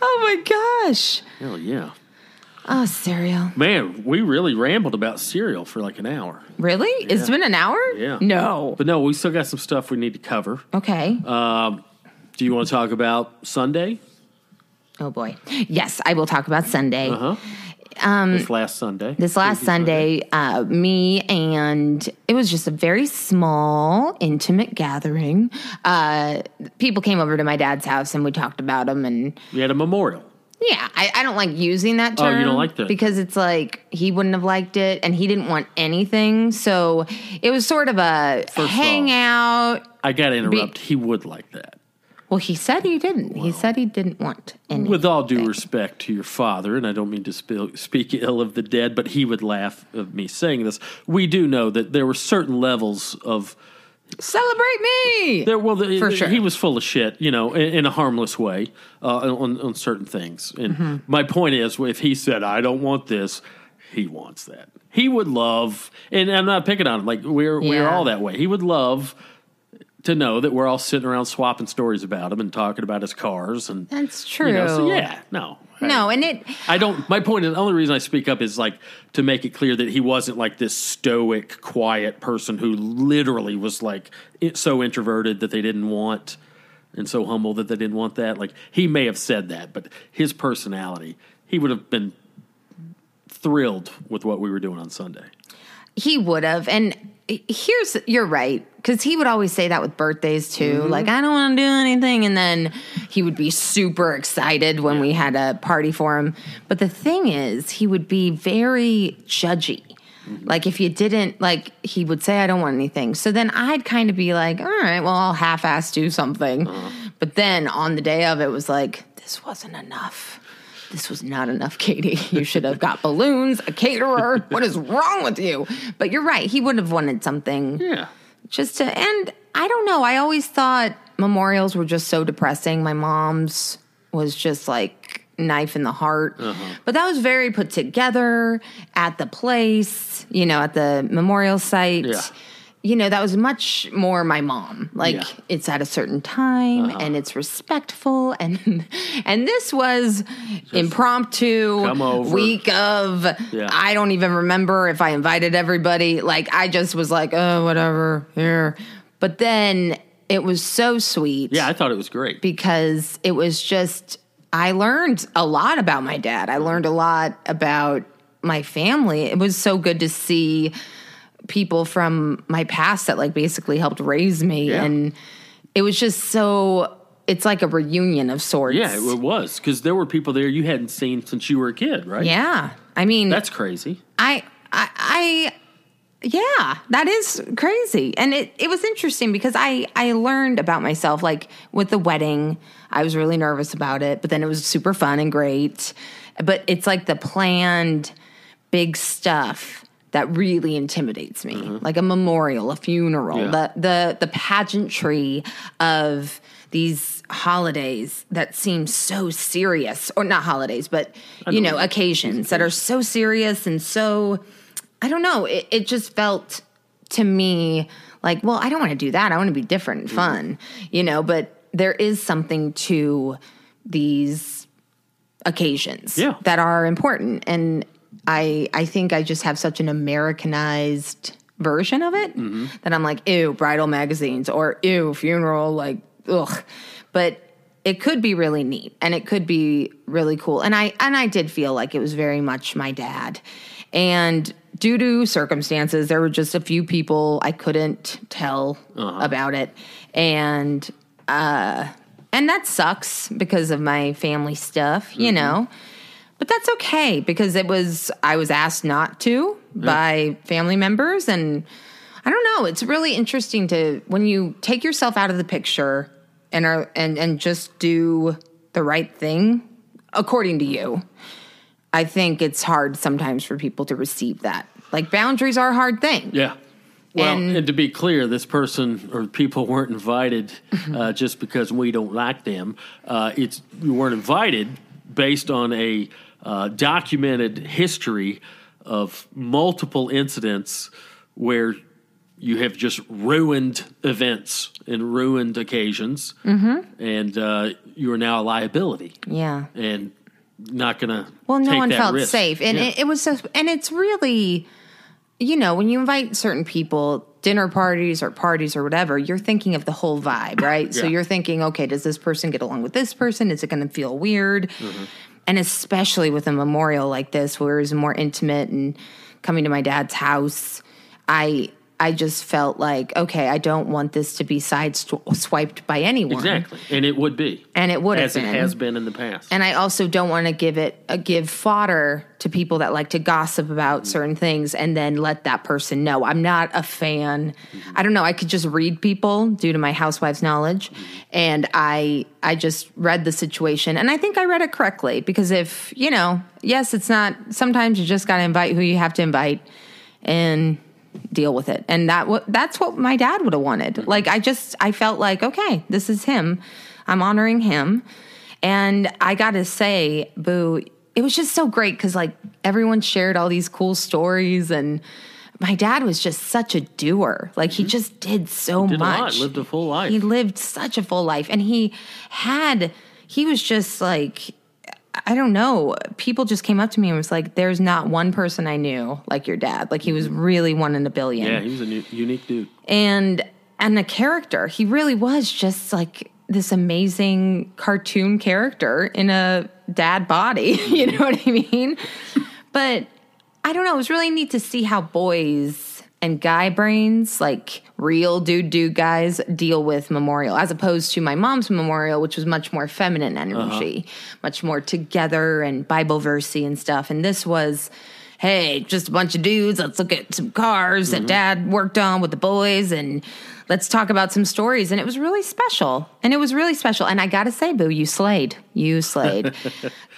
Speaker 2: oh my gosh.
Speaker 3: Hell yeah.
Speaker 2: Oh, cereal.
Speaker 3: Man, we really rambled about cereal for like an hour.
Speaker 2: Really? It's been an hour?
Speaker 3: Yeah.
Speaker 2: No.
Speaker 3: But no, we still got some stuff we need to cover.
Speaker 2: Okay.
Speaker 3: Um, Do you want to talk about Sunday?
Speaker 2: Oh boy. Yes, I will talk about Sunday.
Speaker 3: Huh? Um, this last Uh-huh. Sunday.
Speaker 2: This last Sunday, uh, me and it was just a very small, intimate gathering. Uh, people came over to my dad's house and we talked about them. And
Speaker 3: We had a memorial.
Speaker 2: yeah, I, I don't like using that
Speaker 3: Oh,
Speaker 2: term.
Speaker 3: you don't like that?
Speaker 2: Because it's like he wouldn't have liked it and he didn't want anything. So it was sort of a
Speaker 3: of all-
Speaker 2: hangout.
Speaker 3: I got to interrupt. he would like that.
Speaker 2: well, he said he didn't. he said he didn't want anything.
Speaker 3: With all due respect to your father, and I don't mean to spill, speak ill of the dead, but he would laugh of me saying this. We do know that there were certain levels of
Speaker 2: Celebrate me!
Speaker 3: There, well, the,
Speaker 2: For sure.
Speaker 3: he was full of shit, you know, in, in a harmless way uh, on, on certain things. And
Speaker 2: Mm-hmm.
Speaker 3: my point is, if he said, "I don't want this," he wants that. He would love, and I'm not picking on him. Like we're we're
Speaker 2: Yeah.
Speaker 3: all that way. He would love to know that we're all sitting around swapping stories about him and talking about his cars and
Speaker 2: That's
Speaker 3: you know, so
Speaker 2: true.
Speaker 3: yeah, no,
Speaker 2: no, and it.
Speaker 3: I don't. My point is, the only reason I speak up is like to make it clear that he wasn't like this stoic, quiet person who literally was like it, so introverted that they didn't want, and so humble that they didn't want that. Like he may have said that, but his personality, he would have been thrilled with what we were doing on Sunday.
Speaker 2: He would have. And here's, you're right. Cause he would always say that with birthdays too. Like, I don't want to do anything. And then he would be super excited when we had a party for him. But the thing is, he would be very judgy. Like, if you didn't, like, he would say, I don't want anything. So then I'd kind of be like, all right, well, I'll half ass do something. But then on the day of, it was like, this wasn't enough. this was not enough, Katie. You should have got balloons, a caterer. What is wrong with you? But you're right. He would have wanted something
Speaker 3: Yeah,
Speaker 2: just to, and I don't know. I always thought memorials were just so depressing. My mom's was just like knife in the heart.
Speaker 3: Uh-huh.
Speaker 2: But that was very put together at the place, you know, at the memorial site.
Speaker 3: Yeah.
Speaker 2: You know, that was much more my mom. Like
Speaker 3: Yeah. Uh-huh.
Speaker 2: it's at a certain time and it's respectful and and this was impromptu
Speaker 3: Come over.
Speaker 2: week of
Speaker 3: Yeah.
Speaker 2: I don't even remember if I invited everybody. Like I just was like, oh, whatever, here. But then it was so sweet
Speaker 3: yeah, I thought it was great.
Speaker 2: because it was just I learned a lot about my dad. I learned a lot about my family. It was so good to see people from my past that like basically helped raise me
Speaker 3: Yeah.
Speaker 2: and it was just so it's like a reunion of sorts.
Speaker 3: Yeah, it was because there were people there you hadn't seen since you were a kid, right?
Speaker 2: Yeah. I mean
Speaker 3: that's crazy.
Speaker 2: I, I, I, yeah, that is crazy. And it, it was interesting because I, I learned about myself, like with the wedding, I was really nervous about it, but then it was super fun and great. But it's like the planned big stuff that really intimidates me, like a memorial, a funeral,
Speaker 3: Yeah.
Speaker 2: the, the, the pageantry of these holidays that seem so serious or not holidays, but you know, occasions that are so serious and so I don't know. It, it just felt to me like, well, I don't want to do that. I want to be different and fun, you know, but there is something to these occasions
Speaker 3: Yeah.
Speaker 2: that are important. And I I think I just have such an Americanized version of it that I'm like, ew, bridal magazines or ew, funeral, like, ugh. But it could be really neat and it could be really cool. And I and I did feel like it was very much my dad. And due to circumstances, there were just a few people I couldn't tell about it. And uh, and that sucks because of my family stuff, you know. But that's okay because it was I was asked not to by family members and I don't know, it's really interesting to when you take yourself out of the picture and are and and just do the right thing according to you. I think it's hard sometimes for people to receive that. Like boundaries are a hard thing.
Speaker 3: Yeah. Well,
Speaker 2: And-
Speaker 3: and, to be clear, this person or people weren't invited
Speaker 2: Mm-hmm.
Speaker 3: uh, just because we don't like them. Uh, it's we weren't invited based on a uh, documented history of multiple incidents where you have just ruined events and ruined occasions, and uh, you are now a liability
Speaker 2: Mm-hmm. Yeah.
Speaker 3: and not going to.
Speaker 2: Well, no
Speaker 3: take
Speaker 2: one
Speaker 3: that
Speaker 2: felt
Speaker 3: risk.
Speaker 2: safe, and
Speaker 3: Yeah.
Speaker 2: it, it was just, and it's really, you know, when you invite certain people, dinner parties or parties or whatever, you're thinking of the whole vibe, right? So
Speaker 3: Yeah.
Speaker 2: you're thinking, okay, does this person get along with this person? Is it going to feel weird?
Speaker 3: Mm-hmm.
Speaker 2: And especially with a memorial like this, where it was more intimate and coming to my dad's house, I. I just felt like, okay, I don't want this to be side sw- swiped by anyone.
Speaker 3: exactly, and it would be,
Speaker 2: And it would have
Speaker 3: as it
Speaker 2: been.
Speaker 3: has been in the past.
Speaker 2: and I also don't want to give it uh, give fodder to people that like to gossip about certain things and then let that person know. I'm not a fan. I don't know. I could just read people due to my housewife's knowledge, and I I just read the situation and I think I read it correctly because if you know, yes, it's not. Sometimes you just got to invite who you have to invite, and deal with it. And that wa that's what my dad would have wanted.
Speaker 3: Mm-hmm.
Speaker 2: Like I just I felt like okay, this is him. I'm honoring him. And I got to say, boo, it was just so great cuz like everyone shared all these cool stories and my dad was just such a doer. Like he just did so
Speaker 3: Mm-hmm. did a
Speaker 2: much.
Speaker 3: lot, lived a full life.
Speaker 2: He lived such a full life and he had he was just like I don't know. People just came up to me and was like, "There's not one person I knew like your dad. Like he was really one in a billion.
Speaker 3: Mm-hmm. Yeah, he was a new, unique dude.
Speaker 2: and and the character, he really was just like this amazing cartoon character in a dad body. you know what I mean? but I don't know. It was really neat to see how boys and guy brains, like real dude dude guys, deal with memorial, as opposed to my mom's memorial, which was much more feminine energy, much more together and Bible versey and stuff. And this was, hey, just a bunch of dudes. Let's look at some cars that dad worked on with the boys and. Let's talk about some stories. And it was really special. And it was really special. And I got to say, Boo, you slayed. You slayed.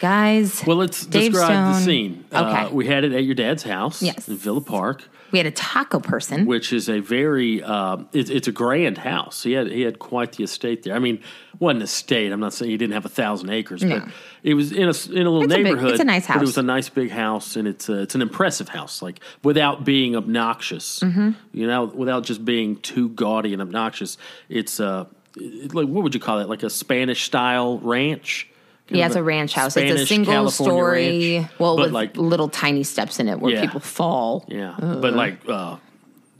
Speaker 2: Guys.
Speaker 3: Well, let's
Speaker 2: Dave
Speaker 3: describe the
Speaker 2: Stone-
Speaker 3: scene.
Speaker 2: Okay.
Speaker 3: Uh, we had it at your dad's house
Speaker 2: Yes.
Speaker 3: in Villa Park,
Speaker 2: We had a taco person.
Speaker 3: which is a very um, it, it's a grand house. He had he had quite the estate there. I mean, wasn't an estate. I'm not saying he didn't have a thousand acres,
Speaker 2: No.
Speaker 3: but it was in a s- in a little
Speaker 2: It's a big-
Speaker 3: neighborhood.
Speaker 2: it's a nice
Speaker 3: But it
Speaker 2: house.
Speaker 3: was a nice big house, and it's a, it's an impressive house, like without being obnoxious.
Speaker 2: Mm-hmm.
Speaker 3: You know, without just being too gaudy and obnoxious. It's uh, it- like what would you call it? Like a Spanish style ranch.
Speaker 2: He has
Speaker 3: Kind
Speaker 2: a
Speaker 3: of
Speaker 2: ranch house. it's a
Speaker 3: Spanish
Speaker 2: single
Speaker 3: California
Speaker 2: story.
Speaker 3: ranch,
Speaker 2: Well,
Speaker 3: but
Speaker 2: with
Speaker 3: like
Speaker 2: little tiny steps in it where
Speaker 3: Yeah.
Speaker 2: people fall.
Speaker 3: yeah, but like uh,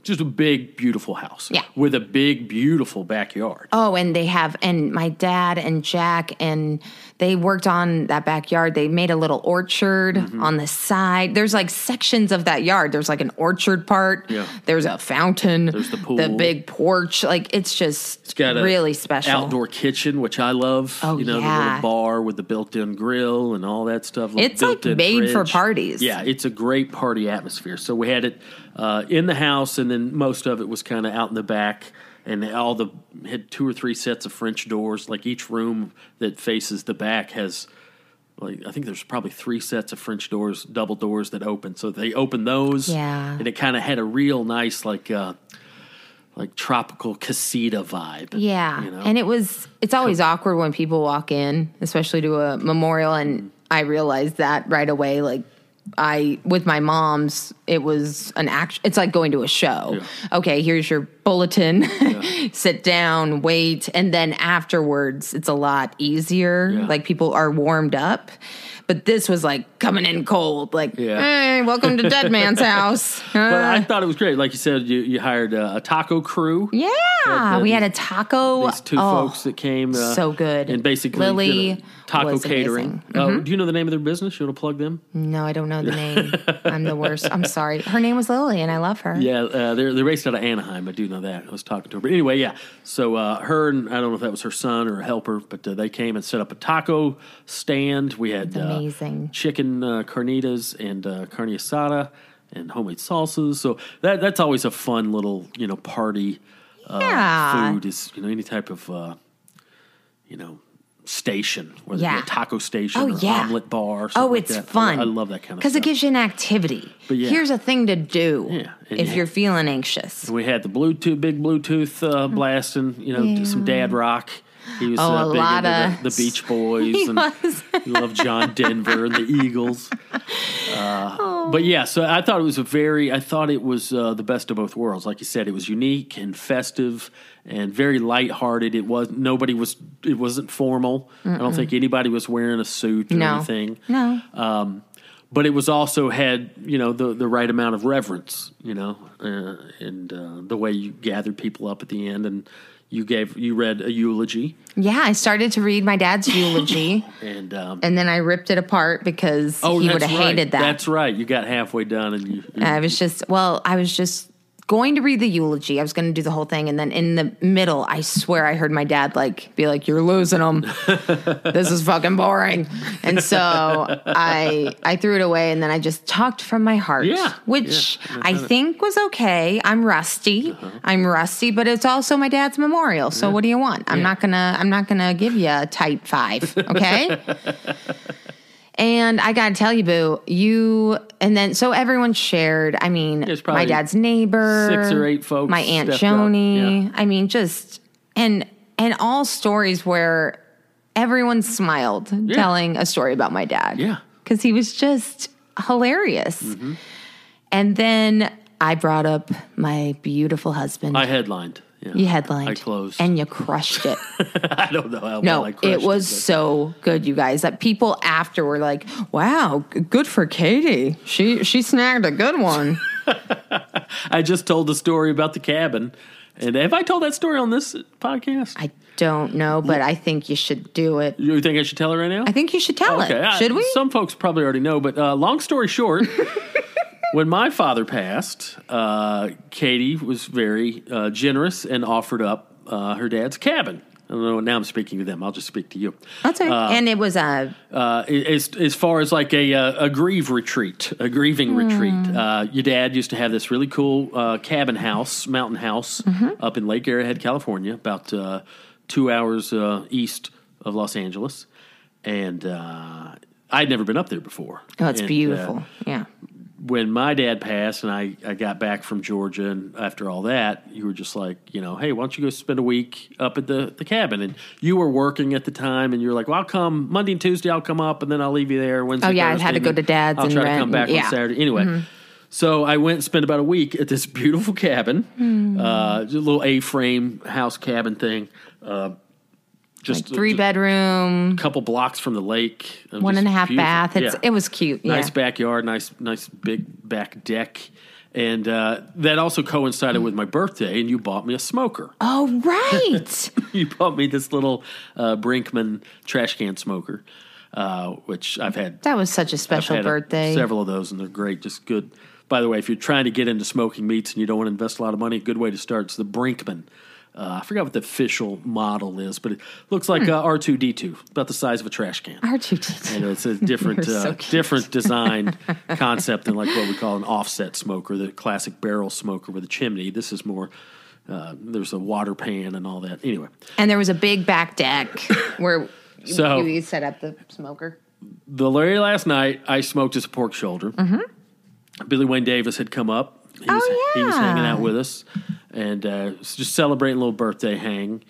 Speaker 3: just a big beautiful house.
Speaker 2: Yeah.
Speaker 3: with a big beautiful backyard.
Speaker 2: Oh, and they have, and my dad and Jack, and they worked on that backyard. They made a little orchard
Speaker 3: Mm-hmm.
Speaker 2: on the side. There's like sections of that yard. There's like an orchard part.
Speaker 3: Yeah.
Speaker 2: There's a fountain.
Speaker 3: There's the pool.
Speaker 2: The big porch. Like it's just
Speaker 3: It's got a
Speaker 2: really special.
Speaker 3: outdoor kitchen, which I love.
Speaker 2: Oh,
Speaker 3: you know, the
Speaker 2: yeah.
Speaker 3: little bar with the built-in grill and all that stuff. little
Speaker 2: It's, like,
Speaker 3: built-in
Speaker 2: made for
Speaker 3: fridge.
Speaker 2: parties.
Speaker 3: Yeah, it's a great party atmosphere. So we had it uh, in the house, and then most of it was kind of out in the back. And all the had two or three sets of French doors. Like each room that faces the back has. Like, I think there's probably three sets of French doors, double doors that open. So they open those,
Speaker 2: Yeah.
Speaker 3: and it kind of had a real nice, like, uh, like tropical casita vibe.
Speaker 2: Yeah.
Speaker 3: you know?
Speaker 2: And it was, it's always awkward when people walk in, especially to a memorial. And I realized that right away. Like, I, with my mom's, it was an act, it's like going to a show. Okay, here's your bulletin, sit down, wait, and then afterwards it's a lot easier.
Speaker 3: Yeah.
Speaker 2: Like people are warmed up. But this was like coming in cold, like,
Speaker 3: Yeah.
Speaker 2: hey, welcome to Dead Man's house.
Speaker 3: But
Speaker 2: Uh,
Speaker 3: I thought it was great. Like you said, you, you hired a, a taco crew.
Speaker 2: yeah.
Speaker 3: Yeah, the-
Speaker 2: we had a taco.
Speaker 3: These two
Speaker 2: oh,
Speaker 3: folks that came. Uh,
Speaker 2: so good.
Speaker 3: And basically,
Speaker 2: Lily
Speaker 3: did a taco
Speaker 2: was Mm-hmm.
Speaker 3: catering. Uh, do you know the name of their business? You want to plug them?
Speaker 2: No, I don't know the name. I'm the worst. I'm sorry. Her name was Lily, and I love her.
Speaker 3: Yeah, uh, they're they're based out of Anaheim. I do know that. I was talking to her, but anyway, yeah. So uh, her and I don't know if that was her son or a helper, but uh, they came and set up a taco stand. We had uh,
Speaker 2: amazing.
Speaker 3: chicken uh, carnitas and uh, carne asada and homemade salsas. So that that's always a fun little you know party. Uh,
Speaker 2: Yeah.
Speaker 3: food is you know any type of uh, you know station whether it be
Speaker 2: Yeah.
Speaker 3: a taco station
Speaker 2: Oh,
Speaker 3: or
Speaker 2: yeah.
Speaker 3: uh, omelet bar. Or something
Speaker 2: Oh,
Speaker 3: like
Speaker 2: it's
Speaker 3: that. I-
Speaker 2: fun.
Speaker 3: I, love that kind of
Speaker 2: because it gives you an activity.
Speaker 3: But yeah.
Speaker 2: Here's a thing to do
Speaker 3: Yeah, and
Speaker 2: if
Speaker 3: yeah.
Speaker 2: you're feeling anxious.
Speaker 3: We had the Bluetooth, big Bluetooth uh, blasting, you know,
Speaker 2: Mm. Yeah.
Speaker 3: some dad rock. He was
Speaker 2: Oh,
Speaker 3: uh,
Speaker 2: a
Speaker 3: big
Speaker 2: lot
Speaker 3: into
Speaker 2: of-
Speaker 3: the, the Beach Boys, and
Speaker 2: was.
Speaker 3: he loved John Denver and the Eagles. Uh,
Speaker 2: Oh.
Speaker 3: But yeah, so I thought it was a very, I thought it was uh, the best of both worlds. Like you said, it was unique and festive and very lighthearted. It was nobody was, it wasn't formal. I don't think anybody was wearing a suit or
Speaker 2: No.
Speaker 3: anything
Speaker 2: No.
Speaker 3: Um, but it was also had you know the the right amount of reverence you know uh, and uh, the way you gathered people up at the end and you gave you read a eulogy
Speaker 2: yeah, I started to read my dad's eulogy,
Speaker 3: and um
Speaker 2: and then I ripped it apart because
Speaker 3: oh
Speaker 2: he
Speaker 3: that's
Speaker 2: would have
Speaker 3: right.
Speaker 2: hated that. Uh,
Speaker 3: that's right you got halfway done and you, you
Speaker 2: I was just, well, I was just going to read the eulogy. I was going to do the whole thing. And then in the middle, I swear I heard my dad like be like, you're losing them. this is fucking boring. And so I, I threw it away and then I just talked from my heart,
Speaker 3: Yeah,
Speaker 2: which I think was okay. I'm rusty.
Speaker 3: Uh-huh.
Speaker 2: I'm rusty, but it's also my dad's memorial. So what do you want? I'm not gonna, I'm not gonna give you a type five. Okay. And I gotta tell you, Boo, you and then so everyone shared. I mean,
Speaker 3: There's probably
Speaker 2: my dad's neighbor,
Speaker 3: six or eight folks
Speaker 2: my aunt
Speaker 3: stepped up,
Speaker 2: Joni.
Speaker 3: yeah.
Speaker 2: I mean, just and and all stories where everyone smiled telling a story about my dad.
Speaker 3: Yeah. Mm-hmm.
Speaker 2: because he was just hilarious. And then I brought up my beautiful husband.
Speaker 3: I headlined yeah.
Speaker 2: you headlined.
Speaker 3: I closed
Speaker 2: and you crushed it.
Speaker 3: I don't know how
Speaker 2: No,
Speaker 3: well I crushed
Speaker 2: it was
Speaker 3: but-
Speaker 2: so good, you guys. That people after were like, "Wow, g- good for Katie. She she snagged a good one."
Speaker 3: I just told the story about the cabin and have I told that story on this podcast
Speaker 2: I don't know, but I think you should do it.
Speaker 3: you think I should tell it right now
Speaker 2: I think you should tell
Speaker 3: Okay,
Speaker 2: it.
Speaker 3: I-
Speaker 2: Should we?
Speaker 3: Some folks probably already know, but uh, long story short, when my father passed, uh, Katie was very uh, generous and offered up uh, her dad's cabin. I don't know. Now I'm speaking to them. I'll just speak to you.
Speaker 2: That's right. and it was uh,
Speaker 3: Uh, as as far as like a uh, a grieve retreat, a grieving
Speaker 2: Hmm.
Speaker 3: retreat. Uh, your dad used to have this really cool uh, cabin house, mountain house,
Speaker 2: Mm-hmm.
Speaker 3: up in Lake Arrowhead, California, about uh, two hours uh, east of Los Angeles, and uh, I'd never been up there before.
Speaker 2: oh, it's
Speaker 3: And, uh,
Speaker 2: beautiful. yeah.
Speaker 3: when my dad passed and I, I got back from Georgia and after all that, you were just like, you know, hey, why don't you go spend a week up at the, the cabin? And you were working at the time and you were like, well, I'll come Monday and Tuesday, I'll come up and then I'll leave you there Wednesday.
Speaker 2: Oh, yeah, I've had
Speaker 3: Thursday,
Speaker 2: to go
Speaker 3: and
Speaker 2: to dad's
Speaker 3: I'll
Speaker 2: and
Speaker 3: try to
Speaker 2: rent
Speaker 3: come back
Speaker 2: and-
Speaker 3: on
Speaker 2: yeah. Mm-hmm.
Speaker 3: Saturday. Anyway. So I went and spent about a week at this beautiful cabin,
Speaker 2: Hmm.
Speaker 3: uh, a little A-frame house cabin thing, uh, just
Speaker 2: Three bedroom,
Speaker 3: a couple blocks from the lake. It was
Speaker 2: one
Speaker 3: just
Speaker 2: and a half
Speaker 3: beautiful.
Speaker 2: bath. It's
Speaker 3: Yeah
Speaker 2: it was cute. Yeah.
Speaker 3: nice backyard, nice nice big back deck, and uh, that also coincided with my birthday. And you bought me a smoker.
Speaker 2: oh right.
Speaker 3: You bought me this little uh, Brinkman trash can smoker, uh, which I've had.
Speaker 2: that was such a
Speaker 3: I've
Speaker 2: special
Speaker 3: had a-
Speaker 2: birthday.
Speaker 3: several of those, and they're great. Just good. By the way, if you're trying to get into smoking meats and you don't want to invest a lot of money, a good way to start is the Brinkman. Uh, I forgot what the official model is, but it looks
Speaker 2: Hmm.
Speaker 3: like uh, R2D2, about the size of a trash can.
Speaker 2: R2D2.
Speaker 3: You know, it's a different
Speaker 2: You're so
Speaker 3: uh,
Speaker 2: cute.
Speaker 3: different design concept than like what we call an offset smoker, the classic barrel smoker with a chimney. This is more. Uh, there's a water pan and all that. Anyway,
Speaker 2: And there was a big back deck where
Speaker 3: So-
Speaker 2: you, you set up the smoker.
Speaker 3: the very last night I smoked his pork shoulder. Billy Wayne Davis had come up. He was,
Speaker 2: Mm-hmm. Oh,
Speaker 3: he was hanging
Speaker 2: yeah.
Speaker 3: out with us and uh, s- just celebrating a little birthday hang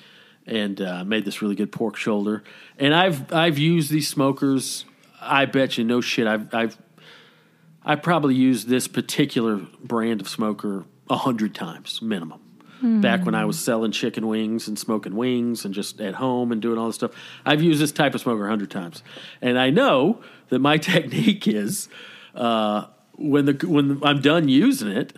Speaker 3: and uh, made this really good pork shoulder. And I've I've used these smokers. I bet you no shit. I've I've I probably used this particular brand of smoker a hundred times minimum. back when I was selling chicken wings and smoking wings and just at home and doing all this stuff. I've used this type of smoker a hundred times, and I know that my technique is uh, when the when I'm done using it,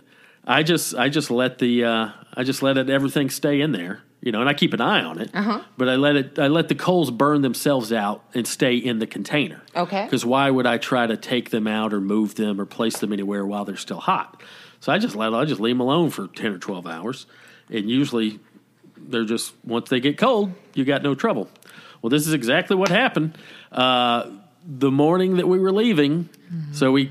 Speaker 3: I just I just let the uh, I just let it, everything stay in there, you know, and I keep an eye on it. But I let it I let the coals burn themselves out and stay in the container.
Speaker 2: Okay.
Speaker 3: Because why would I try to take them out or move them or place them anywhere while they're still hot? So I just let I just leave them alone for ten or twelve hours, and usually they're just once they get cold, you got no trouble. Well, this is exactly what happened. Uh, the morning that we were leaving, so we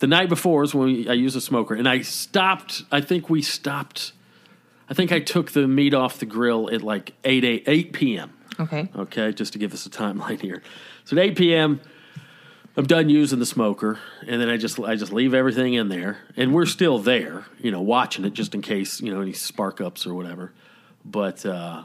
Speaker 3: the night before is when we, I used a smoker, and I stopped. I think we stopped. I think I took the meat off the grill at like 8, 8, 8 p.m.
Speaker 2: Okay.
Speaker 3: Okay, just to give us a timeline here. So at 8 p.m., I'm done using the smoker, and then I just I just leave everything in there, and we're still there, you know, watching it just in case you know any spark ups or whatever. But uh,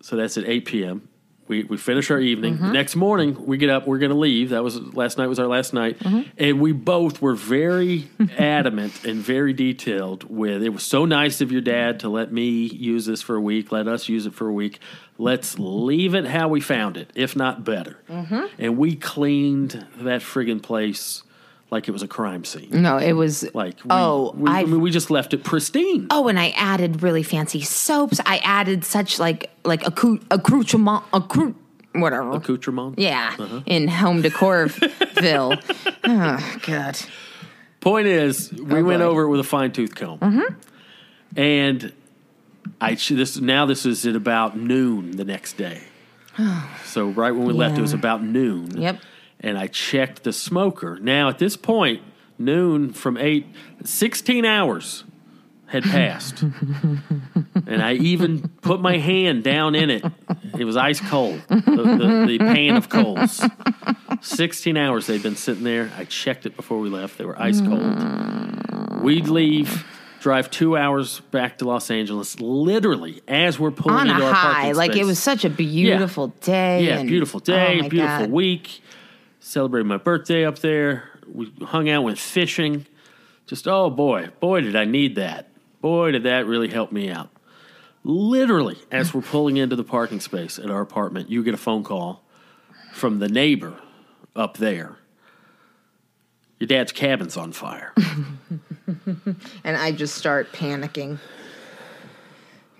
Speaker 3: so that's at 8 p.m. We we finish our evening.
Speaker 2: Mm-hmm.
Speaker 3: The next morning, we get up. We're gonna leave. That was last night was our last night,
Speaker 2: Mm-hmm.
Speaker 3: and we both were very adamant and very detailed. With it was so nice of your dad to let me use this for a week. Let us use it for a week. Let's leave it how we found it, if not better.
Speaker 2: Mm-hmm.
Speaker 3: And we cleaned that friggin' place like it was a crime scene.
Speaker 2: No, it was
Speaker 3: Like we,
Speaker 2: Mm. Oh,
Speaker 3: we, I
Speaker 2: I've-
Speaker 3: mean, we just left it pristine.
Speaker 2: Oh, and I added really fancy soaps. I added such like like accou- accoutrement, accru- whatever.
Speaker 3: Accoutrement.
Speaker 2: yeah,
Speaker 3: uh-huh.
Speaker 2: in home decorville. oh God.
Speaker 3: Point is, we
Speaker 2: Oh,
Speaker 3: went
Speaker 2: boy. Mm-hmm.
Speaker 3: over it with a fine tooth comb, and I ch- this now this is at about noon the next day. so right when we left, it was
Speaker 2: Yeah.
Speaker 3: about noon.
Speaker 2: Yep.
Speaker 3: And I checked the smoker. Now at this point, noon from eight, 16 hours had passed, and I even put my hand down in it. It was ice cold, the, the, the pan of coals. 16 hours they'd been sitting there. I checked it before we left. They were ice cold. We'd leave, drive two hours back to Los Angeles, literally as we're pulling
Speaker 2: On a
Speaker 3: into our
Speaker 2: high,
Speaker 3: parking
Speaker 2: like it
Speaker 3: space.
Speaker 2: was such a beautiful day.
Speaker 3: Yeah,
Speaker 2: and-
Speaker 3: beautiful day,
Speaker 2: oh, my
Speaker 3: beautiful
Speaker 2: God.
Speaker 3: week. Celebrated my birthday up there. We hung out, went fishing. Just oh boy, boy did I need that. Boy did that really help me out. Literally, as we're pulling into the parking space at our apartment, you get a phone call from the neighbor up there. Your dad's cabin's on fire.
Speaker 2: And I just start panicking,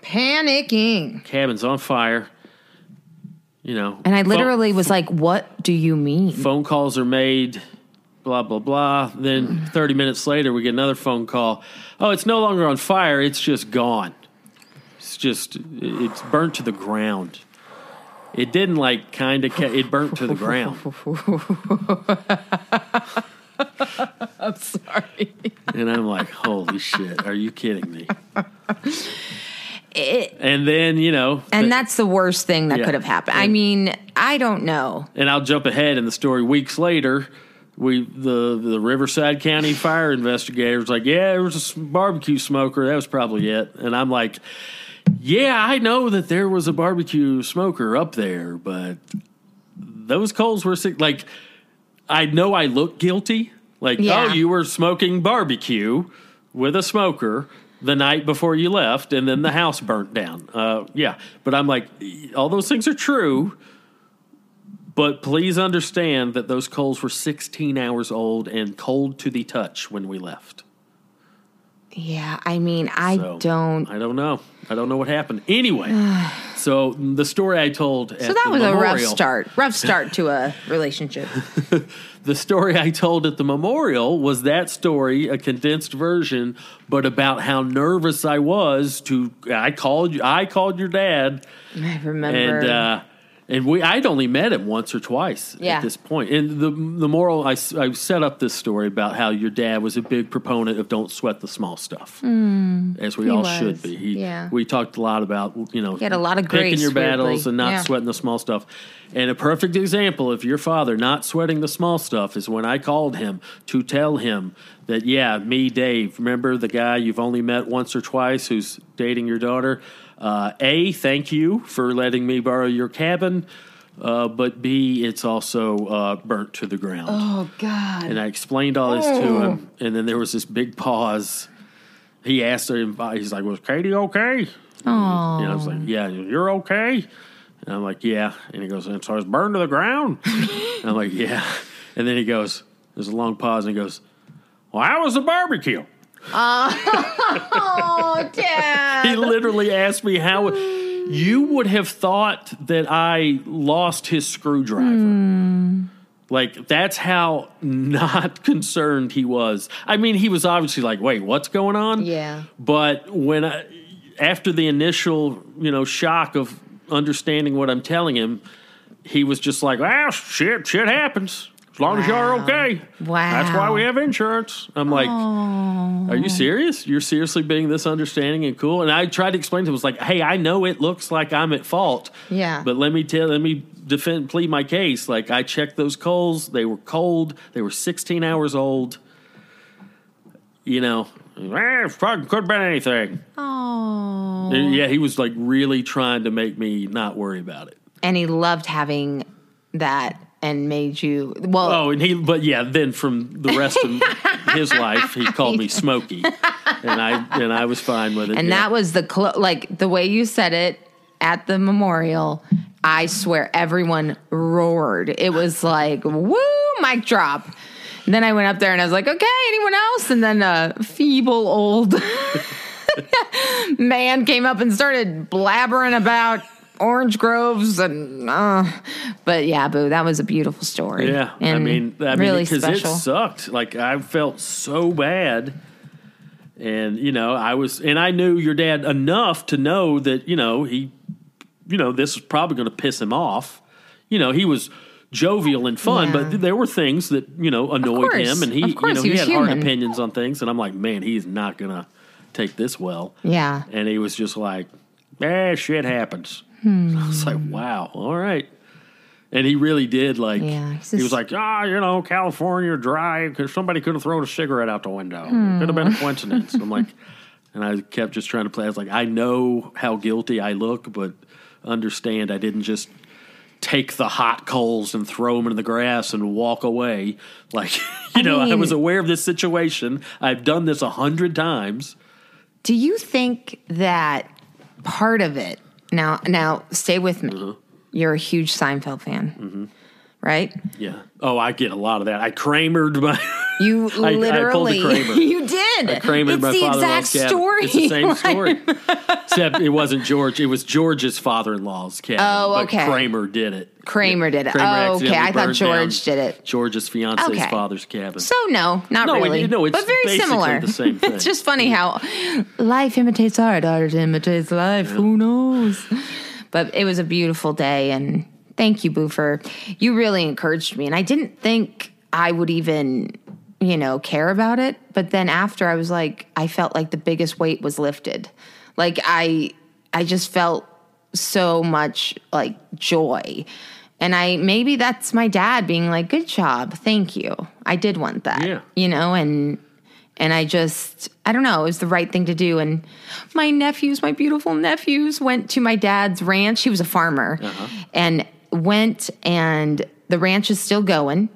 Speaker 2: panicking.
Speaker 3: cabin's on fire. You know,
Speaker 2: And I
Speaker 3: phone-
Speaker 2: literally was like, "What do you mean?"
Speaker 3: phone calls are made blah blah blah then 30 minutes later we get another phone call oh it's no longer on fire it's just gone it's just it's burnt to the ground it didn't like kind of ca- it burnt to the ground
Speaker 2: I'm sorry.
Speaker 3: and i'm like holy shit are you kidding me
Speaker 2: It,
Speaker 3: and then you know
Speaker 2: and that's the worst thing that
Speaker 3: Yeah.
Speaker 2: could have happened. I mean, I don't know.
Speaker 3: and I'll jump ahead in the story. Weeks later, we the the Riverside County fire investigators like, yeah, there was a s- barbecue smoker. That was probably it. And I'm like, yeah, I know that there was a barbecue smoker up there, but those coals were sick. Like, I know I look guilty. Like,
Speaker 2: Yeah.
Speaker 3: oh, you were smoking barbecue with a smoker the night before you left, and then the house burnt down. Uh, yeah, but I'm like, all those things are true. But please understand that those coals were 16 hours old and cold to the touch when we left.
Speaker 2: Yeah, I mean, I
Speaker 3: So,
Speaker 2: don't.
Speaker 3: I don't know. I don't know what happened. Anyway, so the story I told.
Speaker 2: So that was a rough start. Rough start to a relationship.
Speaker 3: The story I told at the memorial was that story, a condensed version, but about how nervous I was to. I called you. I called your dad.
Speaker 2: I remember.
Speaker 3: and uh, and we I'd only met him once or twice
Speaker 2: Yeah.
Speaker 3: at this point. And the the moral I, s- I set up this story about how your dad was a big proponent of don't sweat the small stuff, as we all
Speaker 2: Hmm. was,
Speaker 3: should be. He,
Speaker 2: yeah.
Speaker 3: we talked a lot about you know
Speaker 2: had a lot of
Speaker 3: picking
Speaker 2: grace,
Speaker 3: your battles
Speaker 2: weirdly,
Speaker 3: and not
Speaker 2: yeah.
Speaker 3: sweating the small stuff. And a perfect example of your father not sweating the small stuff is when I called him to tell him that, yeah, me, Dave, remember the guy you've only met once or twice who's dating your daughter? Uh, a, thank you for letting me borrow your cabin. Uh, but B, it's also uh, burnt to the ground.
Speaker 2: oh God.
Speaker 3: And I explained all this to him. And then there was this big pause. He asked her, he's like, Was Katie okay?
Speaker 2: Oh,
Speaker 3: And I was like, Yeah, you're okay. And I'm like, Yeah. And he goes, And so I was burned to the ground. and I'm like, Yeah. And then he goes, There's a long pause and he goes, Well, how was the barbecue?
Speaker 2: oh, Dad.
Speaker 3: He literally asked me how you would have thought that I lost his screwdriver.
Speaker 2: Hmm.
Speaker 3: Like that's how not concerned he was. I mean, he was obviously like, "Wait, what's going on?"
Speaker 2: Yeah.
Speaker 3: But when I after the initial, you know, shock of understanding what I'm telling him, he was just like, "Ah, shit, shit happens." As long as you're
Speaker 2: Wow.
Speaker 3: okay. That's why
Speaker 2: Wow.
Speaker 3: we have insurance. I'm like, are you serious? You're seriously being this understanding and cool? And I tried to explain to him, I was like, hey, I know it looks like I'm at fault.
Speaker 2: Yeah.
Speaker 3: But let me tell, let me defend, plead my case. Like, I checked those coals. They were cold. They were 16 hours old. You know, eh, fuck, could have been anything.
Speaker 2: Oh.
Speaker 3: And yeah, he was like really trying to make me not worry about it.
Speaker 2: And he loved having that and made you, well,
Speaker 3: Oh, and he, but yeah, then from the rest of his life, he called me Smokey. And I, and I was fine with it.
Speaker 2: and
Speaker 3: yeah.
Speaker 2: that was the, clo- like, the way you said it at the memorial, I swear everyone roared. It was like, woo, mic drop. And then I went up there and I was like, okay, anyone else? And then a feeble old man came up and started blabbering about orange groves and uh but yeah boo that was a beautiful story
Speaker 3: Yeah, I
Speaker 2: And
Speaker 3: mean, I mean,
Speaker 2: really
Speaker 3: because it
Speaker 2: special
Speaker 3: sucked. Like I felt so bad, and you know, I was, and I knew your dad enough to know that you know he, you know, this was probably going to piss him off. You know, he was jovial and fun,
Speaker 2: Yeah.
Speaker 3: but th- there were things that you know annoyed
Speaker 2: course,
Speaker 3: him, and he,
Speaker 2: of
Speaker 3: you
Speaker 2: course,
Speaker 3: know,
Speaker 2: he
Speaker 3: he,
Speaker 2: was
Speaker 3: had hard
Speaker 2: human.
Speaker 3: opinions on things, and I'm like, man, he's not going to take this well.
Speaker 2: yeah
Speaker 3: And he was just like, eh, shit happens.
Speaker 2: Hmm.
Speaker 3: I was like, wow, all right. And he really did like,
Speaker 2: Yeah, he's
Speaker 3: he
Speaker 2: just-
Speaker 3: was like, ah, you know, California dry, because somebody could have thrown a cigarette out the window. It
Speaker 2: Hmm.
Speaker 3: could have been a coincidence. I'm like, and I kept just trying to play. I was like, I know how guilty I look, but understand I didn't just take the hot coals and throw them in the grass and walk away. Like, you know, I
Speaker 2: mean-
Speaker 3: was aware of this situation. I've done this a hundred times.
Speaker 2: Do you think that part of it now now stay with me.
Speaker 3: Mm-hmm.
Speaker 2: You're a huge Seinfeld fan. Right?
Speaker 3: Yeah. Oh, I get a lot of that. I Kramered my.
Speaker 2: You
Speaker 3: I pulled a
Speaker 2: literally
Speaker 3: Kramer.
Speaker 2: You did.
Speaker 3: I Kramered
Speaker 2: it's
Speaker 3: my
Speaker 2: the
Speaker 3: father-in-law's
Speaker 2: exact
Speaker 3: cabin.
Speaker 2: story.
Speaker 3: It's the same
Speaker 2: Like,
Speaker 3: story. Except it wasn't George. It was George's father-in-law's cabin.
Speaker 2: Oh,
Speaker 3: but
Speaker 2: okay.
Speaker 3: Kramer did it.
Speaker 2: Kramer did it. Oh, okay.
Speaker 3: accidentally
Speaker 2: I thought
Speaker 3: burned down
Speaker 2: George did it.
Speaker 3: George's fiancee's
Speaker 2: Okay.
Speaker 3: father's cabin.
Speaker 2: So no, not
Speaker 3: No, it-
Speaker 2: really.
Speaker 3: no, it's
Speaker 2: but very
Speaker 3: basically
Speaker 2: similar.
Speaker 3: the same thing. Mm-hmm.
Speaker 2: it's just funny how life imitates art, art imitates life. Who knows? But it was a beautiful day, and thank you, Boo, for you really encouraged me. And I didn't think I would even, you know, care about it. But then after, I was like, I felt like the biggest weight was lifted. Like I, I just felt so much like joy. And I maybe that's my dad being like, "Good job, thank you. I did want that."
Speaker 3: Yeah.
Speaker 2: You know, and and I just I don't know, it was the right thing to do and my nephews, my beautiful nephews went to my dad's ranch. He was a farmer.
Speaker 3: Uh-huh.
Speaker 2: And went and the ranch is still going,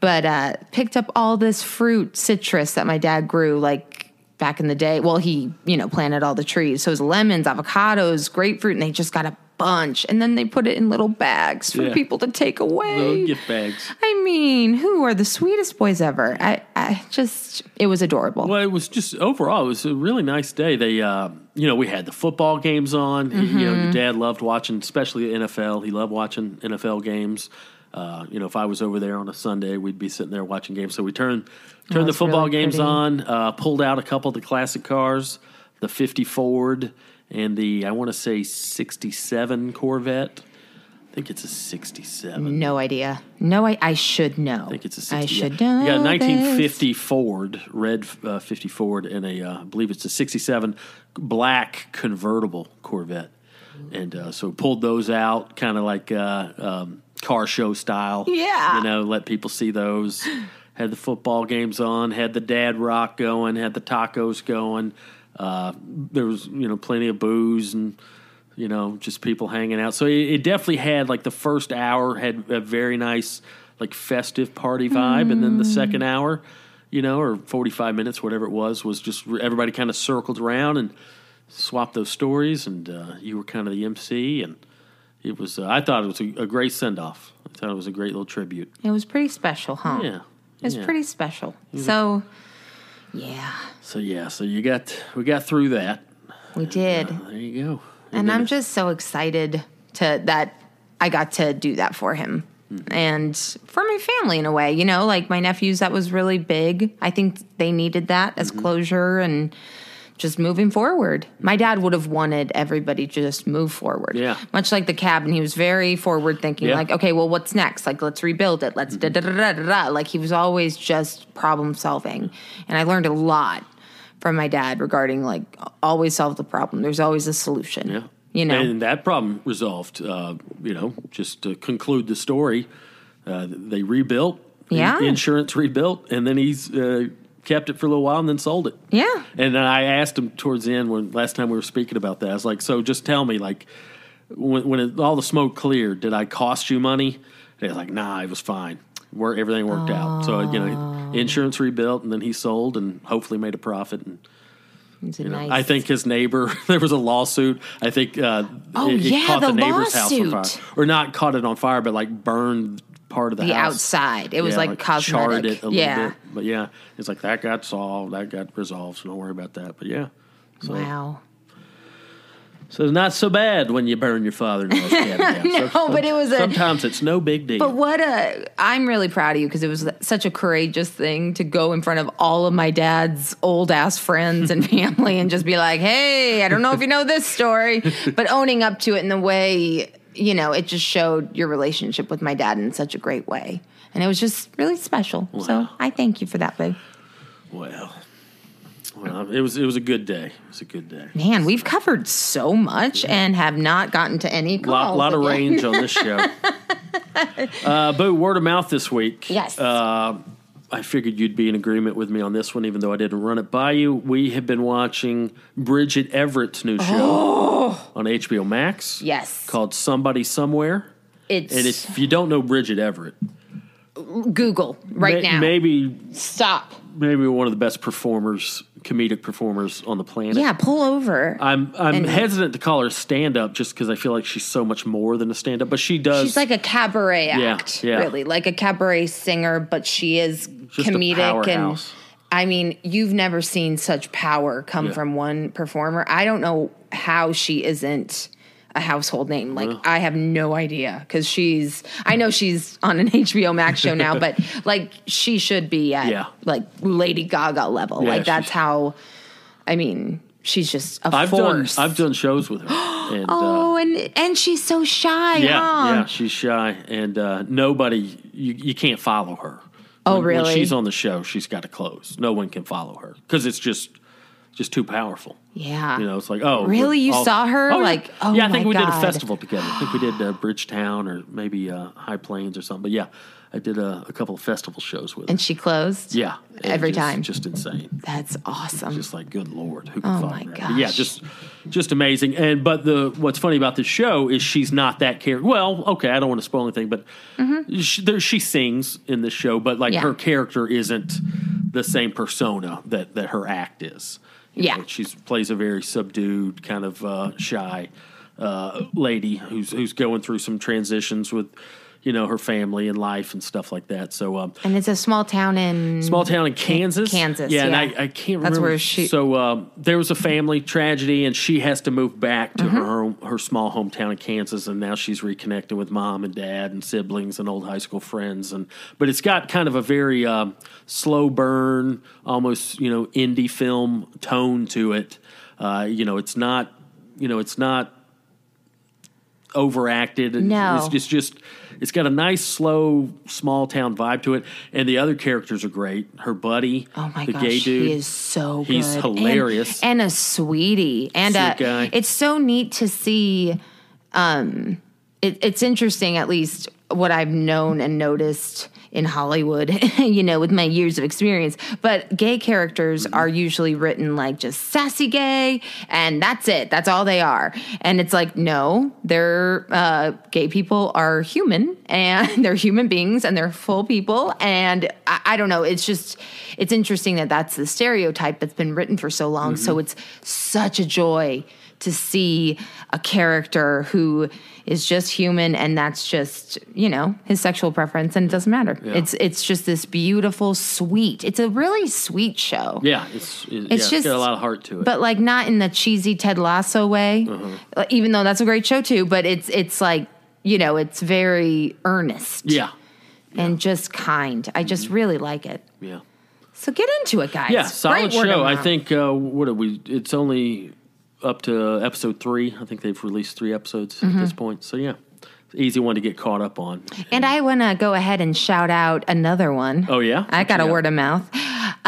Speaker 2: but uh picked up all this fruit, citrus that my dad grew like back in the day. Well, he, you know, planted all the trees. So it was lemons, avocados, grapefruit, and they just got a bunch. And then they put it in little bags for
Speaker 3: Yeah.
Speaker 2: people to take away.
Speaker 3: Little gift bags.
Speaker 2: I mean, who are the sweetest boys ever? I, I just, it was adorable.
Speaker 3: Well, it was just overall, it was a really nice day. They, uh, you know, we had the football games on. He- You
Speaker 2: Mm-hmm.
Speaker 3: know, your dad loved watching, especially the NFL. He loved watching NFL games. Uh, you know, if I was over there on a Sunday, we'd be sitting there watching games. So we turned turned the
Speaker 2: that's
Speaker 3: football
Speaker 2: really
Speaker 3: games
Speaker 2: pretty.
Speaker 3: on. Uh, pulled out a couple of the classic cars, the '50 Ford and the I want to say '67 Corvette. I think it's a '67.
Speaker 2: No idea. No, I, I should know.
Speaker 3: I think it's a 60.
Speaker 2: I should
Speaker 3: yeah.
Speaker 2: know.
Speaker 3: You got a
Speaker 2: this.
Speaker 3: 1950 Ford, red uh, 50 Ford, and a, uh, I believe it's a 67 black convertible Corvette. And uh, so pulled those out, kind of like uh, um, car show style.
Speaker 2: Yeah.
Speaker 3: You know, let people see those. Had the football games on, had the dad rock going, had the tacos going. Uh, there was, you know, plenty of booze and you know, just people hanging out. So it, it definitely had like the first hour had a very nice like festive party vibe, and then the second hour, you know, or 45 minutes, whatever it was, was just re- everybody kind of circled around and swapped those stories, and uh, you were kind of the MC, and it was. Uh, I thought it was a, a great send off. I thought it was a great little tribute.
Speaker 2: It was pretty special, huh?
Speaker 3: Yeah.
Speaker 2: It was
Speaker 3: yeah.
Speaker 2: pretty special. So, yeah,
Speaker 3: So yeah, so you got we got through that.
Speaker 2: we did.
Speaker 3: There you go.
Speaker 2: and I'm just so excited to that I got to do that for him and for my family in a way. You know, like my nephews, that was really big. I think they needed that as
Speaker 3: Mm-hmm.
Speaker 2: closure and just moving forward. My dad would have wanted everybody to just move forward.
Speaker 3: Yeah.
Speaker 2: Much like the cabin, he was very forward thinking,
Speaker 3: Yeah. Mm-hmm.
Speaker 2: like, okay, well, what's next? Like, let's rebuild it. Let's da da da da da da. Like, he was always just problem solving. And I learned a lot from my dad regarding, like, always solve the problem. There's always a solution.
Speaker 3: Yeah.
Speaker 2: You know,
Speaker 3: and that problem resolved. Uh, you know, just to conclude the story, uh, they rebuilt. The
Speaker 2: Yeah.
Speaker 3: insurance rebuilt, and then he's uh, kept it for a little while, and then sold it.
Speaker 2: Yeah.
Speaker 3: And then I asked him towards the end when last time we were speaking about that. I was like, "So just tell me, like, when, when it, all the smoke cleared, did I cost you money?" And he was like, "Nah, it was fine. Where everything worked out. So you know, insurance rebuilt, and then he sold, and hopefully made a profit." And
Speaker 2: It's a
Speaker 3: you know,
Speaker 2: nice.
Speaker 3: I think his neighbor. There was a lawsuit. I think uh,
Speaker 2: Oh,
Speaker 3: it, it
Speaker 2: yeah,
Speaker 3: caught the,
Speaker 2: the
Speaker 3: neighbor's house
Speaker 2: lawsuit.
Speaker 3: on fire, or not caught it on fire, but like burned part of the,
Speaker 2: the
Speaker 3: house.
Speaker 2: outside. It was
Speaker 3: Yeah,
Speaker 2: like,
Speaker 3: charred
Speaker 2: cosmetic.
Speaker 3: it a little
Speaker 2: yeah.
Speaker 3: bit. But yeah, it's like that got solved, that got resolved. So don't worry about that. But yeah, so
Speaker 2: Wow.
Speaker 3: so it's not so bad when you burn your father-in-law's cabin down.
Speaker 2: No, but it was a-
Speaker 3: sometimes it's no big deal.
Speaker 2: But what a I'm really proud of you because it was such a courageous thing to go in front of all of my dad's old ass friends and family and just be like, "Hey, I don't know if you know this story," but owning up to it in the way, you know, it just showed your relationship with my dad in such a great way. And it was just really special. So,
Speaker 3: Wow.
Speaker 2: I thank you for that, babe.
Speaker 3: well, well, it was it was a good day. It was a good day.
Speaker 2: Man, we've covered so much and have not gotten to any calls.
Speaker 3: lot, lot of
Speaker 2: again.
Speaker 3: range on this show. uh, Boo, word of mouth this week.
Speaker 2: Yes.
Speaker 3: Uh, I figured you'd be in agreement with me on this one, even though I didn't run it by you. We have been watching Bridget Everett's new show
Speaker 2: Oh,
Speaker 3: on HBO Max.
Speaker 2: Yes.
Speaker 3: Called Somebody Somewhere.
Speaker 2: It's,
Speaker 3: And if you don't know Bridget Everett,
Speaker 2: Google right
Speaker 3: may-
Speaker 2: now.
Speaker 3: maybe
Speaker 2: Stop.
Speaker 3: maybe one of the best performers, comedic performers on the planet.
Speaker 2: Yeah, pull over.
Speaker 3: I'm I'm
Speaker 2: And-
Speaker 3: hesitant to call her stand up just because I feel like she's so much more than a stand up, but she does.
Speaker 2: She's like a cabaret
Speaker 3: Yeah,
Speaker 2: act,
Speaker 3: yeah.
Speaker 2: really, like a cabaret singer, but she is
Speaker 3: Just a
Speaker 2: comedic and.
Speaker 3: powerhouse.
Speaker 2: I mean, you've never seen such power come
Speaker 3: Yeah.
Speaker 2: from one performer. I don't know how she isn't a household name. Like,
Speaker 3: Uh-huh.
Speaker 2: I have no idea because she's. I know she's on an HBO Max show now, but like she should be at
Speaker 3: Yeah.
Speaker 2: like Lady Gaga level.
Speaker 3: Yeah,
Speaker 2: like that's
Speaker 3: she's-
Speaker 2: how. I mean, she's just a
Speaker 3: I've
Speaker 2: force.
Speaker 3: done I've done shows with her. And,
Speaker 2: Oh,
Speaker 3: uh,
Speaker 2: and and she's so shy.
Speaker 3: yeah,
Speaker 2: huh?
Speaker 3: yeah, she's shy, and uh, nobody you, you can't follow her.
Speaker 2: Oh,
Speaker 3: When- When
Speaker 2: really?
Speaker 3: she's on the show, she's got to close. No one can follow her because it's just just too powerful.
Speaker 2: Yeah.
Speaker 3: You know, it's like oh,
Speaker 2: Really?
Speaker 3: we're
Speaker 2: You saw her?
Speaker 3: Oh, yeah.
Speaker 2: Like, oh
Speaker 3: yeah, I think
Speaker 2: my
Speaker 3: we did a
Speaker 2: God.
Speaker 3: festival together. I think we did uh, Bridgetown or maybe uh, High Plains or something. But yeah, I did a, a couple of festival shows with her.
Speaker 2: And she closed?
Speaker 3: yeah, and
Speaker 2: Every
Speaker 3: just-
Speaker 2: time.
Speaker 3: just insane.
Speaker 2: That's awesome.
Speaker 3: just like good lord who can
Speaker 2: Oh,
Speaker 3: follow
Speaker 2: my
Speaker 3: that? But yeah
Speaker 2: gosh.
Speaker 3: just just amazing and but the what's funny about this show is she's not that character well okay i don't want to spoil anything but she, there, she sings in the show but like
Speaker 2: Mm-hmm. Yeah.
Speaker 3: her character isn't the same persona that that her act is You
Speaker 2: Yeah.
Speaker 3: know, she plays a very subdued kind of uh, shy uh, lady who's who's going through some transitions with you know her family and life and stuff like that so um,
Speaker 2: and it's a small town in.
Speaker 3: small town in Kansas.
Speaker 2: Kansas,
Speaker 3: yeah. And
Speaker 2: yeah.
Speaker 3: I, I can't remember.
Speaker 2: That's where she-
Speaker 3: So um, there was a family tragedy, and she has to move back to
Speaker 2: Mm-hmm.
Speaker 3: her her small hometown in Kansas, and now she's reconnecting with mom and dad and siblings and old high school friends. And but it's got kind of a very um, slow burn, almost you know indie film tone to it. Uh, you know, it's not. You know, it's not overacted and
Speaker 2: No.
Speaker 3: it's just just it's got a nice slow small town vibe to it and the other characters are great her buddy
Speaker 2: Oh my
Speaker 3: the
Speaker 2: gosh,
Speaker 3: gay dude
Speaker 2: he is so good.
Speaker 3: he's
Speaker 2: And-
Speaker 3: hilarious
Speaker 2: And, a sweetie. And
Speaker 3: Sweet
Speaker 2: a,
Speaker 3: guy.
Speaker 2: it's so neat to see um it, it's interesting, at least what I've known and noticed in Hollywood, you know, with my years of experience. But gay characters are usually written like just sassy gay, and that's it. That's all they are. And it's like, no, they're uh, gay people are human, and they're human beings, and they're full people. And I, I don't know. It's just, it's interesting that that's the stereotype that's been written for so long. So it's such a joy to see a character who is just human and that's just you know his sexual preference and it doesn't matter it's it's just this beautiful sweet it's a really sweet show
Speaker 3: Yeah, it's it, yeah,
Speaker 2: just-
Speaker 3: it's got a lot of heart to it.
Speaker 2: but like not in the cheesy ted lasso way
Speaker 3: Uh-huh.
Speaker 2: Like, even though that's a great show too but it's it's like you know it's very earnest
Speaker 3: yeah,
Speaker 2: and just kind i just really like it
Speaker 3: yeah.
Speaker 2: so get into it guys
Speaker 3: Yeah,
Speaker 2: Great word of
Speaker 3: solid show. I
Speaker 2: mouth.
Speaker 3: think uh, what are we? It's only up to episode three. I think they've released three episodes at
Speaker 2: Mm-hmm.
Speaker 3: this point. So yeah, easy one to get caught up on.
Speaker 2: And I want to go ahead and shout out another one.
Speaker 3: Oh, yeah?
Speaker 2: I got a
Speaker 3: Yeah.
Speaker 2: word of mouth.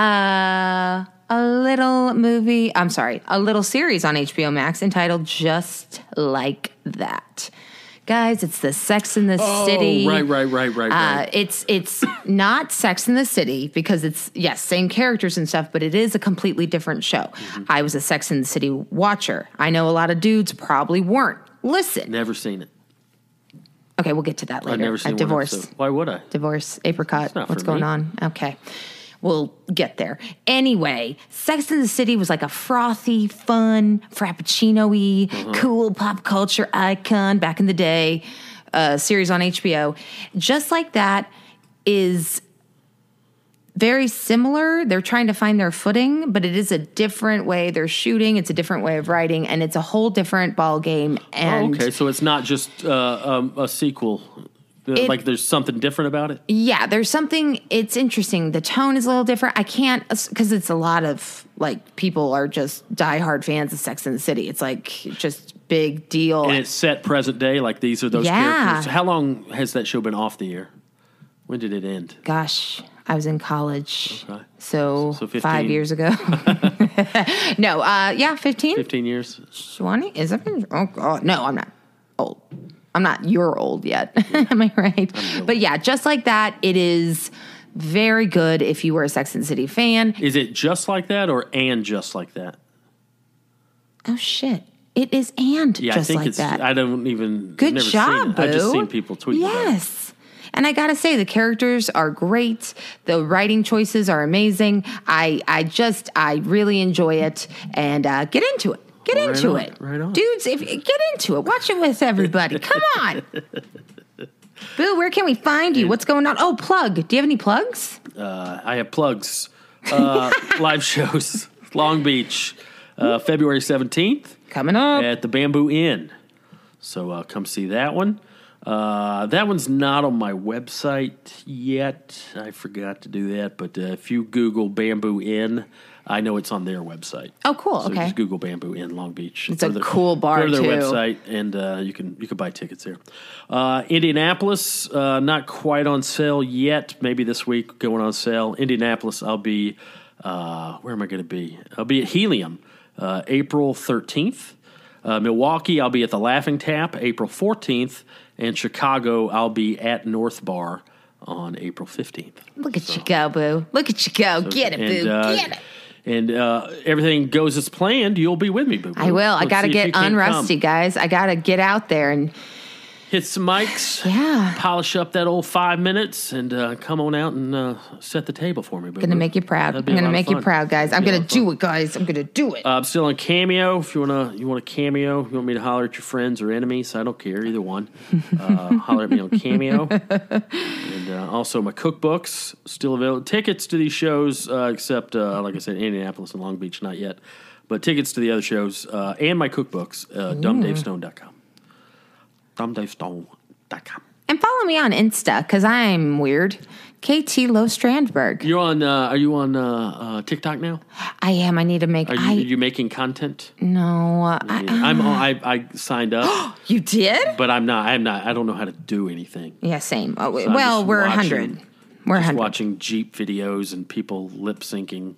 Speaker 2: Uh, a little movie, I'm sorry, a little series on HBO Max entitled Just Like That. Guys, it's the Sex in the City.
Speaker 3: Oh, right, right, right, right,
Speaker 2: Uh,
Speaker 3: right.
Speaker 2: it's it's not Sex in the City because it's yes, same characters and stuff, but it is a completely different show.
Speaker 3: Mm-hmm.
Speaker 2: I was a Sex in the City watcher. I know a lot of dudes probably weren't. Listen,
Speaker 3: Never seen it.
Speaker 2: okay, we'll get to that later.
Speaker 3: I've never seen
Speaker 2: a
Speaker 3: one
Speaker 2: divorce
Speaker 3: episode. Why would I?
Speaker 2: divorce, apricot.
Speaker 3: not
Speaker 2: What's
Speaker 3: for me.
Speaker 2: going on? Okay. We'll get there. Anyway, Sex in the City was like a frothy, fun, frappuccino y,
Speaker 3: Uh-huh.
Speaker 2: cool pop culture icon back in the day, uh, series on HBO. Just like that is very similar. They're trying to find their footing, but it is a different way they're shooting. It's a different way of writing, and it's a whole different ball game. And
Speaker 3: Oh, okay, so it's not just uh, um, a sequel. Uh, like there's something different about it.
Speaker 2: yeah there's something it's interesting the tone is a little different i can't because it's a lot of like people are just diehard fans of sex and the city it's like just big deal
Speaker 3: And it's set present day. Like these are those
Speaker 2: Yeah.
Speaker 3: characters. How long has that show been off the air? When did it end?
Speaker 2: gosh i was in college
Speaker 3: Okay.
Speaker 2: so,
Speaker 3: So 15.
Speaker 2: five years ago no uh yeah 15
Speaker 3: Fifteen years.
Speaker 2: 20 is that oh god no i'm not old i'm not you're old yet am i right but yeah just like that it is very good if you were a sex and the city fan
Speaker 3: Is it just like that or and just like that?
Speaker 2: Oh shit! It is and
Speaker 3: Yeah,
Speaker 2: just
Speaker 3: I think
Speaker 2: like
Speaker 3: it's.
Speaker 2: that.
Speaker 3: I don't even.
Speaker 2: Good
Speaker 3: I've never
Speaker 2: job,
Speaker 3: Seen it. I've just
Speaker 2: boo.
Speaker 3: seen people tweet. About it.
Speaker 2: yes, and I gotta say the characters are great. The writing choices are amazing. I I just I really enjoy it and uh, get into it. Get
Speaker 3: Right
Speaker 2: into
Speaker 3: on,
Speaker 2: it,
Speaker 3: right on.
Speaker 2: dudes. If get into it, watch it with everybody. Come on, Boo. Where can we find you? What's going on? Oh, plug. Do you have any plugs?
Speaker 3: Uh, I have plugs. Uh, live shows. Long Beach, uh, February seventeenth
Speaker 2: Coming up.
Speaker 3: at the Bamboo Inn. So uh, come see that one. Uh, that one's not on my website yet. I forgot to do that. But uh, if you Google Bamboo Inn, I know it's on their website.
Speaker 2: Oh, cool.
Speaker 3: So
Speaker 2: Okay.
Speaker 3: just Google Bamboo in Long Beach.
Speaker 2: It's a
Speaker 3: Go to
Speaker 2: cool bar,
Speaker 3: Go to their
Speaker 2: too.
Speaker 3: website, and uh, you can you can buy tickets there. Uh, Indianapolis, uh, not quite on sale yet. Maybe this week going on sale. Indianapolis, I'll be. Uh, where am I going to be? I'll be at Helium, uh, April thirteenth. Uh, Milwaukee, I'll be at the Laughing Tap, April fourteenth, and Chicago, I'll be at North Bar on April fifteenth.
Speaker 2: Look at you go, Boo. Look at you go. get it,
Speaker 3: And,
Speaker 2: Boo.
Speaker 3: uh,
Speaker 2: get it.
Speaker 3: And uh, everything goes as planned. You'll be with me, boo.
Speaker 2: I will. I
Speaker 3: Let's
Speaker 2: gotta
Speaker 3: see if
Speaker 2: get
Speaker 3: you can't
Speaker 2: unrusty,
Speaker 3: come.
Speaker 2: guys. I gotta get out there and
Speaker 3: Hit some mics.
Speaker 2: Yeah.
Speaker 3: Polish up that old five minutes and uh, come on out and uh, set the table for me, boo.
Speaker 2: Gonna make you proud. I'm gonna make you proud, guys. I'm gonna do it, guys. I'm gonna do it.
Speaker 3: Uh, I'm still on Cameo. If you wanna, you want a Cameo. You want me to holler at your friends or enemies? I don't care either one. Uh, holler at me on Cameo. And uh, also my cookbooks still available. Tickets to these shows, uh, except uh, like I said, Indianapolis and Long Beach, not yet. But tickets to the other shows uh, and my cookbooks, uh, dumbdavestone.com. Dumbdavestone.com.
Speaker 2: and follow me on Insta because I'm weird. KT Low Strandberg.
Speaker 3: You're on. Uh, are you on uh, uh, TikTok now?
Speaker 2: I am. I need to make.
Speaker 3: Are you,
Speaker 2: I
Speaker 3: are you making content?
Speaker 2: no. uh, I,
Speaker 3: I'm. on- I, I signed up.
Speaker 2: you did?
Speaker 3: But I'm not. I'm not. I don't know how to do anything.
Speaker 2: Yeah. Same. Oh,
Speaker 3: I'm
Speaker 2: well,
Speaker 3: just
Speaker 2: we're a
Speaker 3: watching-
Speaker 2: hundred. We're a
Speaker 3: Just
Speaker 2: hundred.
Speaker 3: watching Jeep videos and people lip syncing.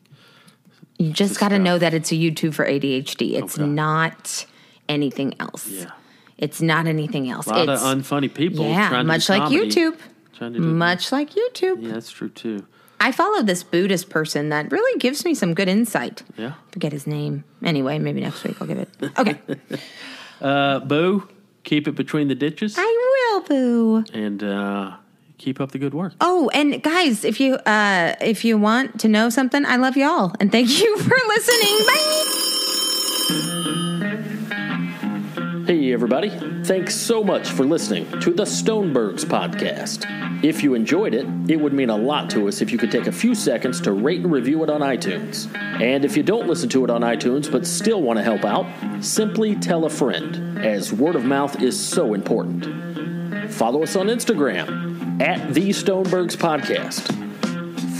Speaker 2: You just got to
Speaker 3: stuff.
Speaker 2: know that it's a YouTube for ADHD. It's
Speaker 3: Okay.
Speaker 2: not anything else.
Speaker 3: Yeah.
Speaker 2: It's not anything else.
Speaker 5: A lot
Speaker 2: it's
Speaker 5: of unfunny people.
Speaker 2: yeah,
Speaker 5: trying
Speaker 2: much
Speaker 5: to do
Speaker 2: like
Speaker 5: comedy,
Speaker 2: YouTube.
Speaker 5: Trying to do
Speaker 3: Mm-hmm.
Speaker 2: Much like YouTube.
Speaker 5: Yeah, that's true too.
Speaker 2: I follow this Buddhist person that really gives me some good insight.
Speaker 5: Yeah.
Speaker 2: Forget his name. Anyway, maybe next week I'll give it. Okay.
Speaker 5: Uh, Boo, keep it between the ditches
Speaker 2: I will boo.
Speaker 5: and uh, keep up the good work.
Speaker 2: Oh, and guys, if you uh if you want to know something, I love y'all and thank you for listening. Bye.
Speaker 3: Hey, everybody. Thanks so much for listening to the Stonebergs podcast. If you enjoyed it, it would mean a lot to us if you could take a few seconds to rate and review it on iTunes. And if you don't listen to it on iTunes but still want to help out, simply tell a friend, as word of mouth is so important. Follow us on Instagram at the Stonebergs podcast.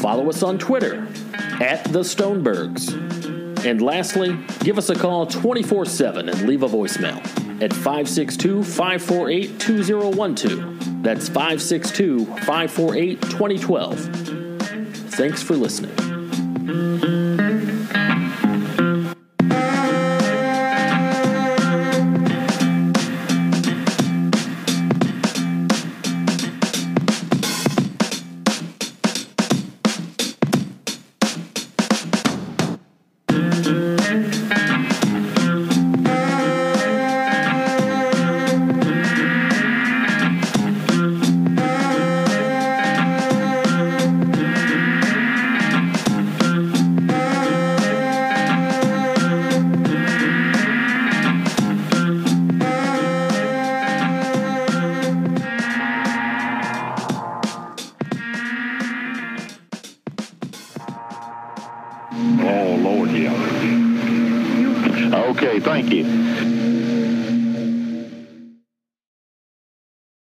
Speaker 3: Follow us on Twitter at the Stonebergs. And lastly, give us a call 24 7 and leave a voicemail at 562 548 2012. That's 562 548 2012. Thanks for listening.
Speaker 6: Oh, Lord, yeah. Okay, thank you.